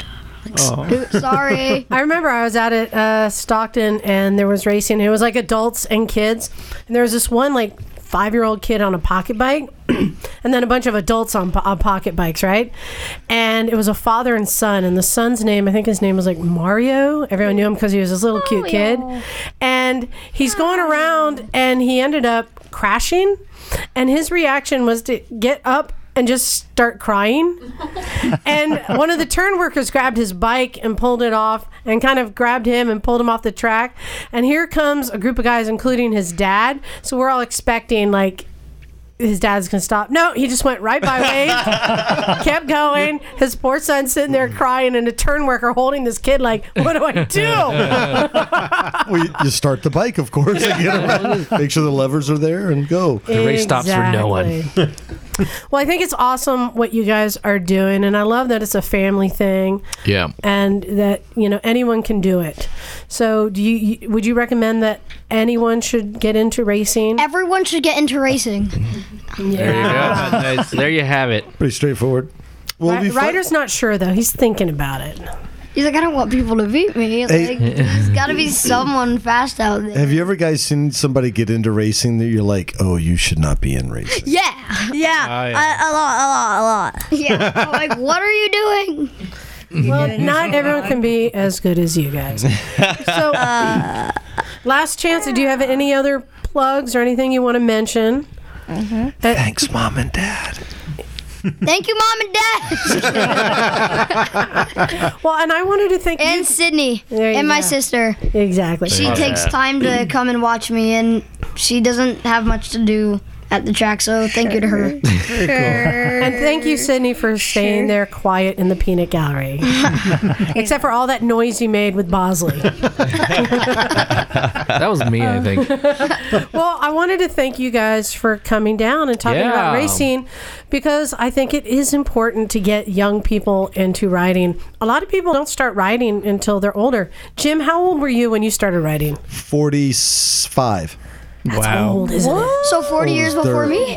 [SPEAKER 6] Sorry.
[SPEAKER 1] (laughs) I remember I was out at uh, Stockton and there was racing. and It was like adults and kids. And there was this one like five year old kid on a pocket bike and then a bunch of adults on, po- on pocket bikes, right? And it was a father and son. And the son's name, I think his name was like Mario. Everyone knew him because he was this little cute kid. And he's going around and he ended up crashing. And his reaction was to get up and just start crying. and one of the turn workers grabbed his bike and pulled it off and kind of grabbed him and pulled him off the track. And here comes a group of guys, including his dad. So we're all expecting, like, his dad's gonna stop. No, he just went right by wave, kept going. His poor son sitting there crying, and a turn worker holding this kid, like, what do I
[SPEAKER 6] oh.
[SPEAKER 1] do?
[SPEAKER 3] well, you, you start the bike, of course. and get
[SPEAKER 6] (laughs)
[SPEAKER 3] around. Make sure the levers are there and go.
[SPEAKER 1] The race stops for no one.
[SPEAKER 3] one.
[SPEAKER 1] (laughs) well, I think it's awesome what you guys are doing, and I love that it's a family thing.
[SPEAKER 12] Yeah.
[SPEAKER 1] and that you know anyone can do it. So, do you you- would you recommend that anyone should get into racing?
[SPEAKER 6] Everyone should get into racing.
[SPEAKER 12] There you
[SPEAKER 3] (laughs)
[SPEAKER 12] go. Nice. There you have it.
[SPEAKER 3] Pretty straightforward. Well,
[SPEAKER 1] Ry- Ryder's not sure though; he's thinking about it.
[SPEAKER 6] He's like, I don't want people to beat me. He's
[SPEAKER 3] Hey.
[SPEAKER 6] like, there's got to be someone fast out there.
[SPEAKER 3] Have you ever guys seen somebody get into racing that you're like, oh, you should not be in racing?
[SPEAKER 6] (laughs) Yeah.
[SPEAKER 9] Yeah.
[SPEAKER 3] Oh, yeah.
[SPEAKER 9] A, a lot, a lot, a lot.
[SPEAKER 6] (laughs) Yeah. I'm like, what are you doing?
[SPEAKER 1] Well, not everyone can be as good as you
[SPEAKER 9] (laughs)
[SPEAKER 1] guys.
[SPEAKER 9] Uh,
[SPEAKER 1] So,
[SPEAKER 8] uh,
[SPEAKER 1] last chance. Do you have any other plugs or anything you want to mention?
[SPEAKER 9] Mm-hmm.
[SPEAKER 3] Thanks, mom and dad.
[SPEAKER 6] (laughs) Thank you, mom and dad.
[SPEAKER 1] well, and I wanted to thank
[SPEAKER 6] and Sydney
[SPEAKER 1] you
[SPEAKER 6] and my
[SPEAKER 1] go.
[SPEAKER 6] sister.
[SPEAKER 1] Exactly.
[SPEAKER 6] She
[SPEAKER 1] Love
[SPEAKER 6] takes
[SPEAKER 1] that. (clears throat)
[SPEAKER 6] time to come and watch me, and she doesn't have much to do at the track. So thank you to her.
[SPEAKER 1] And thank you, Sydney, for staying there quiet in the peanut gallery.
[SPEAKER 6] (laughs)
[SPEAKER 1] Except for all that noise you made with Bosley.
[SPEAKER 12] (laughs) that was me, I think.
[SPEAKER 1] well, I wanted to thank you guys for coming down and talking about
[SPEAKER 12] Yeah.
[SPEAKER 1] racing because I think it is important to get young people into riding. A lot of people don't start riding until they're older. Jim, how old were you when you started riding?
[SPEAKER 3] 45.
[SPEAKER 1] Wow. old, isn't it?
[SPEAKER 6] So 40 years
[SPEAKER 3] Old
[SPEAKER 6] before
[SPEAKER 3] dirt.
[SPEAKER 6] me?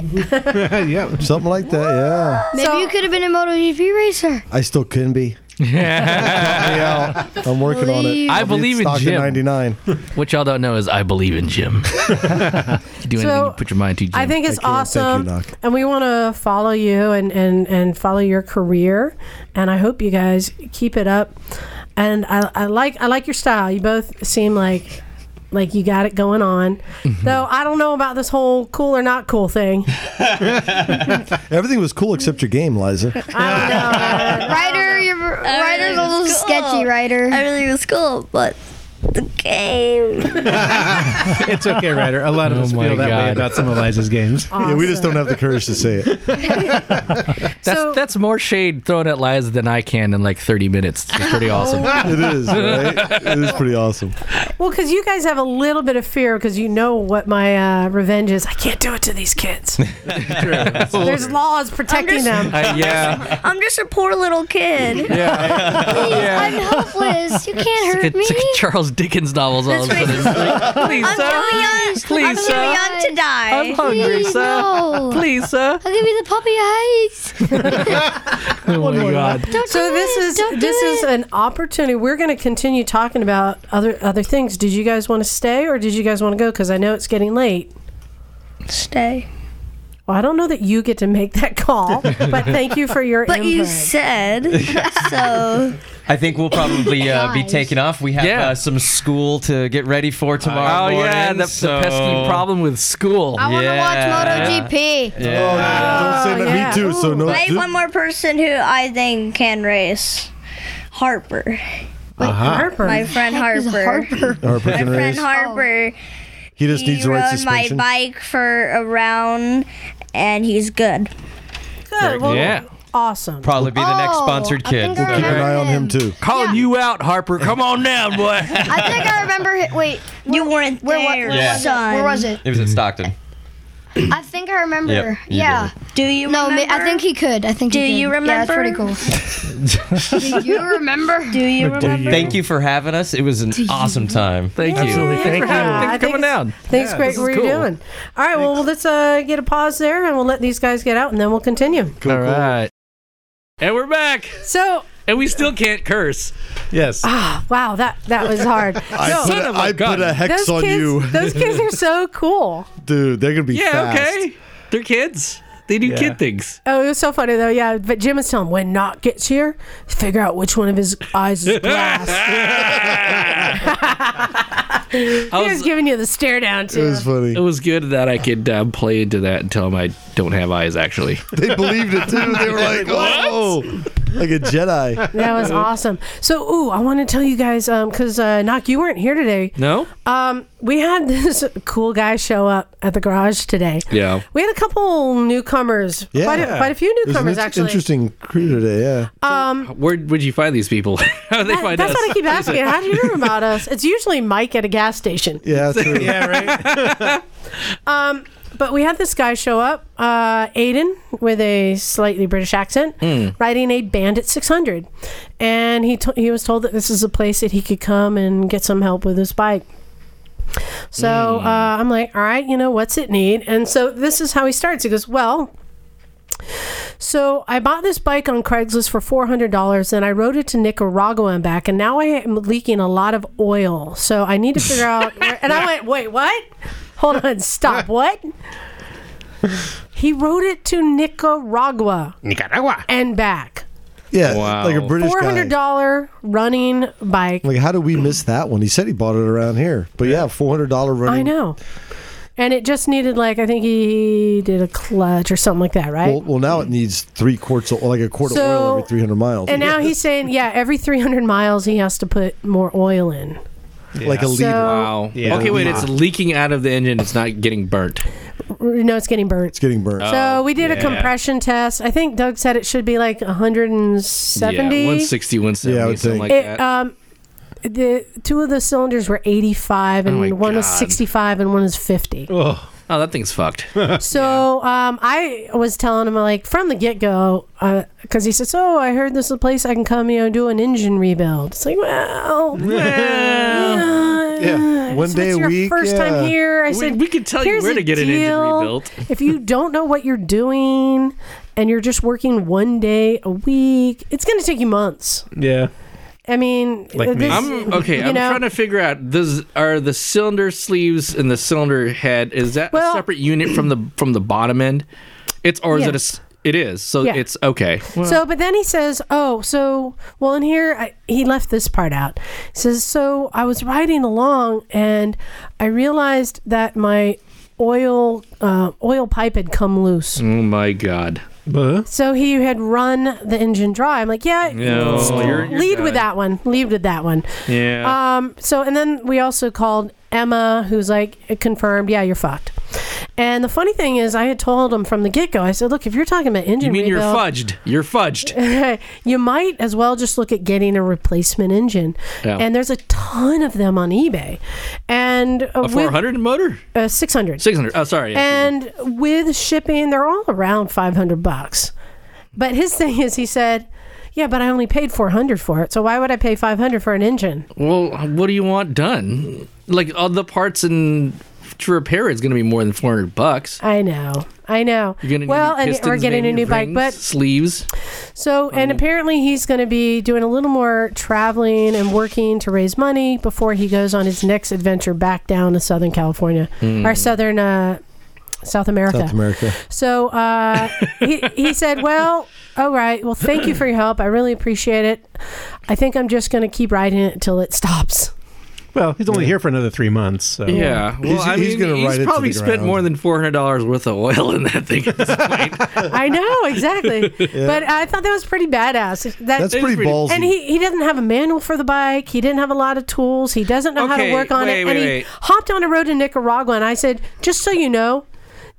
[SPEAKER 3] yeah, something like that. Yeah,
[SPEAKER 6] Maybe you could have been a MotoGP (laughs) racer.
[SPEAKER 3] I still can be.
[SPEAKER 12] Yeah.
[SPEAKER 3] I'm working on it.
[SPEAKER 12] I
[SPEAKER 3] I'll be
[SPEAKER 12] believe in
[SPEAKER 3] stock at
[SPEAKER 12] Jim.
[SPEAKER 3] 99.
[SPEAKER 12] (laughs) What y'all don't know is I believe in Jim. you do anything
[SPEAKER 1] So,
[SPEAKER 12] you put your mind to, Jim.
[SPEAKER 1] I think it's awesome, and we want to follow you and, and and follow your career, and I hope you guys keep it up. And I, I like I like your style. You both seem like like you got it going on. Though I don't know about this whole cool or not cool thing.
[SPEAKER 3] Everything was cool except your game,
[SPEAKER 6] Oh,
[SPEAKER 3] Liza.
[SPEAKER 6] Ryder, your Ryder's a little sketchy, Ryder. I really was cool, but the
[SPEAKER 3] (laughs)
[SPEAKER 6] game.
[SPEAKER 2] it's okay, Ryder. A lot of us
[SPEAKER 12] Oh my
[SPEAKER 2] feel that way
[SPEAKER 12] God.
[SPEAKER 2] about some of Eliza's
[SPEAKER 12] (laughs)
[SPEAKER 2] games.
[SPEAKER 3] Yeah, we just don't have the courage to say it.
[SPEAKER 12] That's that's more shade thrown at Liza than I can in like 30 minutes. It's pretty (laughs) awesome.
[SPEAKER 3] it is, right? It is pretty awesome.
[SPEAKER 1] Well, because you guys have a little bit of fear because you know what my uh, revenge is. I can't do it to these
[SPEAKER 12] (laughs)
[SPEAKER 1] kids. There's laws protecting them.
[SPEAKER 12] Uh, yeah,
[SPEAKER 9] I'm just a poor little
[SPEAKER 3] (laughs)
[SPEAKER 9] kid.
[SPEAKER 6] I'm helpless. You can't hurt
[SPEAKER 12] it's
[SPEAKER 6] me.
[SPEAKER 12] like Charles Dickens novels all of a sudden. Please,
[SPEAKER 6] I'm
[SPEAKER 12] sir.
[SPEAKER 6] too young.
[SPEAKER 12] Please,
[SPEAKER 6] I'm
[SPEAKER 12] sir.
[SPEAKER 6] too young to die.
[SPEAKER 12] I'm hungry,
[SPEAKER 6] Please,
[SPEAKER 12] sir.
[SPEAKER 6] no.
[SPEAKER 12] Please, sir.
[SPEAKER 6] I'll give you the (laughs) puppy eyes.
[SPEAKER 12] Oh my God.
[SPEAKER 6] Don't
[SPEAKER 1] So
[SPEAKER 6] do
[SPEAKER 1] this
[SPEAKER 6] it.
[SPEAKER 1] is
[SPEAKER 6] Don't do
[SPEAKER 1] this is
[SPEAKER 6] it.
[SPEAKER 1] an opportunity. We're going to continue talking about other other things. Did you guys want to stay or did you guys want to go? Because I know it's getting late.
[SPEAKER 9] Stay.
[SPEAKER 1] Well, I don't know that you get to make that call, but thank you for
[SPEAKER 6] (laughs)
[SPEAKER 1] your
[SPEAKER 9] But you
[SPEAKER 1] input.
[SPEAKER 9] said so.
[SPEAKER 5] (laughs) I think we'll probably uh, be taking off. We have
[SPEAKER 12] Yeah.
[SPEAKER 5] uh, some school to get ready for tomorrow
[SPEAKER 12] (laughs) Oh
[SPEAKER 5] morning.
[SPEAKER 12] yeah, the,
[SPEAKER 5] so-
[SPEAKER 12] the pesky problem with school.
[SPEAKER 5] I wanna Yeah. watch
[SPEAKER 9] MotoGP.
[SPEAKER 5] Yeah.
[SPEAKER 3] Don't say that. Me too. So no.
[SPEAKER 9] Wait, one more person who I think can race. Harper.
[SPEAKER 1] Harper.
[SPEAKER 9] My friend
[SPEAKER 6] Heck is
[SPEAKER 9] Harper.
[SPEAKER 6] Harper.
[SPEAKER 3] Harper
[SPEAKER 9] My
[SPEAKER 6] Oh.
[SPEAKER 3] Uh-huh. can
[SPEAKER 9] friend
[SPEAKER 3] race.
[SPEAKER 9] Harper.
[SPEAKER 3] He just needs
[SPEAKER 9] He
[SPEAKER 3] the right
[SPEAKER 9] rode my
[SPEAKER 3] suspension.
[SPEAKER 9] bike for a round, and he's good.
[SPEAKER 1] Good. Well,
[SPEAKER 12] Yeah.
[SPEAKER 1] (laughs) Awesome.
[SPEAKER 5] Probably be the next
[SPEAKER 6] Oh,
[SPEAKER 5] sponsored
[SPEAKER 6] I
[SPEAKER 5] kid.
[SPEAKER 6] think I
[SPEAKER 3] Keep an eye on him too.
[SPEAKER 12] Calling you out, Harper. Come on down, boy.
[SPEAKER 6] I think I remember. hi- Wait,
[SPEAKER 9] You weren't
[SPEAKER 6] where, wa-
[SPEAKER 9] there,
[SPEAKER 6] where was it?
[SPEAKER 9] son.
[SPEAKER 6] Where was it?
[SPEAKER 5] It was at Stockton.
[SPEAKER 6] I think I remember.
[SPEAKER 5] Yep, you
[SPEAKER 6] yeah.
[SPEAKER 9] Do you
[SPEAKER 6] No, ma-
[SPEAKER 9] remember?
[SPEAKER 6] I think he could. I think.
[SPEAKER 9] Do
[SPEAKER 6] he could.
[SPEAKER 9] you
[SPEAKER 6] Yeah, that's pretty cool. (laughs) Do you remember?
[SPEAKER 9] Do you remember?
[SPEAKER 5] Thank you for having us. It was an awesome time.
[SPEAKER 12] Thank you.
[SPEAKER 1] Absolutely. Thank
[SPEAKER 12] Thank
[SPEAKER 1] you.
[SPEAKER 12] you.
[SPEAKER 1] Yeah, I
[SPEAKER 12] Thanks for
[SPEAKER 1] think
[SPEAKER 12] coming down.
[SPEAKER 1] Thanks, Greg.
[SPEAKER 12] this
[SPEAKER 1] What are
[SPEAKER 12] is
[SPEAKER 1] you
[SPEAKER 12] cool.
[SPEAKER 1] doing? All right. Well, let's uh, get a pause there, and we'll let these guys get out, and then we'll continue.
[SPEAKER 12] All right. And we're back.
[SPEAKER 1] So,
[SPEAKER 12] And we still can't curse.
[SPEAKER 2] Yes.
[SPEAKER 1] ah, wow, that that was hard.
[SPEAKER 3] (laughs) I
[SPEAKER 1] So,
[SPEAKER 3] put, a, I put a hex
[SPEAKER 1] those
[SPEAKER 3] on
[SPEAKER 1] kids,
[SPEAKER 3] you,
[SPEAKER 1] those kids
[SPEAKER 3] (laughs)
[SPEAKER 1] are so cool.
[SPEAKER 3] dude. They're gonna be
[SPEAKER 12] Yeah,
[SPEAKER 3] fast.
[SPEAKER 12] okay. They're kids. They do kid
[SPEAKER 3] (laughs)
[SPEAKER 12] things.
[SPEAKER 1] Oh, it was so funny though. Yeah, but Jim is telling him when Knock gets here, figure out which one of his eyes
[SPEAKER 12] (laughs)
[SPEAKER 1] is glass.
[SPEAKER 12] I
[SPEAKER 1] he was
[SPEAKER 12] was,
[SPEAKER 1] giving you the stare down
[SPEAKER 3] It
[SPEAKER 1] too.
[SPEAKER 3] was funny.
[SPEAKER 12] it was good that I could um, play into that and tell them I don't have eyes, actually.
[SPEAKER 3] (laughs) They believed it too. They were like, "Oh, like a Jedi." (laughs)
[SPEAKER 1] That was awesome. So, ooh, I want to tell you guys because uh, Knock, you weren't here today.
[SPEAKER 12] No?
[SPEAKER 1] Um, we had (laughs) this cool guy show up at the garage today.
[SPEAKER 12] Yeah.
[SPEAKER 1] We had a couple newcomers.
[SPEAKER 3] Yeah,
[SPEAKER 1] Quite a, quite a few
[SPEAKER 3] It was an
[SPEAKER 1] newcomers
[SPEAKER 3] in-
[SPEAKER 1] actually.
[SPEAKER 3] Interesting crew today. Yeah.
[SPEAKER 1] Um,
[SPEAKER 12] Where would you find these people? (laughs) How do they
[SPEAKER 1] that-
[SPEAKER 12] find
[SPEAKER 1] that's
[SPEAKER 12] us?
[SPEAKER 1] what
[SPEAKER 3] (laughs)
[SPEAKER 1] I keep asking. How do you hear about us? It's usually Mike at a gas station.
[SPEAKER 3] Yeah. True.
[SPEAKER 2] (laughs) Yeah, right.
[SPEAKER 1] (laughs) Um, but we had this guy show up, uh, Aiden, with a slightly British accent,
[SPEAKER 3] Hmm.
[SPEAKER 1] riding a Bandit 600, and he to- he was told that this is a place that he could come and get some help with his bike. So
[SPEAKER 3] Hmm.
[SPEAKER 1] uh, I'm like, all right, you know, what's it need? And so this is how he starts. He goes, well. So I bought this bike on Craigslist for four hundred dollars, and I rode it to Nicaragua and back. And now I am leaking a lot of oil, so I need
[SPEAKER 3] (laughs)
[SPEAKER 1] to figure out. (laughs) Where, and
[SPEAKER 12] (laughs)
[SPEAKER 1] I went, wait, what? Hold on,
[SPEAKER 3] (laughs)
[SPEAKER 1] stop. What? He rode it to Nicaragua
[SPEAKER 2] Nicaragua.
[SPEAKER 1] and back.
[SPEAKER 3] Yeah.
[SPEAKER 12] Wow.
[SPEAKER 3] Like Oh, a British
[SPEAKER 1] Four hundred
[SPEAKER 3] guy.
[SPEAKER 1] dollar running bike.
[SPEAKER 3] Like, how did we miss that one? He said he bought it around here, but yeah, four hundred dollar running.
[SPEAKER 1] I know. And it just needed like I think he did a clutch or something like that, right?
[SPEAKER 3] Well, well, now it needs three quarts of like a quart of
[SPEAKER 1] So-
[SPEAKER 3] oil every three hundred miles.
[SPEAKER 1] and now he's saying, yeah, every three hundred miles he has to put more oil in.
[SPEAKER 3] like a
[SPEAKER 1] So
[SPEAKER 3] leader.
[SPEAKER 12] Wow.
[SPEAKER 2] Yeah.
[SPEAKER 12] Okay, wait. It's leaking out of the engine. It's not getting burnt. Oh,
[SPEAKER 1] no, it's getting burnt. It's
[SPEAKER 3] getting burnt.
[SPEAKER 1] So we did a compression test. I think Doug said it should be like 170.
[SPEAKER 12] Yeah, 160, 170,
[SPEAKER 3] Yeah, I would
[SPEAKER 12] something
[SPEAKER 3] think.
[SPEAKER 12] like
[SPEAKER 1] It,
[SPEAKER 12] that.
[SPEAKER 1] um, the two of the cylinders were 85,
[SPEAKER 12] Oh my
[SPEAKER 1] and one was
[SPEAKER 12] God.
[SPEAKER 1] 65, and one is
[SPEAKER 12] (laughs)
[SPEAKER 1] 50.
[SPEAKER 12] oh. that thing's fucked.
[SPEAKER 1] (laughs) So um, I was telling him like from the get go because he said, "So I heard this is a place I can come, you know, do an engine rebuild." It's like, well, yeah,
[SPEAKER 3] Yeah, one
[SPEAKER 1] So
[SPEAKER 3] day
[SPEAKER 1] it's
[SPEAKER 3] a
[SPEAKER 1] your
[SPEAKER 3] week,
[SPEAKER 1] First
[SPEAKER 3] yeah.
[SPEAKER 1] time here, I
[SPEAKER 12] We-
[SPEAKER 1] said
[SPEAKER 12] we could tell you
[SPEAKER 1] "Here's
[SPEAKER 12] where to
[SPEAKER 1] the
[SPEAKER 12] get an engine
[SPEAKER 1] deal.
[SPEAKER 12] rebuilt."
[SPEAKER 1] if you don't know what you're doing and you're just working one day a week, it's going to take you months.
[SPEAKER 12] Yeah.
[SPEAKER 1] I mean, uh, this-
[SPEAKER 12] I'm, okay,
[SPEAKER 1] you
[SPEAKER 12] I'm
[SPEAKER 1] know,
[SPEAKER 12] trying to figure out. Does are the cylinder sleeves and the cylinder head? Is that a separate unit from the from the bottom end? It's or is
[SPEAKER 1] Yeah.
[SPEAKER 12] it a? s- It is. So
[SPEAKER 1] Yeah.
[SPEAKER 12] it's okay.
[SPEAKER 1] So, but then he says, "Oh, so well." In here, I, he left this part out. He says, "So I was riding along, and I realized that my oil uh, oil pipe had come loose.
[SPEAKER 3] Mm.
[SPEAKER 12] oh my god.
[SPEAKER 1] So he had run the engine dry. I'm like, yeah,
[SPEAKER 12] No, Oh, you're- you're
[SPEAKER 1] lead
[SPEAKER 12] done.
[SPEAKER 1] with that one. Lead with that one.
[SPEAKER 12] Yeah.
[SPEAKER 1] Um, so, and then we also called Emma, who's like, it confirmed, yeah, you're fucked. And the funny thing is, I had told him from the get go, I said, look, if you're talking about engine Uh,
[SPEAKER 12] you mean you're
[SPEAKER 1] rebuild-
[SPEAKER 12] fudged? You're fudged.
[SPEAKER 1] (laughs) you might as well just look at getting a replacement engine.
[SPEAKER 12] Yeah.
[SPEAKER 1] And there's a ton of them on eBay. And uh,
[SPEAKER 12] A
[SPEAKER 1] with-
[SPEAKER 12] 400 motor?
[SPEAKER 1] Uh, 600.
[SPEAKER 12] 600. Oh, sorry.
[SPEAKER 1] And with shipping, they're all around 500 bucks. But his (laughs) thing is, he said, yeah, but I only paid 400 for it. So why would I pay 500 for an engine?
[SPEAKER 12] Well, what do you want done? Like all the parts and to repair it is going to be more than 400 bucks.
[SPEAKER 1] I know. I know.
[SPEAKER 12] You're going to
[SPEAKER 1] Uh, well,
[SPEAKER 12] need
[SPEAKER 1] and
[SPEAKER 12] pistons,
[SPEAKER 1] we're getting a
[SPEAKER 12] maybe
[SPEAKER 1] new bike,
[SPEAKER 12] rings,
[SPEAKER 1] but
[SPEAKER 12] sleeves.
[SPEAKER 1] So, and apparently he's going to be doing a little more traveling and working to raise money before he goes on his next adventure back down to Southern California
[SPEAKER 3] Hmm.
[SPEAKER 1] or Southern uh, South America.
[SPEAKER 3] South America.
[SPEAKER 1] So uh, he,
[SPEAKER 12] (laughs)
[SPEAKER 1] he said, Well, all right. Well, thank you for your help. I really appreciate it. I think I'm just going to keep riding it until it stops.
[SPEAKER 2] Well, he's only here for another three months. So.
[SPEAKER 12] Yeah. Well, I mean, he's probably spent more than $400 worth of oil in that thing.
[SPEAKER 1] I know, exactly.
[SPEAKER 12] (laughs) Yeah.
[SPEAKER 1] But I thought that was pretty badass. That,
[SPEAKER 12] That's pretty ballsy.
[SPEAKER 1] And he, he doesn't have a manual for the bike. He didn't have a lot of tools. He doesn't know how to
[SPEAKER 12] Okay,
[SPEAKER 1] work on
[SPEAKER 12] wait,
[SPEAKER 1] it.
[SPEAKER 12] wait,
[SPEAKER 1] and he
[SPEAKER 12] wait.
[SPEAKER 1] hopped on a road in Nicaragua. And I said, just so you know,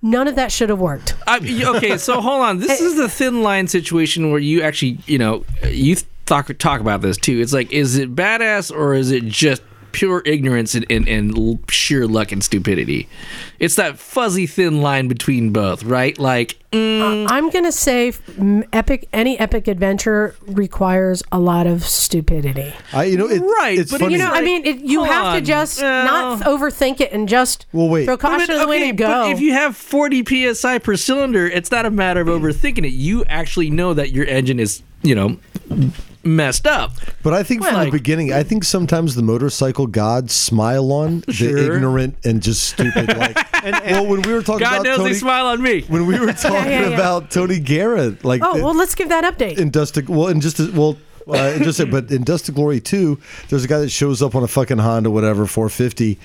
[SPEAKER 1] none of that should have worked.
[SPEAKER 12] I, y- okay, so hold on. This is the thin line situation where you actually, you know, you talk talk about this too. It's like, is it badass or is it just pure ignorance and, and, and l- sheer luck and stupidity? It's that fuzzy thin line between both, right? Like,
[SPEAKER 1] Uh, I'm gonna say mm, epic. Any epic adventure requires a lot of stupidity.
[SPEAKER 3] I, you know, it,
[SPEAKER 12] right?
[SPEAKER 3] It's
[SPEAKER 1] but
[SPEAKER 3] funny.
[SPEAKER 1] you know, I mean, it, you
[SPEAKER 12] hold
[SPEAKER 1] have to
[SPEAKER 12] on,
[SPEAKER 1] just not overthink it and just
[SPEAKER 3] well, wait.
[SPEAKER 1] throw caution to the wind and
[SPEAKER 12] but
[SPEAKER 1] go.
[SPEAKER 12] if you have 40 psi per cylinder, it's not a matter of overthinking it. You actually know that your engine is, you know, messed up.
[SPEAKER 3] But I think from
[SPEAKER 12] Well, like-
[SPEAKER 3] the beginning, I think sometimes the motorcycle gods smile on
[SPEAKER 12] Sure.
[SPEAKER 3] the ignorant and just stupid.
[SPEAKER 12] (laughs)
[SPEAKER 3] Like, well, when we were talking
[SPEAKER 12] God
[SPEAKER 3] about
[SPEAKER 12] knows
[SPEAKER 3] Tony,
[SPEAKER 12] they smile on me.
[SPEAKER 3] when we were
[SPEAKER 12] Yeah,
[SPEAKER 3] talking
[SPEAKER 12] yeah, yeah.
[SPEAKER 3] about Tony Garrett, like
[SPEAKER 1] oh well, let's give that update.
[SPEAKER 3] in Dust to, well, in just well, uh, in just but in Dust to Glory two, there's a guy that shows up on a fucking Honda, whatever, 450.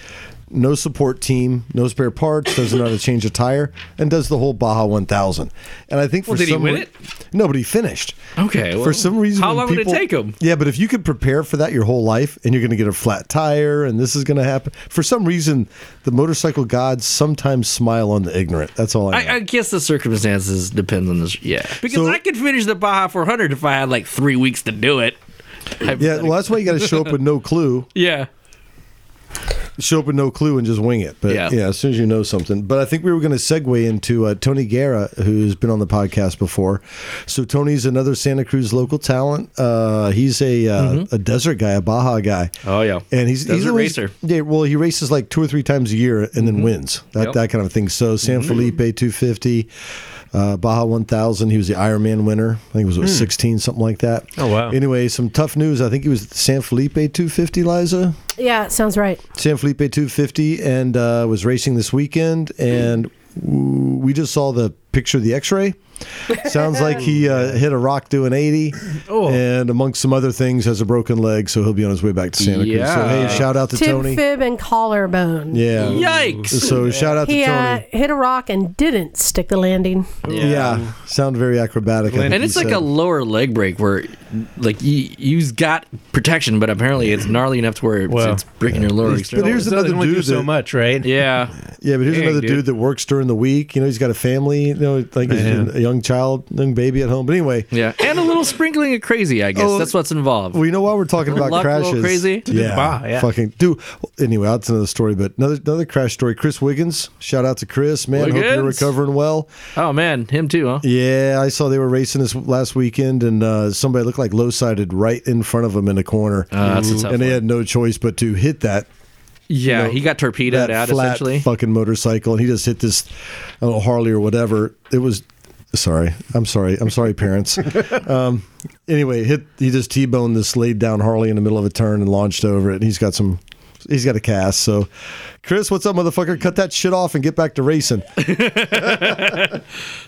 [SPEAKER 3] No support team, no spare parts, doesn't know how to change a tire, and does the whole Baja 1000. And I think for
[SPEAKER 12] Well, did he
[SPEAKER 3] some
[SPEAKER 12] win
[SPEAKER 3] rea-
[SPEAKER 12] it?
[SPEAKER 3] No, but he finished.
[SPEAKER 12] (laughs) Okay, well,
[SPEAKER 3] for some reason,
[SPEAKER 12] how
[SPEAKER 3] when
[SPEAKER 12] long would it
[SPEAKER 3] people-
[SPEAKER 12] take him?
[SPEAKER 3] Yeah, but if you could prepare for that your whole life, and you're going to get a flat tire, and this is going to happen, for some reason, the motorcycle gods sometimes smile on the ignorant. That's all I. know.
[SPEAKER 12] I, I guess the circumstances depends on this. Yeah, because
[SPEAKER 3] So-
[SPEAKER 12] I could finish the Baja 400 if I had like three weeks to do it.
[SPEAKER 3] yeah, well, that's why you got to show up with no clue. (laughs)
[SPEAKER 12] Yeah.
[SPEAKER 3] show up with no clue and just wing it. But
[SPEAKER 12] Yeah.
[SPEAKER 3] yeah, as soon as you know something. But I think we were going to segue into uh, Tony Guerra, who's been on the podcast before. So Tony's another Santa Cruz local talent. Uh, he's a uh, a desert guy, a Baja guy.
[SPEAKER 12] Mm-hmm. Oh yeah,
[SPEAKER 3] And he's he's
[SPEAKER 12] Desert
[SPEAKER 3] always-
[SPEAKER 12] racer. Mm-hmm.
[SPEAKER 3] Yeah, well, he races like two or three times a year and then wins that,
[SPEAKER 12] Yep. Mm-hmm.
[SPEAKER 3] that kind of thing. So San Felipe 250, uh, Baja 1000. He was the Ironman winner. I think it was what,
[SPEAKER 2] Hmm.
[SPEAKER 3] 16, something like that.
[SPEAKER 2] Oh, wow.
[SPEAKER 3] Anyway, some tough news. I think he was at the San Felipe 250, Liza.
[SPEAKER 1] yeah, sounds right.
[SPEAKER 3] San Felipe 250 and uh, was racing this weekend, and w- we just saw the picture of the X-ray. Sounds like he
[SPEAKER 12] (laughs)
[SPEAKER 3] uh, hit a rock doing 80,
[SPEAKER 12] Oh.
[SPEAKER 3] and amongst some other things, has a broken leg, so he'll be on his way back to Santa Cruz. So
[SPEAKER 12] Yeah.
[SPEAKER 3] hey, shout out to
[SPEAKER 1] Tib,
[SPEAKER 3] Tony.
[SPEAKER 1] fib, and collarbone.
[SPEAKER 3] Yeah.
[SPEAKER 12] Yikes.
[SPEAKER 3] So shout out to
[SPEAKER 1] he uh,
[SPEAKER 3] Tony.
[SPEAKER 1] hit a rock and didn't stick the landing.
[SPEAKER 3] Yeah. sound very acrobatic. I think
[SPEAKER 12] (laughs) and it's
[SPEAKER 3] he
[SPEAKER 12] like a
[SPEAKER 3] said.
[SPEAKER 12] lower leg break where, like, you you've got protection, but apparently it's gnarly enough to where it's,
[SPEAKER 2] Well.
[SPEAKER 12] it's breaking your lower external.
[SPEAKER 2] But here's another
[SPEAKER 12] do
[SPEAKER 2] (laughs) dude so much, right?
[SPEAKER 12] Yeah.
[SPEAKER 3] Yeah, but here's
[SPEAKER 12] Dang,
[SPEAKER 3] another dude.
[SPEAKER 12] dude.
[SPEAKER 3] that works during the week. You know, he's got a family. You know, like he's
[SPEAKER 12] Yeah.
[SPEAKER 3] a young child, young baby at home. But anyway,
[SPEAKER 12] Yeah, (laughs) and a little sprinkling of crazy, I guess.
[SPEAKER 3] Oh,
[SPEAKER 12] That's what's involved.
[SPEAKER 3] Well, you know why we're talking about
[SPEAKER 12] Luck, little
[SPEAKER 3] crashes.
[SPEAKER 12] crazy.
[SPEAKER 3] Yeah, Fucking do. Anyway, that's another story. But another another crash story. Chris Wiggins. Shout out to Chris, man. Hope you're
[SPEAKER 12] Wiggins.
[SPEAKER 3] recovering well.
[SPEAKER 12] Oh man, him too, huh?
[SPEAKER 3] Yeah, I saw they were racing this last weekend, and uh, somebody looked like low sided right in front of him in the corner. Mm.
[SPEAKER 12] Ah, that's a tough
[SPEAKER 3] and they had no choice but to hit that
[SPEAKER 12] Yeah, he got torpedoed
[SPEAKER 3] that
[SPEAKER 12] out
[SPEAKER 3] flat
[SPEAKER 12] essentially.
[SPEAKER 3] fucking motorcycle, and he just hit this I don't know, Harley or whatever. It was sorry, I'm sorry, I'm sorry, parents. um, anyway, hit he just t-boned this laid down Harley in the middle of a turn and launched over it. And he's got some, he's got a cast. So, Chris, what's up, motherfucker? Cut that shit off and get back to racing.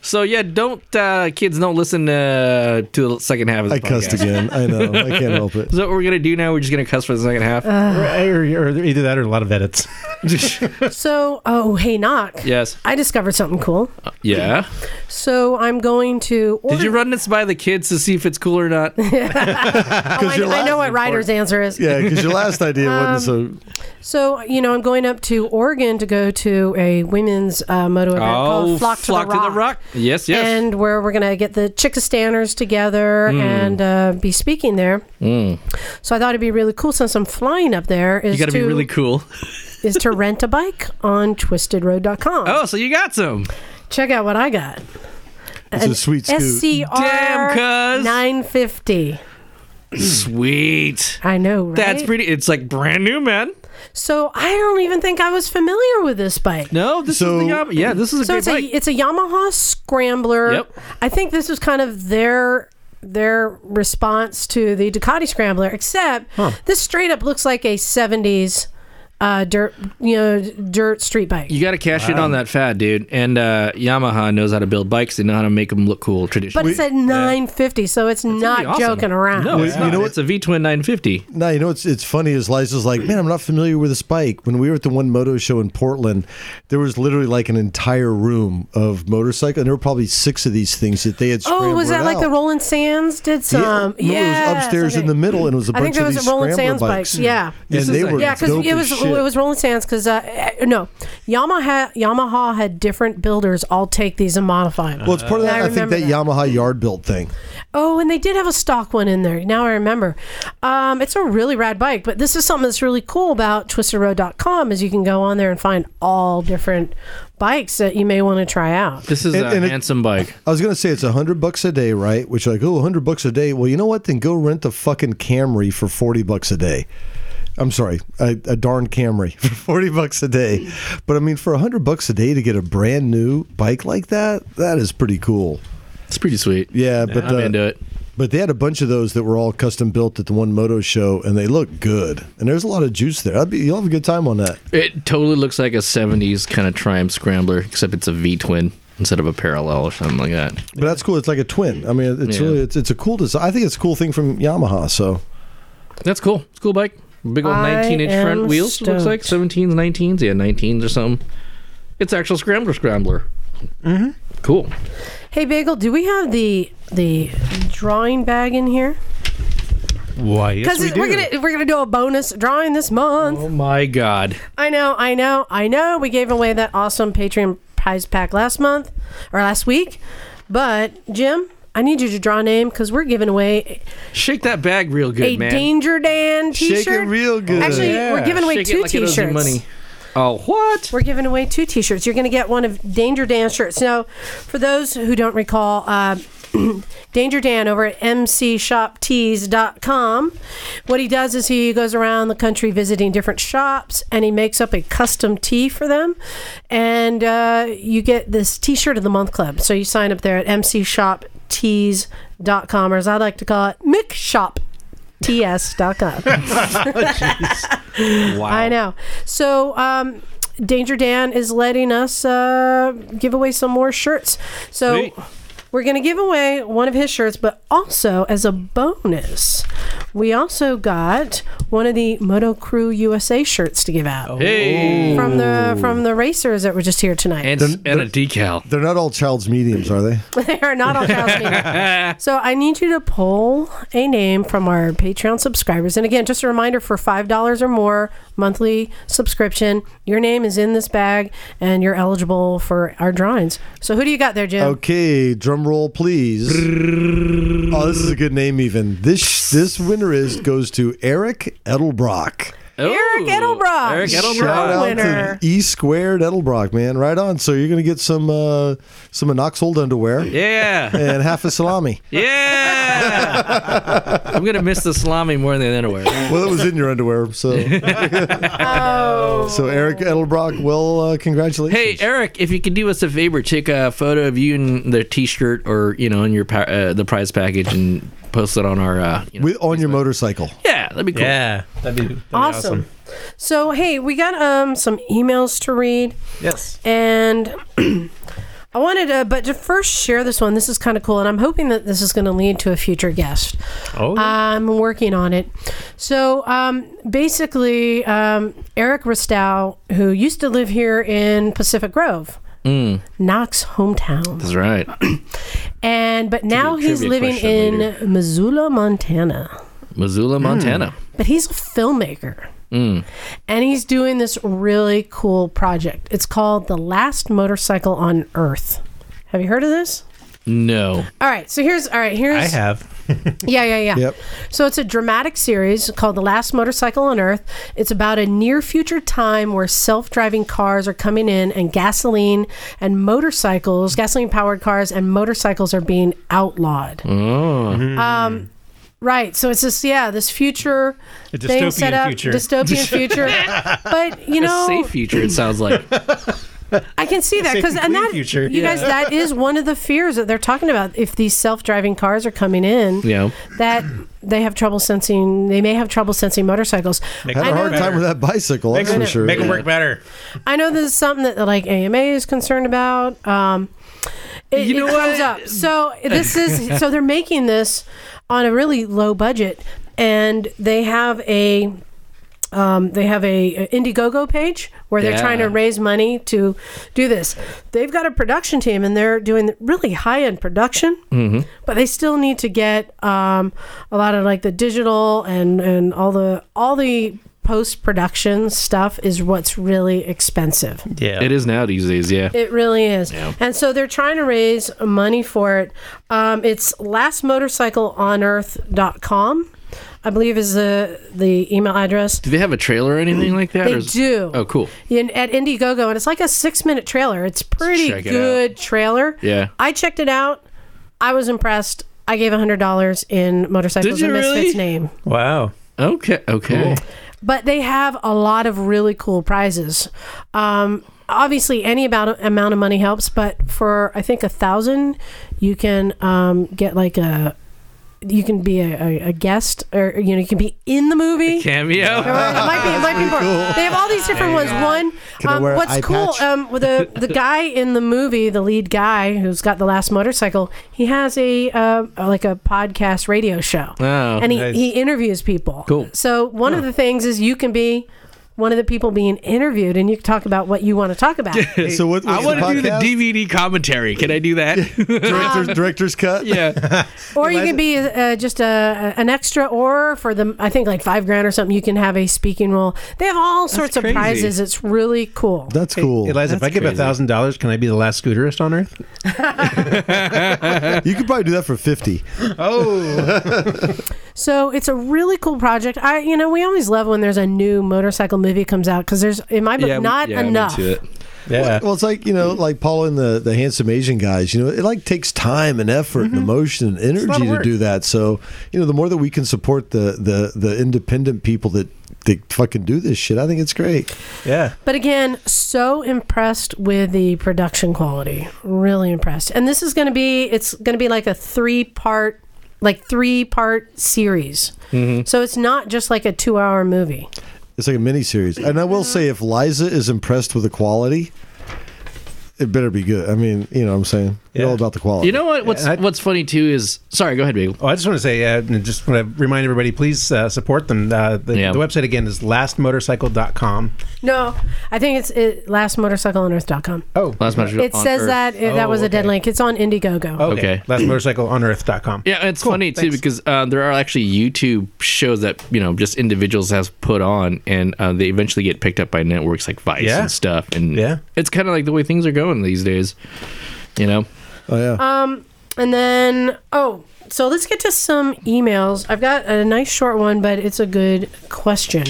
[SPEAKER 12] So yeah, don't uh, kids don't listen uh, to the second half of the
[SPEAKER 3] I cussed
[SPEAKER 12] podcast.
[SPEAKER 3] again. I know. I can't help it.
[SPEAKER 12] (laughs) Is that what we're gonna do now? We're just gonna cuss for the second half.
[SPEAKER 2] or, or either that or a lot of
[SPEAKER 12] (laughs)
[SPEAKER 2] edits.
[SPEAKER 1] (laughs)
[SPEAKER 3] (laughs)
[SPEAKER 1] so, oh, hey, knock.
[SPEAKER 12] yes.
[SPEAKER 1] I discovered something cool.
[SPEAKER 12] Yeah.
[SPEAKER 1] So I'm going to.
[SPEAKER 12] Uh. Did you run this by the kids to see if it's cool
[SPEAKER 1] (laughs)
[SPEAKER 12] or not?
[SPEAKER 1] Oh, I, I know what Ryder's answer is. Um,
[SPEAKER 12] Yeah, 'cause your
[SPEAKER 1] (laughs)
[SPEAKER 12] last idea wasn't so-
[SPEAKER 1] So you know, I'm going up to Oregon to go to a women's uh, moto event
[SPEAKER 12] Oh,
[SPEAKER 1] called Flock, to, the Rock.
[SPEAKER 12] Yes, yes.
[SPEAKER 1] And where we're gonna get the Chickastanners together
[SPEAKER 12] Mm.
[SPEAKER 1] and uh, be speaking there.
[SPEAKER 12] Mm.
[SPEAKER 1] So I thought it'd be really cool since I'm flying up there. Is
[SPEAKER 12] You got to
[SPEAKER 1] to
[SPEAKER 12] be really cool.
[SPEAKER 1] (laughs) is to rent a bike on twistedroad.com.
[SPEAKER 12] Oh, so you got some.
[SPEAKER 1] Check out what I got.
[SPEAKER 12] It's a
[SPEAKER 1] An
[SPEAKER 12] sweet scoot.
[SPEAKER 1] SCR nine fifty.
[SPEAKER 12] Mm. Sweet.
[SPEAKER 1] I know, right?
[SPEAKER 12] That's pretty. It's like brand new, man.
[SPEAKER 1] So I don't even think I was familiar with this bike.
[SPEAKER 12] No, this is the Yama- yeah, this is a
[SPEAKER 1] so
[SPEAKER 12] great
[SPEAKER 1] it's a
[SPEAKER 12] bike.
[SPEAKER 1] it's a Yamaha Scrambler.
[SPEAKER 12] Yep.
[SPEAKER 1] I think this was kind of their their response to the Ducati Scrambler, except this straight up looks like a '70s uh, dirt you know dirt street bike.
[SPEAKER 12] You got to cash in
[SPEAKER 1] Wow.
[SPEAKER 12] on that fad, dude. And uh, Yamaha knows how to build bikes. They know how to make them look cool
[SPEAKER 1] But
[SPEAKER 12] traditionally.
[SPEAKER 1] it's at 950, so it's not
[SPEAKER 12] awesome.
[SPEAKER 1] joking around.
[SPEAKER 12] no, it's not. it's a V twin 950.
[SPEAKER 3] No, you know what's it's funny is Liza's like, man, I'm not familiar with this bike. When we were at the one moto show in Portland, there was literally like an entire room of motorcycle, and there were probably six of these things that they had.
[SPEAKER 1] Oh,
[SPEAKER 3] scrambled
[SPEAKER 1] was that like
[SPEAKER 3] out.
[SPEAKER 1] the Rolling Sands did some?
[SPEAKER 3] Yeah, no, it was
[SPEAKER 1] Yes,
[SPEAKER 3] upstairs in the middle, and it was a
[SPEAKER 1] I
[SPEAKER 3] bunch
[SPEAKER 1] think there
[SPEAKER 3] of
[SPEAKER 1] was
[SPEAKER 3] these
[SPEAKER 1] Rolling
[SPEAKER 3] scrambler
[SPEAKER 1] Sands
[SPEAKER 3] bikes.
[SPEAKER 1] bikes. Yeah,
[SPEAKER 3] and they were
[SPEAKER 1] yeah,
[SPEAKER 3] dope
[SPEAKER 1] it
[SPEAKER 3] as
[SPEAKER 1] was
[SPEAKER 3] shit.
[SPEAKER 1] it was Rolling Sands because uh, eh, no, Yamaha had, Yamaha had different builders all take these and modify them.
[SPEAKER 3] well, it's part of
[SPEAKER 1] And
[SPEAKER 3] that. I, think
[SPEAKER 1] remember
[SPEAKER 3] that, Yamaha yard built thing.
[SPEAKER 1] Oh, and they did have a stock one in there. Now I remember. Um, it's a really rad bike, but this is something that's really cool about twistedroad.com is you can go on there and find all different bikes that you may want to try out.
[SPEAKER 12] This is
[SPEAKER 3] And-
[SPEAKER 12] a
[SPEAKER 3] and it-
[SPEAKER 12] handsome bike.
[SPEAKER 3] I was gonna say it's a hundred bucks a day, right? Which like, oh, hundred bucks a day. Well, you know what? Then go rent a fucking Camry for forty bucks a day. I'm sorry, a, a darn Camry (laughs) for forty bucks a day. But I mean, for hundred bucks a day to get a brand new bike like that, that is pretty cool.
[SPEAKER 12] It's pretty sweet.
[SPEAKER 3] Yeah, but uh,
[SPEAKER 12] I'm into it.
[SPEAKER 3] But they had a bunch of those that were all custom built at the one moto show, and they look good. And there's a lot of juice there. I'd be, you'll have a good time on that.
[SPEAKER 12] It totally looks like a 70s kind of Triumph Scrambler, except it's a V twin instead of a parallel or something like that.
[SPEAKER 3] But that's cool. It's like a twin. I mean, it's
[SPEAKER 12] Yeah.
[SPEAKER 3] really it's, it's a cool design. I think it's a cool thing from Yamaha. So
[SPEAKER 12] That's cool. It's a cool bike. Big old
[SPEAKER 1] I
[SPEAKER 12] 19 inch
[SPEAKER 1] am
[SPEAKER 12] front wheels. it Looks like 17s, 19s. Yeah, 19s or something. It's actual Scrambler Scrambler. Mm-hmm. Cool.
[SPEAKER 1] Hey Bagel, do we have the the drawing bag in here?
[SPEAKER 12] Why?
[SPEAKER 1] Because we are gonna we're gonna do a bonus drawing this month.
[SPEAKER 12] Oh my god.
[SPEAKER 1] I know, I know, I know. We gave away that awesome Patreon prize pack last month or last week, but Jim, I need you to draw a name because we're giving away
[SPEAKER 12] Shake that bag real good,
[SPEAKER 1] a
[SPEAKER 12] man.
[SPEAKER 1] Danger Dan
[SPEAKER 12] Shake
[SPEAKER 1] T-shirt.
[SPEAKER 12] it real good.
[SPEAKER 1] Actually,
[SPEAKER 12] Yeah.
[SPEAKER 1] we're giving away
[SPEAKER 12] Shake it
[SPEAKER 1] two
[SPEAKER 12] like it owes
[SPEAKER 1] T-shirts.
[SPEAKER 12] you money. Oh, what?
[SPEAKER 1] We're giving away two T-shirts. You're going to get one of Danger Dan shirts. Now, for those who don't recall, uh, (clears throat) Danger Dan over at mcshoptees.com. What he does is he goes around the country visiting different shops and he makes up a custom tee for them. And uh, you get this T-shirt of the month club. So you sign up there at mcshoptees.com, or as I like to call it, mcshopts.com.
[SPEAKER 12] (laughs) Wow.
[SPEAKER 1] I know. So, um, Danger Dan is letting us uh, give away some more shirts. So,
[SPEAKER 12] Sweet.
[SPEAKER 1] we're going to give away one of his shirts, but also as a bonus, we also got one of the Moto Crew USA shirts to give out.
[SPEAKER 12] Hey.
[SPEAKER 1] From the the from the racers that were just here tonight.
[SPEAKER 12] and, and a decal.
[SPEAKER 3] They're not all child's mediums, are they?
[SPEAKER 1] (laughs) they are not all Charles
[SPEAKER 12] (laughs)
[SPEAKER 1] Media. So I need you to pull a name from our Patreon subscribers. And again, just a reminder for $5 or more monthly subscription, your name is in this bag and you're eligible for our drawings. So who do you got there, Jim?
[SPEAKER 3] Okay, drum roll, please. oh, this is a good name. Even this this winner is goes to Eric Edelbrock.
[SPEAKER 1] Eric Edelbrock.
[SPEAKER 12] Eric Edelbrock.
[SPEAKER 3] Shout out
[SPEAKER 1] winner.
[SPEAKER 3] to E squared Edelbrock, man. Right on. So you're gonna get some uh, some Anoxhold underwear.
[SPEAKER 12] Yeah.
[SPEAKER 3] and half a salami.
[SPEAKER 12] Yeah. I'm gonna miss the salami more than underwear.
[SPEAKER 3] Well, it was in your underwear,
[SPEAKER 12] (laughs)
[SPEAKER 3] so. So Eric Edelbrock, well, uh, congratulations.
[SPEAKER 12] Hey Eric, if you could do us a favor, take a photo of you in the T-shirt or you know in your pa- uh, the prize package and post it on our. Uh, you know.
[SPEAKER 3] With, on your motorcycle.
[SPEAKER 12] Yeah, that'd be cool.
[SPEAKER 8] Yeah, that'd be, that'd
[SPEAKER 1] Awesome. So hey, we got um some emails to read.
[SPEAKER 8] Yes.
[SPEAKER 1] And (clears throat) I wanted to but to first share this one. This is kind of cool and I'm hoping that this is going to lead to a future guest.
[SPEAKER 2] Oh.
[SPEAKER 1] I'm working on it. So um basically um Eric Ristow who used to live here in Pacific Grove,
[SPEAKER 12] Mm,
[SPEAKER 1] Knox hometown.
[SPEAKER 3] (clears throat)
[SPEAKER 12] that's right.
[SPEAKER 1] And but now he's
[SPEAKER 12] trivia
[SPEAKER 1] living
[SPEAKER 12] question
[SPEAKER 1] in Missoula, Montana.
[SPEAKER 12] Missoula,
[SPEAKER 3] Hmm.
[SPEAKER 12] Montana.
[SPEAKER 1] But he's a filmmaker.
[SPEAKER 12] Mm.
[SPEAKER 1] and he's doing this really cool project. It's called The Last Motorcycle on Earth. Have you heard of this?
[SPEAKER 12] No.
[SPEAKER 1] All right, so here's all right, here's
[SPEAKER 2] I
[SPEAKER 12] (laughs)
[SPEAKER 2] have.
[SPEAKER 1] (laughs) yeah, yeah, yeah.
[SPEAKER 2] Yep.
[SPEAKER 1] So it's a dramatic series called The Last Motorcycle on Earth. It's about a near future time where self driving cars are coming in and gasoline and motorcycles, gasoline powered cars and motorcycles are being outlawed.
[SPEAKER 12] Oh.
[SPEAKER 3] Mm-hmm.
[SPEAKER 1] Um, right. So it's this, yeah, this future
[SPEAKER 12] A
[SPEAKER 1] thing set
[SPEAKER 12] dystopian
[SPEAKER 1] up,
[SPEAKER 12] future. (laughs)
[SPEAKER 1] dystopian future.
[SPEAKER 3] (laughs)
[SPEAKER 1] but you know,
[SPEAKER 12] a safe future. It
[SPEAKER 1] (laughs)
[SPEAKER 12] sounds like.
[SPEAKER 1] I can see that
[SPEAKER 12] Safe
[SPEAKER 1] because
[SPEAKER 12] and
[SPEAKER 1] and
[SPEAKER 12] clean
[SPEAKER 1] that
[SPEAKER 12] future.
[SPEAKER 1] you guys
[SPEAKER 12] Yeah.
[SPEAKER 1] that is one of the fears that they're talking about. If these self-driving cars are coming in,
[SPEAKER 12] Yeah.
[SPEAKER 1] that they have trouble sensing. They may have trouble sensing motorcycles.
[SPEAKER 3] Had a hard time with that bicycle,
[SPEAKER 1] Make
[SPEAKER 3] that's
[SPEAKER 1] them-
[SPEAKER 3] for sure.
[SPEAKER 1] make them
[SPEAKER 8] work better.
[SPEAKER 1] I know this is something that like AMA is concerned about. Um, it,
[SPEAKER 12] You know
[SPEAKER 1] it comes up. So this is so they're making this on a really low budget, and they have a. Um, they have a, a Indiegogo page where they're
[SPEAKER 13] Yeah.
[SPEAKER 1] trying to raise money to do this. They've got a production team and they're doing really high end production
[SPEAKER 13] Mm-hmm.
[SPEAKER 1] but they still need to get um, a lot of like the digital and and all the all the post production stuff is what's really
[SPEAKER 3] (laughs)
[SPEAKER 1] expensive.
[SPEAKER 12] Yeah. It is now these days. Yeah.
[SPEAKER 1] It really is.
[SPEAKER 12] Yeah.
[SPEAKER 1] And so they're trying to raise money for it. Um, it's lastmotorcycleonearth.com, I believe is the the email address.
[SPEAKER 12] Do they have a trailer or anything like that?
[SPEAKER 1] They
[SPEAKER 12] or is-
[SPEAKER 1] do.
[SPEAKER 12] Oh, cool.
[SPEAKER 1] In, at Indiegogo, and it's like a six minute trailer. It's pretty
[SPEAKER 12] check it
[SPEAKER 1] good trailer.
[SPEAKER 12] Yeah.
[SPEAKER 1] I checked it out. I was impressed. I gave hundred dollars in motorcycles
[SPEAKER 12] Did you
[SPEAKER 1] and misfits
[SPEAKER 12] really?
[SPEAKER 1] name,
[SPEAKER 12] Wow. Okay. Okay.
[SPEAKER 1] but they have a lot of really cool prizes. Um, obviously, any about amount of money helps, but for I think a thousand, you can um, get like a. You can be a, a, a guest, or you know, you can be in the movie.
[SPEAKER 12] Cameo.
[SPEAKER 1] It might be, it might be more. They have all these different
[SPEAKER 12] There
[SPEAKER 1] ones.
[SPEAKER 12] you
[SPEAKER 1] One,
[SPEAKER 12] Can I
[SPEAKER 1] um,
[SPEAKER 12] wear an
[SPEAKER 1] what's
[SPEAKER 12] eye
[SPEAKER 1] cool,
[SPEAKER 12] patch?
[SPEAKER 1] um, with the
[SPEAKER 12] (laughs)
[SPEAKER 1] the guy in the movie, the lead guy who's got the last motorcycle, he has a uh, like a podcast radio show,
[SPEAKER 12] Oh.
[SPEAKER 1] and he,
[SPEAKER 12] Nice.
[SPEAKER 1] he interviews people.
[SPEAKER 12] Cool.
[SPEAKER 1] So one of the things is you can be one of the people being interviewed, and you can talk about what you want to talk
[SPEAKER 12] (laughs)
[SPEAKER 1] about.
[SPEAKER 3] So what-
[SPEAKER 12] I
[SPEAKER 3] what's
[SPEAKER 12] want
[SPEAKER 3] the
[SPEAKER 12] to do the
[SPEAKER 3] podcast?
[SPEAKER 12] DVD commentary. Can I do
[SPEAKER 3] (laughs)
[SPEAKER 12] that?
[SPEAKER 3] Director's, director's cut. (laughs)
[SPEAKER 12] Yeah.
[SPEAKER 1] or you can be uh, just a, an extra, or for the I think like five grand or something, you can have a speaking role. They have all sorts of
[SPEAKER 12] crazy.
[SPEAKER 1] prizes. It's really cool.
[SPEAKER 3] That's
[SPEAKER 2] cool. Eliza, if I
[SPEAKER 12] That's
[SPEAKER 2] give a
[SPEAKER 12] crazy.
[SPEAKER 2] thousand dollars, can I be the last scooterist on
[SPEAKER 12] (laughs)
[SPEAKER 2] Earth? (laughs)
[SPEAKER 3] you could probably do that for fifty.
[SPEAKER 2] Oh.
[SPEAKER 1] So it's a really cool project. I, you know, we always love when there's a new motorcycle movie comes out because there's, in my book, not enough.
[SPEAKER 3] Yeah. Well, it's like you know, like Paul and the the handsome Asian guys. You know, it like takes time and effort and emotion and
[SPEAKER 2] Mm-hmm. a lot of
[SPEAKER 3] energy to
[SPEAKER 2] work.
[SPEAKER 3] do that. So you know, the more that we can support the the the independent people that that fucking do this shit, I think it's great.
[SPEAKER 8] Yeah.
[SPEAKER 1] But again, so impressed with the production quality. Really impressed. And this is going to be, it's going to be like a three part, like three part series.
[SPEAKER 12] Mm-hmm.
[SPEAKER 3] Mhm.
[SPEAKER 1] So it's not just like a two hour movie.
[SPEAKER 3] It's like a mini series. And I will say, if Liza is impressed with the quality, it better be good. I mean, you know what I'm saying? It's all about the quality.
[SPEAKER 12] You know what? What's what's funny too is sorry. Go ahead, Bagel.
[SPEAKER 2] Oh, I just want to say, uh, and just want to remind everybody, please uh, support them. Uh, the, the website again is lastmotorcycle.com.
[SPEAKER 1] No, I think it's it, lastmotorcycleonearth.com.
[SPEAKER 2] Oh,
[SPEAKER 12] Last match
[SPEAKER 1] It
[SPEAKER 12] on
[SPEAKER 1] says
[SPEAKER 12] Earth. Oh,
[SPEAKER 1] that it- that was a dead link. It's on Indiegogo.
[SPEAKER 12] Okay.
[SPEAKER 2] Lastmotorcycleonearth.com.
[SPEAKER 12] Yeah, it's funny too because uh, there are actually YouTube shows that you know just individuals have put on, and uh, they eventually get picked up by networks like Vice
[SPEAKER 2] Yeah.
[SPEAKER 12] and stuff. And
[SPEAKER 2] Yeah.
[SPEAKER 12] it's kind of like the way things are going these days. You know.
[SPEAKER 3] Oh yeah.
[SPEAKER 1] Um, and then oh, so let's get to some emails. I've got a nice short one, but it's a good question.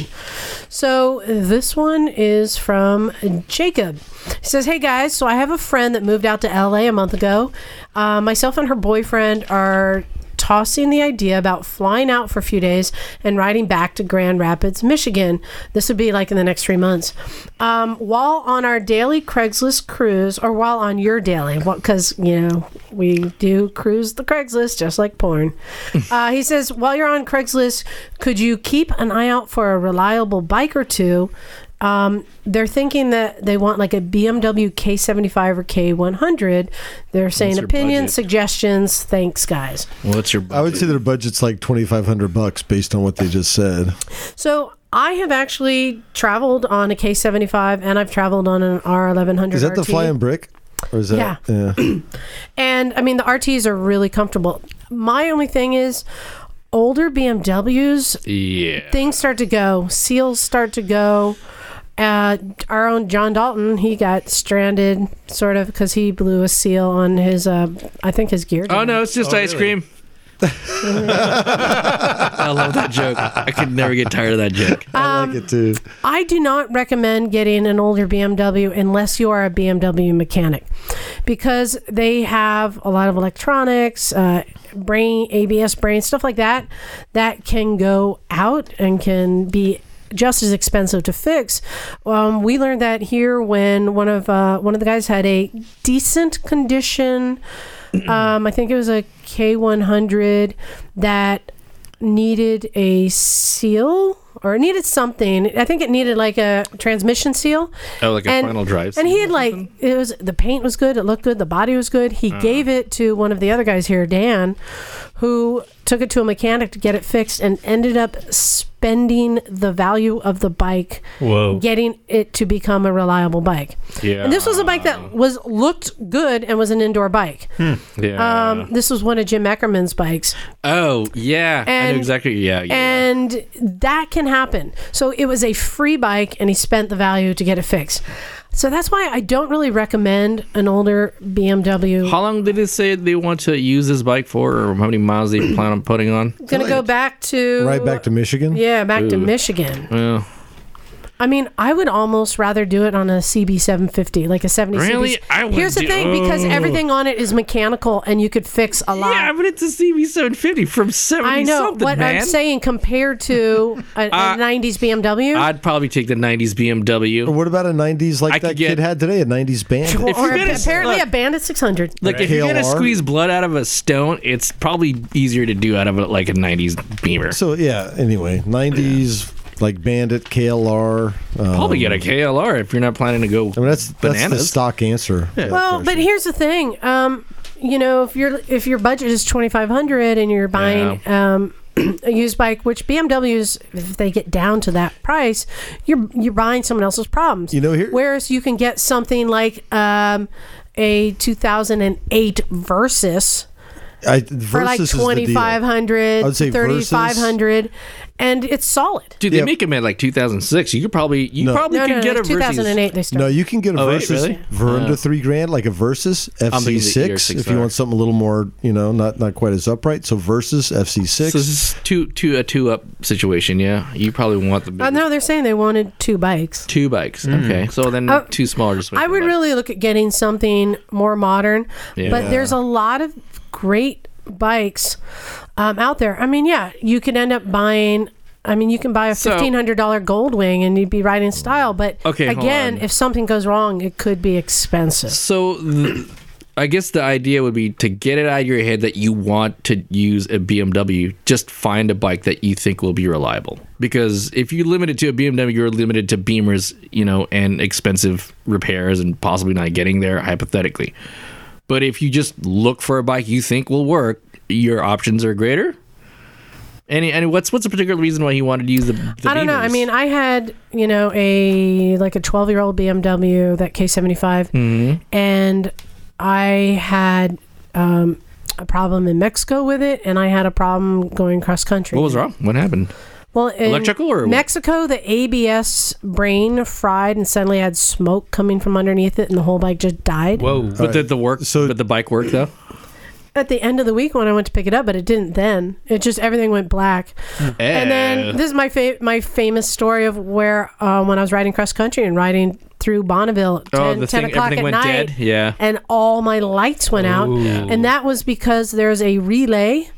[SPEAKER 1] So this one is from Jacob. He says, "Hey guys, so I have a friend that moved out to LA a month ago. Uh, myself and her boyfriend are." Tossing the idea about flying out for a few days and riding back to Grand Rapids, Michigan. This would be like in the next three months. Um, while on our daily Craigslist cruise, or while on your daily, because, you know, we do cruise the Craigslist just
[SPEAKER 3] (laughs)
[SPEAKER 1] like porn. uh, he says, while you're on Craigslist, could you keep an eye out for a reliable bike or two? Um, they're thinking that they want like a BMW K75 or K100. They're saying
[SPEAKER 12] your
[SPEAKER 1] opinions,
[SPEAKER 12] budget?
[SPEAKER 1] suggestions. Thanks, guys.
[SPEAKER 12] What's your?
[SPEAKER 3] I would say their budget's like twenty five hundred bucks based on what they just said.
[SPEAKER 1] So I have actually traveled on a K75 and I've traveled on an R1100.
[SPEAKER 3] Is that the
[SPEAKER 1] RT.
[SPEAKER 3] flying brick? Or is that
[SPEAKER 2] (clears throat)
[SPEAKER 3] yeah.
[SPEAKER 1] And I mean, the RTs are really comfortable. My only thing is older BMWs,
[SPEAKER 12] Yeah.
[SPEAKER 1] things start to go, seals start to go. Uh, our own John Dalton, he got stranded sort of because he blew a seal on his, uh, I think his gear.
[SPEAKER 12] Oh no, it's just ice cream. (laughs) I love that joke. I could never get tired of that joke.
[SPEAKER 1] I
[SPEAKER 3] like it too.
[SPEAKER 1] I do not recommend getting an older BMW unless you are a BMW mechanic because they have a lot of electronics, uh, brain, ABS brain, stuff like that, that can go out and can be just as expensive to fix. Um, we learned that here when one of uh, one of the guys had a decent condition. (clears throat) Um, I think it was a K100 that needed a seal or it needed something. I think it needed like a transmission seal.
[SPEAKER 12] Oh, like a final drive
[SPEAKER 1] And he had like it was the paint was good, it looked good, the body was good. He
[SPEAKER 12] Mm.
[SPEAKER 1] gave it to one of the other guys here, Dan, who took it to a mechanic to get it fixed and ended up spending the value of the bike
[SPEAKER 12] Whoa.
[SPEAKER 1] getting it to become a reliable bike.
[SPEAKER 12] Yeah.
[SPEAKER 1] And this was a bike that was looked good and was an indoor bike.
[SPEAKER 3] Hmm.
[SPEAKER 12] Yeah.
[SPEAKER 1] Um, this was one of Jim Ackerman's bikes.
[SPEAKER 12] oh yeah. I
[SPEAKER 1] and-
[SPEAKER 12] know exactly. Yeah. yeah.
[SPEAKER 1] And that can happen. So it was a free bike, and he spent the value to get it fixed. So that's why I don't really recommend an older BMW.
[SPEAKER 12] How long did it say they want to use this bike for, or how many miles they plan on putting on?
[SPEAKER 1] Gonna go back to
[SPEAKER 3] Right back to Michigan?
[SPEAKER 1] Yeah, back to
[SPEAKER 12] Ooh.
[SPEAKER 1] Michigan.
[SPEAKER 12] Yeah.
[SPEAKER 1] I mean, I would almost rather do it on a CB750, like a 70
[SPEAKER 12] Really?
[SPEAKER 1] CB.
[SPEAKER 12] I would
[SPEAKER 1] Here's the
[SPEAKER 12] do-
[SPEAKER 1] thing because
[SPEAKER 12] Oh.
[SPEAKER 1] everything on it is mechanical and you could fix a lot.
[SPEAKER 12] Yeah, but it's a CB750 from 70
[SPEAKER 1] I know
[SPEAKER 12] something,
[SPEAKER 1] what
[SPEAKER 12] man.
[SPEAKER 1] I'm saying compared to a, a
[SPEAKER 12] Uh,
[SPEAKER 1] 90s BMW.
[SPEAKER 12] I'd probably take the 90s BMW. Or
[SPEAKER 3] what about a 90s like
[SPEAKER 12] that
[SPEAKER 3] Kid had today a nineties band.
[SPEAKER 12] If
[SPEAKER 1] or
[SPEAKER 12] you're
[SPEAKER 1] a-
[SPEAKER 12] gonna-
[SPEAKER 1] apparently
[SPEAKER 12] look,
[SPEAKER 1] a Bandit 600.
[SPEAKER 12] Like if you're gonna
[SPEAKER 3] KLR?
[SPEAKER 12] squeeze blood out of a stone, it's probably easier to do out of a, like a '90s Beamer.
[SPEAKER 3] So yeah, anyway, nineties like Bandit, KLR. Um,
[SPEAKER 12] probably get a KLR if you're not planning to go
[SPEAKER 3] I mean that's that's the
[SPEAKER 12] bananas.
[SPEAKER 3] stock answer.
[SPEAKER 1] Well, but here's the thing. Um, you know, if your if your budget is twenty five hundred and you're buying um, (clears throat) a used bike, which BMWs, if they get down to that price, you're you're buying someone else's problems. You know, here whereas you can get something like um, a two thousand and eight Versus.
[SPEAKER 3] I,
[SPEAKER 1] for like
[SPEAKER 3] Versus is the deal.
[SPEAKER 1] 2500
[SPEAKER 12] I would say Versus.
[SPEAKER 1] 3500 and it's solid
[SPEAKER 12] Dude, they make them at like 2006. You could probably you probably
[SPEAKER 1] No,
[SPEAKER 12] could
[SPEAKER 1] no,
[SPEAKER 12] get
[SPEAKER 1] no,
[SPEAKER 12] a
[SPEAKER 1] 2008 they
[SPEAKER 3] No, you can get a
[SPEAKER 12] Oh, wait,
[SPEAKER 3] versus
[SPEAKER 12] really? Oh.
[SPEAKER 3] for under
[SPEAKER 12] Yeah.
[SPEAKER 3] three grand, like a versus
[SPEAKER 12] I'm thinking the
[SPEAKER 3] FC6. If you
[SPEAKER 12] ER6R.
[SPEAKER 3] want something a little more, you know, not not quite as upright. So versus FC6.
[SPEAKER 12] So this is two two a two up situation. Yeah, you probably want the big
[SPEAKER 1] uh, no they're saying they wanted two bikes
[SPEAKER 12] two bikes.
[SPEAKER 3] Hmm.
[SPEAKER 12] Okay, so then
[SPEAKER 1] Uh,
[SPEAKER 12] two smaller. Just
[SPEAKER 1] I would really look at getting something more modern,
[SPEAKER 12] Yeah.
[SPEAKER 1] but there's a lot of great bikes um, out there. I mean, yeah, you could end up buying. I mean, you can buy a
[SPEAKER 12] So-
[SPEAKER 1] fifteen hundred dollar Gold Wing and you'd be riding style. But
[SPEAKER 12] Okay, hold
[SPEAKER 1] again,
[SPEAKER 12] on.
[SPEAKER 1] if something goes wrong, it could be expensive.
[SPEAKER 12] So, th- I guess the idea would be to get it out of your head that you want to use a BMW. Just find a bike that you think will be reliable. Because if you limit it to a BMW, you're limited to Beamers, you know, and expensive repairs and possibly not getting there hypothetically. But if you just look for a bike you think will work, your options are greater. And, and what's what's the particular reason why he wanted to use the? the
[SPEAKER 1] I don't know. I mean, I had you know a like a 12 year old BMW that K75,
[SPEAKER 12] Mhm.
[SPEAKER 1] and I had um, a problem in Mexico with it, and I had a problem going cross country.
[SPEAKER 12] what was wrong? What happened?
[SPEAKER 1] Well, in
[SPEAKER 12] Electrical or what?
[SPEAKER 1] Mexico, the ABS brain fried and suddenly had smoke coming from underneath it, and the whole bike just died.
[SPEAKER 12] Whoa! But did the work? So but the bike work though.
[SPEAKER 1] At the end of the week when I went to pick it up, but it didn't then. It just everything went black.
[SPEAKER 12] Eh,
[SPEAKER 1] And then this is my fa- my famous story of where um, when I was riding cross country and riding through Bonneville at 10,
[SPEAKER 12] Oh, the
[SPEAKER 1] 10
[SPEAKER 12] thing-
[SPEAKER 1] o'clock
[SPEAKER 12] everything
[SPEAKER 1] at
[SPEAKER 12] went
[SPEAKER 1] night,
[SPEAKER 12] dead? Yeah.
[SPEAKER 1] and all my lights went out,
[SPEAKER 12] Ooh.
[SPEAKER 1] and that was because there's a relay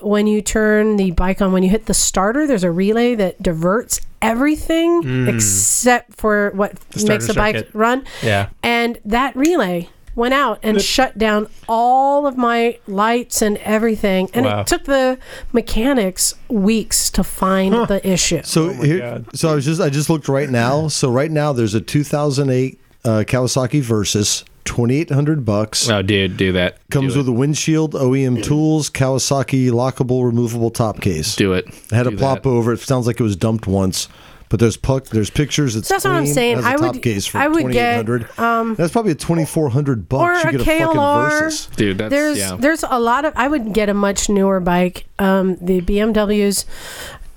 [SPEAKER 1] when you turn the bike on when you hit the starter. There's a relay that diverts everything
[SPEAKER 12] Mm.
[SPEAKER 1] except for what
[SPEAKER 12] The
[SPEAKER 1] makes
[SPEAKER 12] starter
[SPEAKER 1] the bike
[SPEAKER 12] circuit.
[SPEAKER 1] run.
[SPEAKER 3] (laughs)
[SPEAKER 12] Yeah.
[SPEAKER 1] And that relay went out and shut down all of my lights and everything. And
[SPEAKER 3] Wow.
[SPEAKER 1] it took the mechanics weeks to find the issue.
[SPEAKER 12] Oh
[SPEAKER 3] So here, so I was just I just looked right now. So right now there's a 2008 uh, Kawasaki Versus 2800 bucks.
[SPEAKER 12] Oh, dude, do that.
[SPEAKER 3] Comes with a windshield, OEM tools, Kawasaki lockable removable top case.
[SPEAKER 12] Do it.
[SPEAKER 3] I had a plop over. It sounds like it was dumped once, but there's puck, there's pictures. It's
[SPEAKER 1] So that's what I'm
[SPEAKER 3] clean. It
[SPEAKER 1] saying.
[SPEAKER 3] has a
[SPEAKER 1] I
[SPEAKER 3] top
[SPEAKER 1] would-
[SPEAKER 3] case for
[SPEAKER 1] I would get,
[SPEAKER 3] 2800.
[SPEAKER 1] um,
[SPEAKER 3] that's probably a 2400 bucks.
[SPEAKER 1] or
[SPEAKER 3] you
[SPEAKER 1] a
[SPEAKER 3] get a
[SPEAKER 1] KLR.
[SPEAKER 3] fucking Versus,
[SPEAKER 12] dude.
[SPEAKER 1] there's there's a lot of I would get a much newer bike. Um, the BMWs,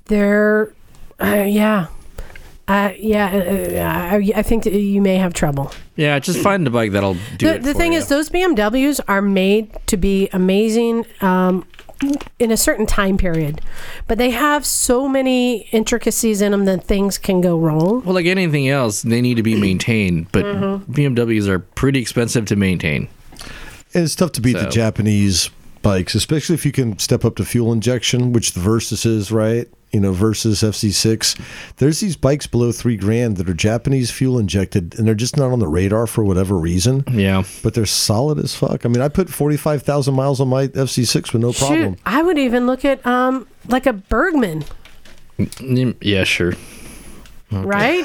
[SPEAKER 1] they're uh, yeah, uh, yeah. Uh, I, I think that you may have trouble.
[SPEAKER 12] Yeah, just find a bike that'll do
[SPEAKER 1] the
[SPEAKER 12] it.
[SPEAKER 1] the
[SPEAKER 12] for
[SPEAKER 1] thing
[SPEAKER 12] you.
[SPEAKER 1] is, those BMWs are made to be amazing um, in a certain time period, but they have so many intricacies in them that things can go wrong.
[SPEAKER 12] Well, like anything else, they need to be maintained, but
[SPEAKER 1] Mhm.
[SPEAKER 12] BMWs are pretty expensive to maintain.
[SPEAKER 3] And it's tough to beat the
[SPEAKER 12] So-
[SPEAKER 3] Japanese bikes, especially if you can step up to fuel injection, which the Versus is, right? You know, Versus FC6. There's these bikes below three grand that are Japanese fuel injected, and they're just not on the radar for whatever reason.
[SPEAKER 12] Yeah,
[SPEAKER 3] but they're solid as fuck. I mean, I put forty five thousand miles on my FC6 with no problem.
[SPEAKER 1] Shoot, I would even look at um like a Bergman,
[SPEAKER 12] Mm, Yeah, sure. (laughs)
[SPEAKER 1] right?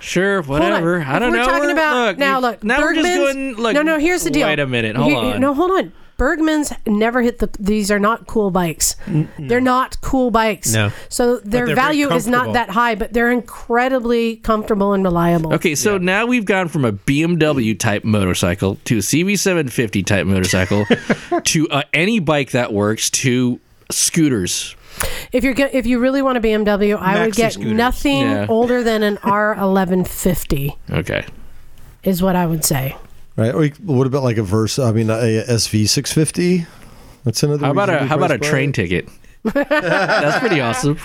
[SPEAKER 12] Sure,
[SPEAKER 1] Hold on.
[SPEAKER 12] whatever. I
[SPEAKER 1] If
[SPEAKER 12] don't
[SPEAKER 1] we're
[SPEAKER 12] know.
[SPEAKER 1] Talking
[SPEAKER 12] We're-
[SPEAKER 1] about
[SPEAKER 12] look,
[SPEAKER 1] now,
[SPEAKER 12] you-
[SPEAKER 1] look.
[SPEAKER 12] Now we're just
[SPEAKER 1] Bergman's-
[SPEAKER 12] going. Look,
[SPEAKER 1] no, no. Here's the deal.
[SPEAKER 12] Wait a minute. Hold
[SPEAKER 1] You-
[SPEAKER 12] on.
[SPEAKER 1] No, hold on. Bergman's never hit the. These are not cool bikes. They're not cool bikes.
[SPEAKER 12] No.
[SPEAKER 1] So their
[SPEAKER 12] they're very
[SPEAKER 1] value is
[SPEAKER 12] comfortable.
[SPEAKER 1] not that high, but they're incredibly comfortable and reliable.
[SPEAKER 12] Okay, so now we've gone from a BMW type motorcycle to a CV750 type motorcycle (laughs) to uh, any bike that works to scooters.
[SPEAKER 1] If you're get, if you really want a BMW, I would
[SPEAKER 12] Maxi
[SPEAKER 1] get
[SPEAKER 12] scooters.
[SPEAKER 1] nothing
[SPEAKER 12] Yeah.
[SPEAKER 1] older than an (laughs) R1150
[SPEAKER 12] Okay.
[SPEAKER 1] is what I would say. (laughs)
[SPEAKER 3] Right? Or you- what about like a Versa? I mean, a SV650. That's another.
[SPEAKER 12] How about a
[SPEAKER 3] reasonably
[SPEAKER 12] how about a
[SPEAKER 3] priced bike.
[SPEAKER 12] train ticket? (laughs)
[SPEAKER 1] (laughs)
[SPEAKER 12] That's pretty awesome.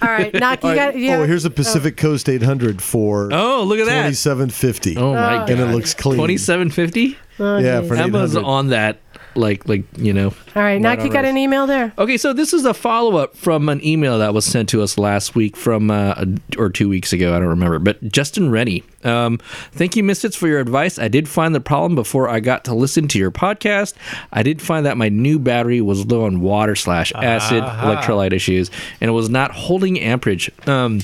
[SPEAKER 1] All right, knock. You
[SPEAKER 3] All right.
[SPEAKER 1] got. You
[SPEAKER 3] oh,
[SPEAKER 1] have-
[SPEAKER 3] here's a Pacific Coast 800 for
[SPEAKER 12] Oh, look at that.
[SPEAKER 3] 2750.
[SPEAKER 12] Oh my god.
[SPEAKER 3] And it looks clean.
[SPEAKER 12] Twenty seven fifty?
[SPEAKER 1] Oh, Yeah, geez. for an
[SPEAKER 12] Emma's
[SPEAKER 1] 800.
[SPEAKER 12] on that like like you know.
[SPEAKER 1] All right, knock. You got an email there.
[SPEAKER 12] Okay, so this is a follow up from an email that was sent to us last week from uh, or two weeks ago, I don't remember. But Justin Rennie, um, thank you, Misfits, for your advice. I did find the problem before I got to listen to your podcast. I did find that my new battery was low on water slash acid
[SPEAKER 13] Aha.
[SPEAKER 12] electrolyte issues, and it was not holding amperage. Um,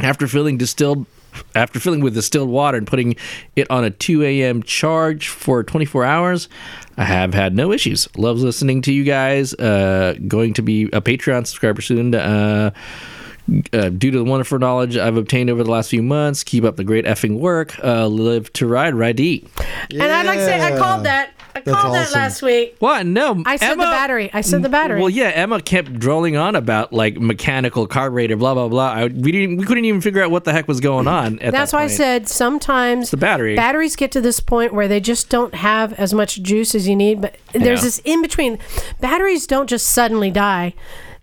[SPEAKER 12] after filling distilled after filling with distilled water and putting it on a 2 a.m. charge for 24 hours, I have had no issues. Love listening to you guys. Uh, going to be a Patreon subscriber soon. Uh, uh, due to the wonderful knowledge I've obtained over the last few months, keep up the great effing work. Uh, live to ride, ride to eat.
[SPEAKER 1] And I'd like to say I called that. I
[SPEAKER 12] That's
[SPEAKER 1] called that
[SPEAKER 12] awesome.
[SPEAKER 1] last week.
[SPEAKER 12] What? No.
[SPEAKER 1] I said the
[SPEAKER 12] Emma-
[SPEAKER 1] battery. I said the battery.
[SPEAKER 12] Well, yeah, Emma kept droning on about like mechanical carburetor, blah blah blah. I, we didn't, we couldn't even figure out what the heck was going on. At
[SPEAKER 1] That's
[SPEAKER 12] that
[SPEAKER 1] why I
[SPEAKER 12] point.
[SPEAKER 1] said sometimes
[SPEAKER 12] It's the battery.
[SPEAKER 1] batteries get to this point where they just don't have as much juice as you need, but there's
[SPEAKER 12] Yeah.
[SPEAKER 1] this in between. Batteries don't just suddenly die.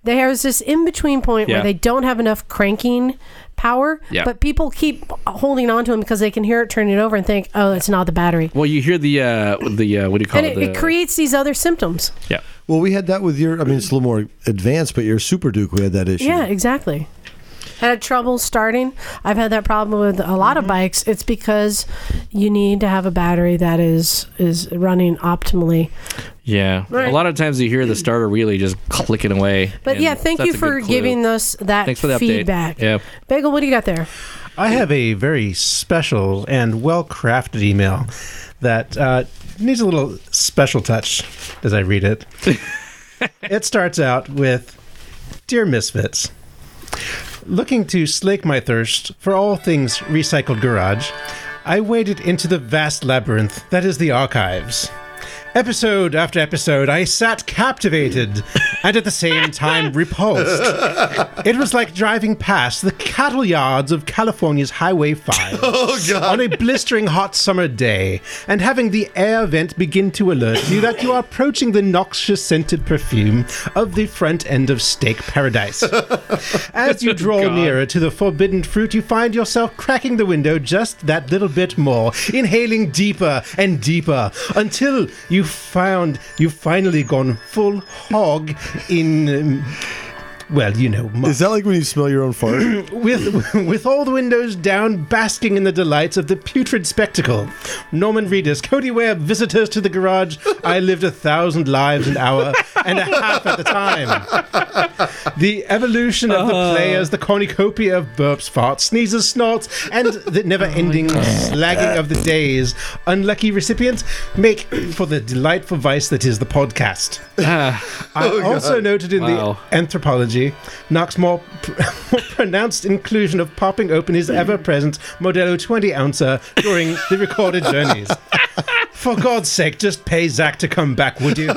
[SPEAKER 1] There's this in between point
[SPEAKER 12] Yeah.
[SPEAKER 1] where they don't have enough cranking power,
[SPEAKER 12] Yeah.
[SPEAKER 1] but people keep holding on to them because they can hear it turning over and think, oh, it's not the battery.
[SPEAKER 12] Well, you hear the uh, the uh, what do you call
[SPEAKER 1] And it,
[SPEAKER 12] it? The,
[SPEAKER 1] it creates these other symptoms.
[SPEAKER 12] yeah.
[SPEAKER 3] Well, we had that with your. I mean, it's a little more advanced, but your Super Duke, we had that issue.
[SPEAKER 1] Yeah, exactly. Had trouble starting. I've had that problem with a lot of bikes. It's because you need to have a battery that is is running optimally.
[SPEAKER 12] yeah.
[SPEAKER 1] Right.
[SPEAKER 12] A lot of times you hear the starter really just clicking away.
[SPEAKER 1] But
[SPEAKER 12] and
[SPEAKER 1] yeah, thank
[SPEAKER 12] that's
[SPEAKER 1] you
[SPEAKER 12] a
[SPEAKER 1] for
[SPEAKER 12] good clue.
[SPEAKER 1] giving us that
[SPEAKER 12] Thanks for the update.
[SPEAKER 1] feedback.
[SPEAKER 12] Yeah.
[SPEAKER 1] Bagel, what do you got there?
[SPEAKER 2] I have a very special and well crafted email that uh, needs a little special touch as I read it. it starts out with Dear Misfits, looking to slake my thirst for all things recycled garage, I waded into the vast labyrinth that is the archives. Episode after episode, I sat captivated and at the same time repulsed. It was like driving past the cattle yards of California's Highway 5
[SPEAKER 3] Oh,
[SPEAKER 2] on a blistering hot summer day and having the air vent begin to alert you that you are approaching the noxious scented perfume of the front end of steak paradise. As you draw nearer to the forbidden fruit, you find yourself cracking the window just that little bit more, inhaling deeper and deeper until you found you've finally gone full hog in. um, well, you know,
[SPEAKER 3] Is that like when you smell your own
[SPEAKER 12] (coughs)
[SPEAKER 2] (clears throat)
[SPEAKER 3] fart?
[SPEAKER 2] with with all the windows down, basking in the delights of the putrid spectacle. Norman Reedus, Cody Webb, visitors to the garage. I lived a thousand lives an hour and a half at the time. The evolution of
[SPEAKER 8] Uh-huh.
[SPEAKER 2] the players, the cornucopia of burps, farts, sneezes, snorts, and the never-ending
[SPEAKER 8] Oh
[SPEAKER 2] slagging of the days. Unlucky recipients make (clears throat) for the delightful vice that is the podcast. I
[SPEAKER 8] Oh,
[SPEAKER 2] also
[SPEAKER 8] God.
[SPEAKER 2] noted in
[SPEAKER 8] Wow.
[SPEAKER 2] the anthropology Knox's more, pr- more pronounced inclusion of popping open his ever-present Modelo 20 ouncer during the recorded journeys. For God's sake, just pay Zach to come back, would you?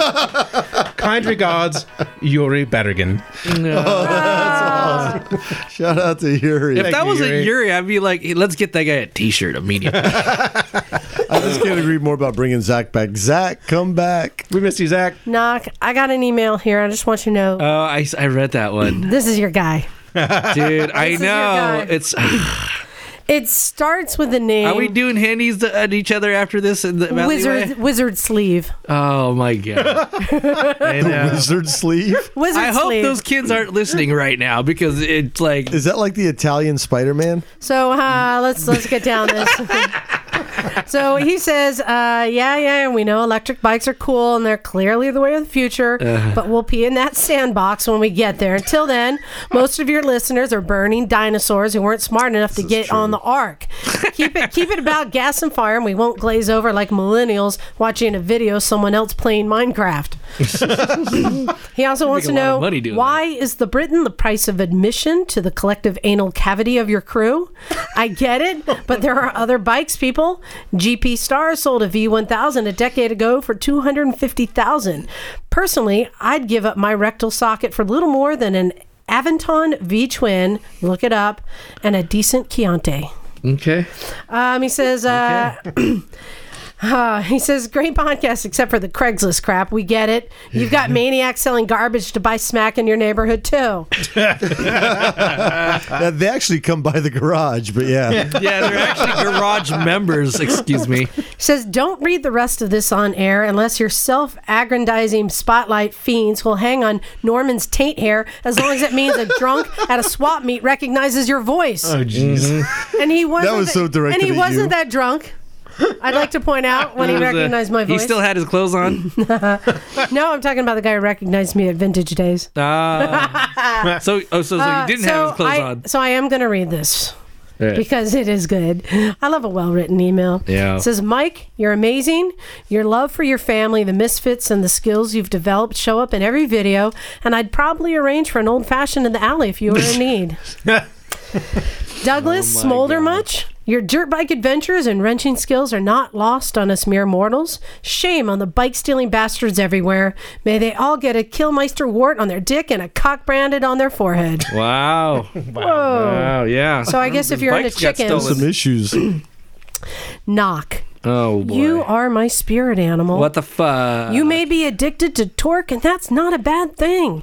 [SPEAKER 2] kind regards, Yuri Berrigan.
[SPEAKER 1] (laughs) Uh,
[SPEAKER 3] Shout out to Yuri.
[SPEAKER 12] If that wasn't Yuri, I'd be like, hey, let's get that guy a T-shirt immediately.
[SPEAKER 1] (laughs)
[SPEAKER 3] I just can't agree more about bringing Zach back. Zach, come back.
[SPEAKER 2] We missed you, Zach.
[SPEAKER 1] Knock, I got an email here. I just want you to know
[SPEAKER 12] oh, I, s- I read that one,
[SPEAKER 1] this is your guy.
[SPEAKER 12] dude. I
[SPEAKER 1] This is your guy.
[SPEAKER 12] know it's. (sighs)
[SPEAKER 1] It starts with the name
[SPEAKER 12] Are we doing handies to, at each other after this? In the alleyway?
[SPEAKER 1] (laughs) Wizard Wizard
[SPEAKER 12] (laughs)
[SPEAKER 1] Sleeve.
[SPEAKER 12] Oh
[SPEAKER 3] (laughs)
[SPEAKER 12] my god! I know.
[SPEAKER 3] Wizard sleeve.
[SPEAKER 1] Wizard
[SPEAKER 12] I hope
[SPEAKER 1] sleeve.
[SPEAKER 12] those kids aren't listening right now because it's like.
[SPEAKER 3] Is that like the Italian Spider Man?
[SPEAKER 1] So uh, let's let's get down this. so he says, uh, "Yeah, yeah, and we know electric bikes are cool, and they're clearly the way of the future.
[SPEAKER 11] Uh.
[SPEAKER 1] But we'll pee in that sandbox when we get there. Until then, most of your listeners are burning dinosaurs who weren't smart enough to get on the ark. Keep it keep it about gas and fire, and we won't glaze over like millennials watching a video of someone else playing Minecraft."
[SPEAKER 11] (laughs)
[SPEAKER 1] He also
[SPEAKER 11] Make
[SPEAKER 1] wants
[SPEAKER 11] a
[SPEAKER 1] to
[SPEAKER 11] lot of
[SPEAKER 1] know
[SPEAKER 11] money doing
[SPEAKER 1] why is the Britain the price of admission to the collective anal cavity of your crew? I get it, but there are other bikes, people. GP Star sold a V1000 a decade ago for 250,000. Personally, I'd give up my rectal socket for little more than an Aventon V Twin, look it up, and a decent Chianti.
[SPEAKER 12] Okay.
[SPEAKER 1] Um, he says, uh, (clears throat) uh, he says, great podcast, except for the Craigslist crap. We get it. You've got maniacs selling garbage to buy smack in your neighborhood, too.
[SPEAKER 3] Yeah, they actually come by the garage, but yeah.
[SPEAKER 12] Uh, (laughs) yeah,
[SPEAKER 3] (laughs)
[SPEAKER 12] they're actually garage members. Excuse me.
[SPEAKER 1] says, don't read the rest of this on air unless your self aggrandizing spotlight fiends will hang on Norman's taint hair as long as it means a drunk at a swap meet recognizes your voice.
[SPEAKER 3] Oh, jeez.
[SPEAKER 1] And he wasn't
[SPEAKER 3] was so directed
[SPEAKER 1] And he
[SPEAKER 3] at
[SPEAKER 1] wasn't
[SPEAKER 3] you.
[SPEAKER 1] that drunk. I'd like to point out when he
[SPEAKER 12] It was, uh,
[SPEAKER 1] recognized my voice.
[SPEAKER 12] He still had his
[SPEAKER 1] (laughs)
[SPEAKER 12] clothes on.
[SPEAKER 1] no, I'm talking about the guy who recognized me at Vintage Days.
[SPEAKER 12] Ah. so, oh, so, so
[SPEAKER 1] Uh,
[SPEAKER 12] you didn't have his clothes
[SPEAKER 1] I,
[SPEAKER 12] on.
[SPEAKER 1] So I am going to read this
[SPEAKER 12] All right.
[SPEAKER 1] because it is good. I love a well written email.
[SPEAKER 12] Yeah.
[SPEAKER 1] It says, Mike, you're amazing. Your love for your family, the misfits, and the skills you've developed show up in every video, and I'd probably arrange for an old fashioned in the alley if you were in
[SPEAKER 12] (laughs)
[SPEAKER 1] need.
[SPEAKER 12] Oh
[SPEAKER 1] Douglas, smolder much? Your dirt bike adventures and wrenching skills are not lost on us mere mortals. Shame on the bike stealing bastards everywhere. May they all get a Killmeister wart on their dick and a cock branded on their forehead.
[SPEAKER 2] (laughs)
[SPEAKER 12] Wow. wow. Yeah.
[SPEAKER 1] So I guess if you're into
[SPEAKER 12] Bikes got
[SPEAKER 1] chickens-
[SPEAKER 12] stolen.
[SPEAKER 1] Some
[SPEAKER 3] issues.
[SPEAKER 1] Knock.
[SPEAKER 12] (clears throat) Oh boy.
[SPEAKER 1] You are my spirit animal.
[SPEAKER 12] what the fuck?
[SPEAKER 1] You may be addicted to torque, and that's not a bad thing.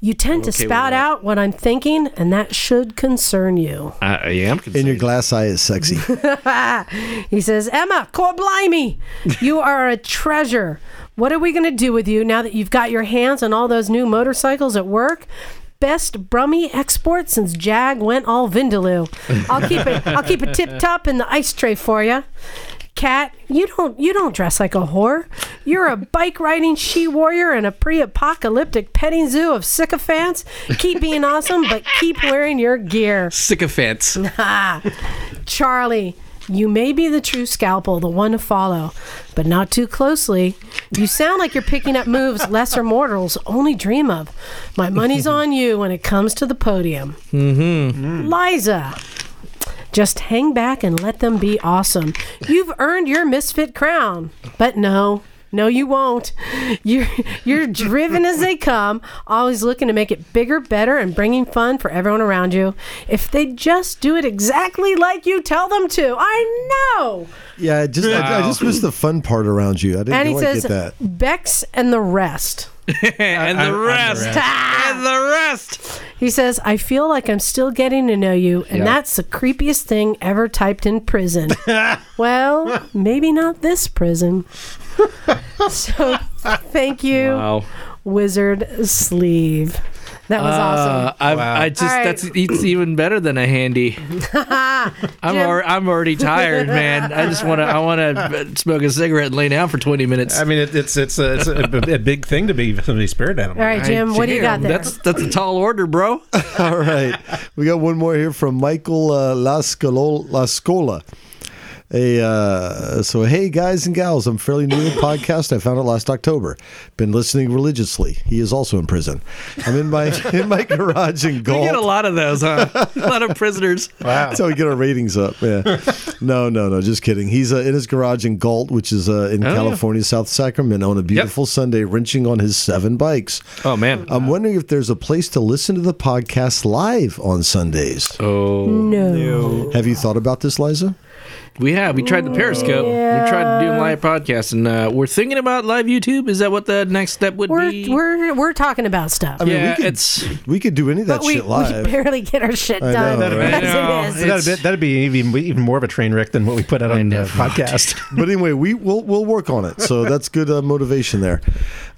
[SPEAKER 1] You tend to
[SPEAKER 12] Okay with
[SPEAKER 1] spout out what I'm thinking, and that should concern you.
[SPEAKER 12] I am.
[SPEAKER 3] And your glass eye is sexy.
[SPEAKER 1] (laughs) he says, Emma, core blimey, you are a treasure. What are we going to do with you now that you've got your hands on all those new motorcycles at work? Best Brummy export since Jag went all Vindaloo. I'll keep it. I'll keep a tip top in the ice tray for you. Cat, you don't you don't dress like a whore. You're a bike riding she warrior in a pre-apocalyptic petting zoo of sycophants. Keep being awesome, but keep wearing your gear.
[SPEAKER 12] Sycophants.
[SPEAKER 1] Nah. (laughs) Charlie, you may be the true scalpel, the one to follow, but not too closely. You sound like you're picking up moves (laughs) lesser mortals only dream of. My money's on you when it comes to the podium.
[SPEAKER 12] (laughs) Mm-hmm.
[SPEAKER 1] Liza, just hang back and let them be awesome. You've earned your misfit crown. But no, no, you won't. You're you're driven as they come, always looking to make it bigger, better, and bringing fun for everyone around you. If they just do it exactly like you tell them to, I know.
[SPEAKER 3] Yeah, I just I, I just missed the fun part around you. I didn't
[SPEAKER 1] and he
[SPEAKER 3] quite
[SPEAKER 1] says,
[SPEAKER 3] get that.
[SPEAKER 1] Bex and the rest.
[SPEAKER 12] and
[SPEAKER 3] the rest.
[SPEAKER 12] and the rest.
[SPEAKER 1] He says, I feel like I'm still getting to know you, and
[SPEAKER 12] Yeah.
[SPEAKER 1] that's the creepiest thing ever typed
[SPEAKER 3] (laughs)
[SPEAKER 1] in prison. well, maybe not this prison. so thank you,
[SPEAKER 12] Wow.
[SPEAKER 1] Wizard Sleeve. That was
[SPEAKER 12] Uh, I've, I just
[SPEAKER 1] All right.
[SPEAKER 12] that's it's even better than a handy.
[SPEAKER 1] awesome. (laughs)
[SPEAKER 12] I'm
[SPEAKER 1] Jim.
[SPEAKER 12] alre I'm already tired, man. I just want to I want to smoke a cigarette and lay down for 20 minutes.
[SPEAKER 2] I mean, it, it's it's a, it's
[SPEAKER 12] (laughs)
[SPEAKER 2] a, a big thing to be somebody's spirit animal.
[SPEAKER 1] All right, Jim, what do you got there?
[SPEAKER 12] That's that's a tall order, bro.
[SPEAKER 3] (laughs) All right. We got one more here from Michael uh, Lascolo- Lascola. A, uh, so, hey guys and gals, I'm fairly new to the podcast. I found it last October. Been listening religiously. He is also in prison. I'm in my (laughs) in my garage in
[SPEAKER 12] You get a
[SPEAKER 3] Galt.
[SPEAKER 12] lot of
[SPEAKER 3] (laughs)
[SPEAKER 12] those, huh? a lot of prisoners.
[SPEAKER 3] That's how we get our ratings up.
[SPEAKER 12] (laughs)
[SPEAKER 3] Yeah. No, no, no. Just kidding. He's uh, in his garage in Galt, which is uh, in
[SPEAKER 12] Oh, yeah.
[SPEAKER 3] California, South Sacramento, on a beautiful Sunday, wrenching on his seven bikes.
[SPEAKER 12] Oh man.
[SPEAKER 3] I'm wondering if there's a place to listen to the podcast live on Sundays.
[SPEAKER 12] Oh
[SPEAKER 1] no.
[SPEAKER 3] Have you thought about this, Liza?
[SPEAKER 12] We have. We tried the Periscope. We tried to do live podcast, and uh, we're thinking about live YouTube. Is that what the next step would
[SPEAKER 1] We're,
[SPEAKER 12] be?
[SPEAKER 1] we're, we're talking about stuff.
[SPEAKER 3] I mean,
[SPEAKER 12] yeah,
[SPEAKER 3] we could,
[SPEAKER 12] it's
[SPEAKER 3] we could do any of that
[SPEAKER 1] but we,
[SPEAKER 3] shit live.
[SPEAKER 1] we barely get our shit
[SPEAKER 3] I know,
[SPEAKER 1] done.
[SPEAKER 3] right? I
[SPEAKER 1] as it
[SPEAKER 12] know.
[SPEAKER 1] is.
[SPEAKER 2] So that'd, be, that'd be even even more of a train wreck than what we put out on the podcast.
[SPEAKER 3] (laughs) but anyway, we will we'll work on it.
[SPEAKER 12] (laughs)
[SPEAKER 3] So that's good uh, motivation there.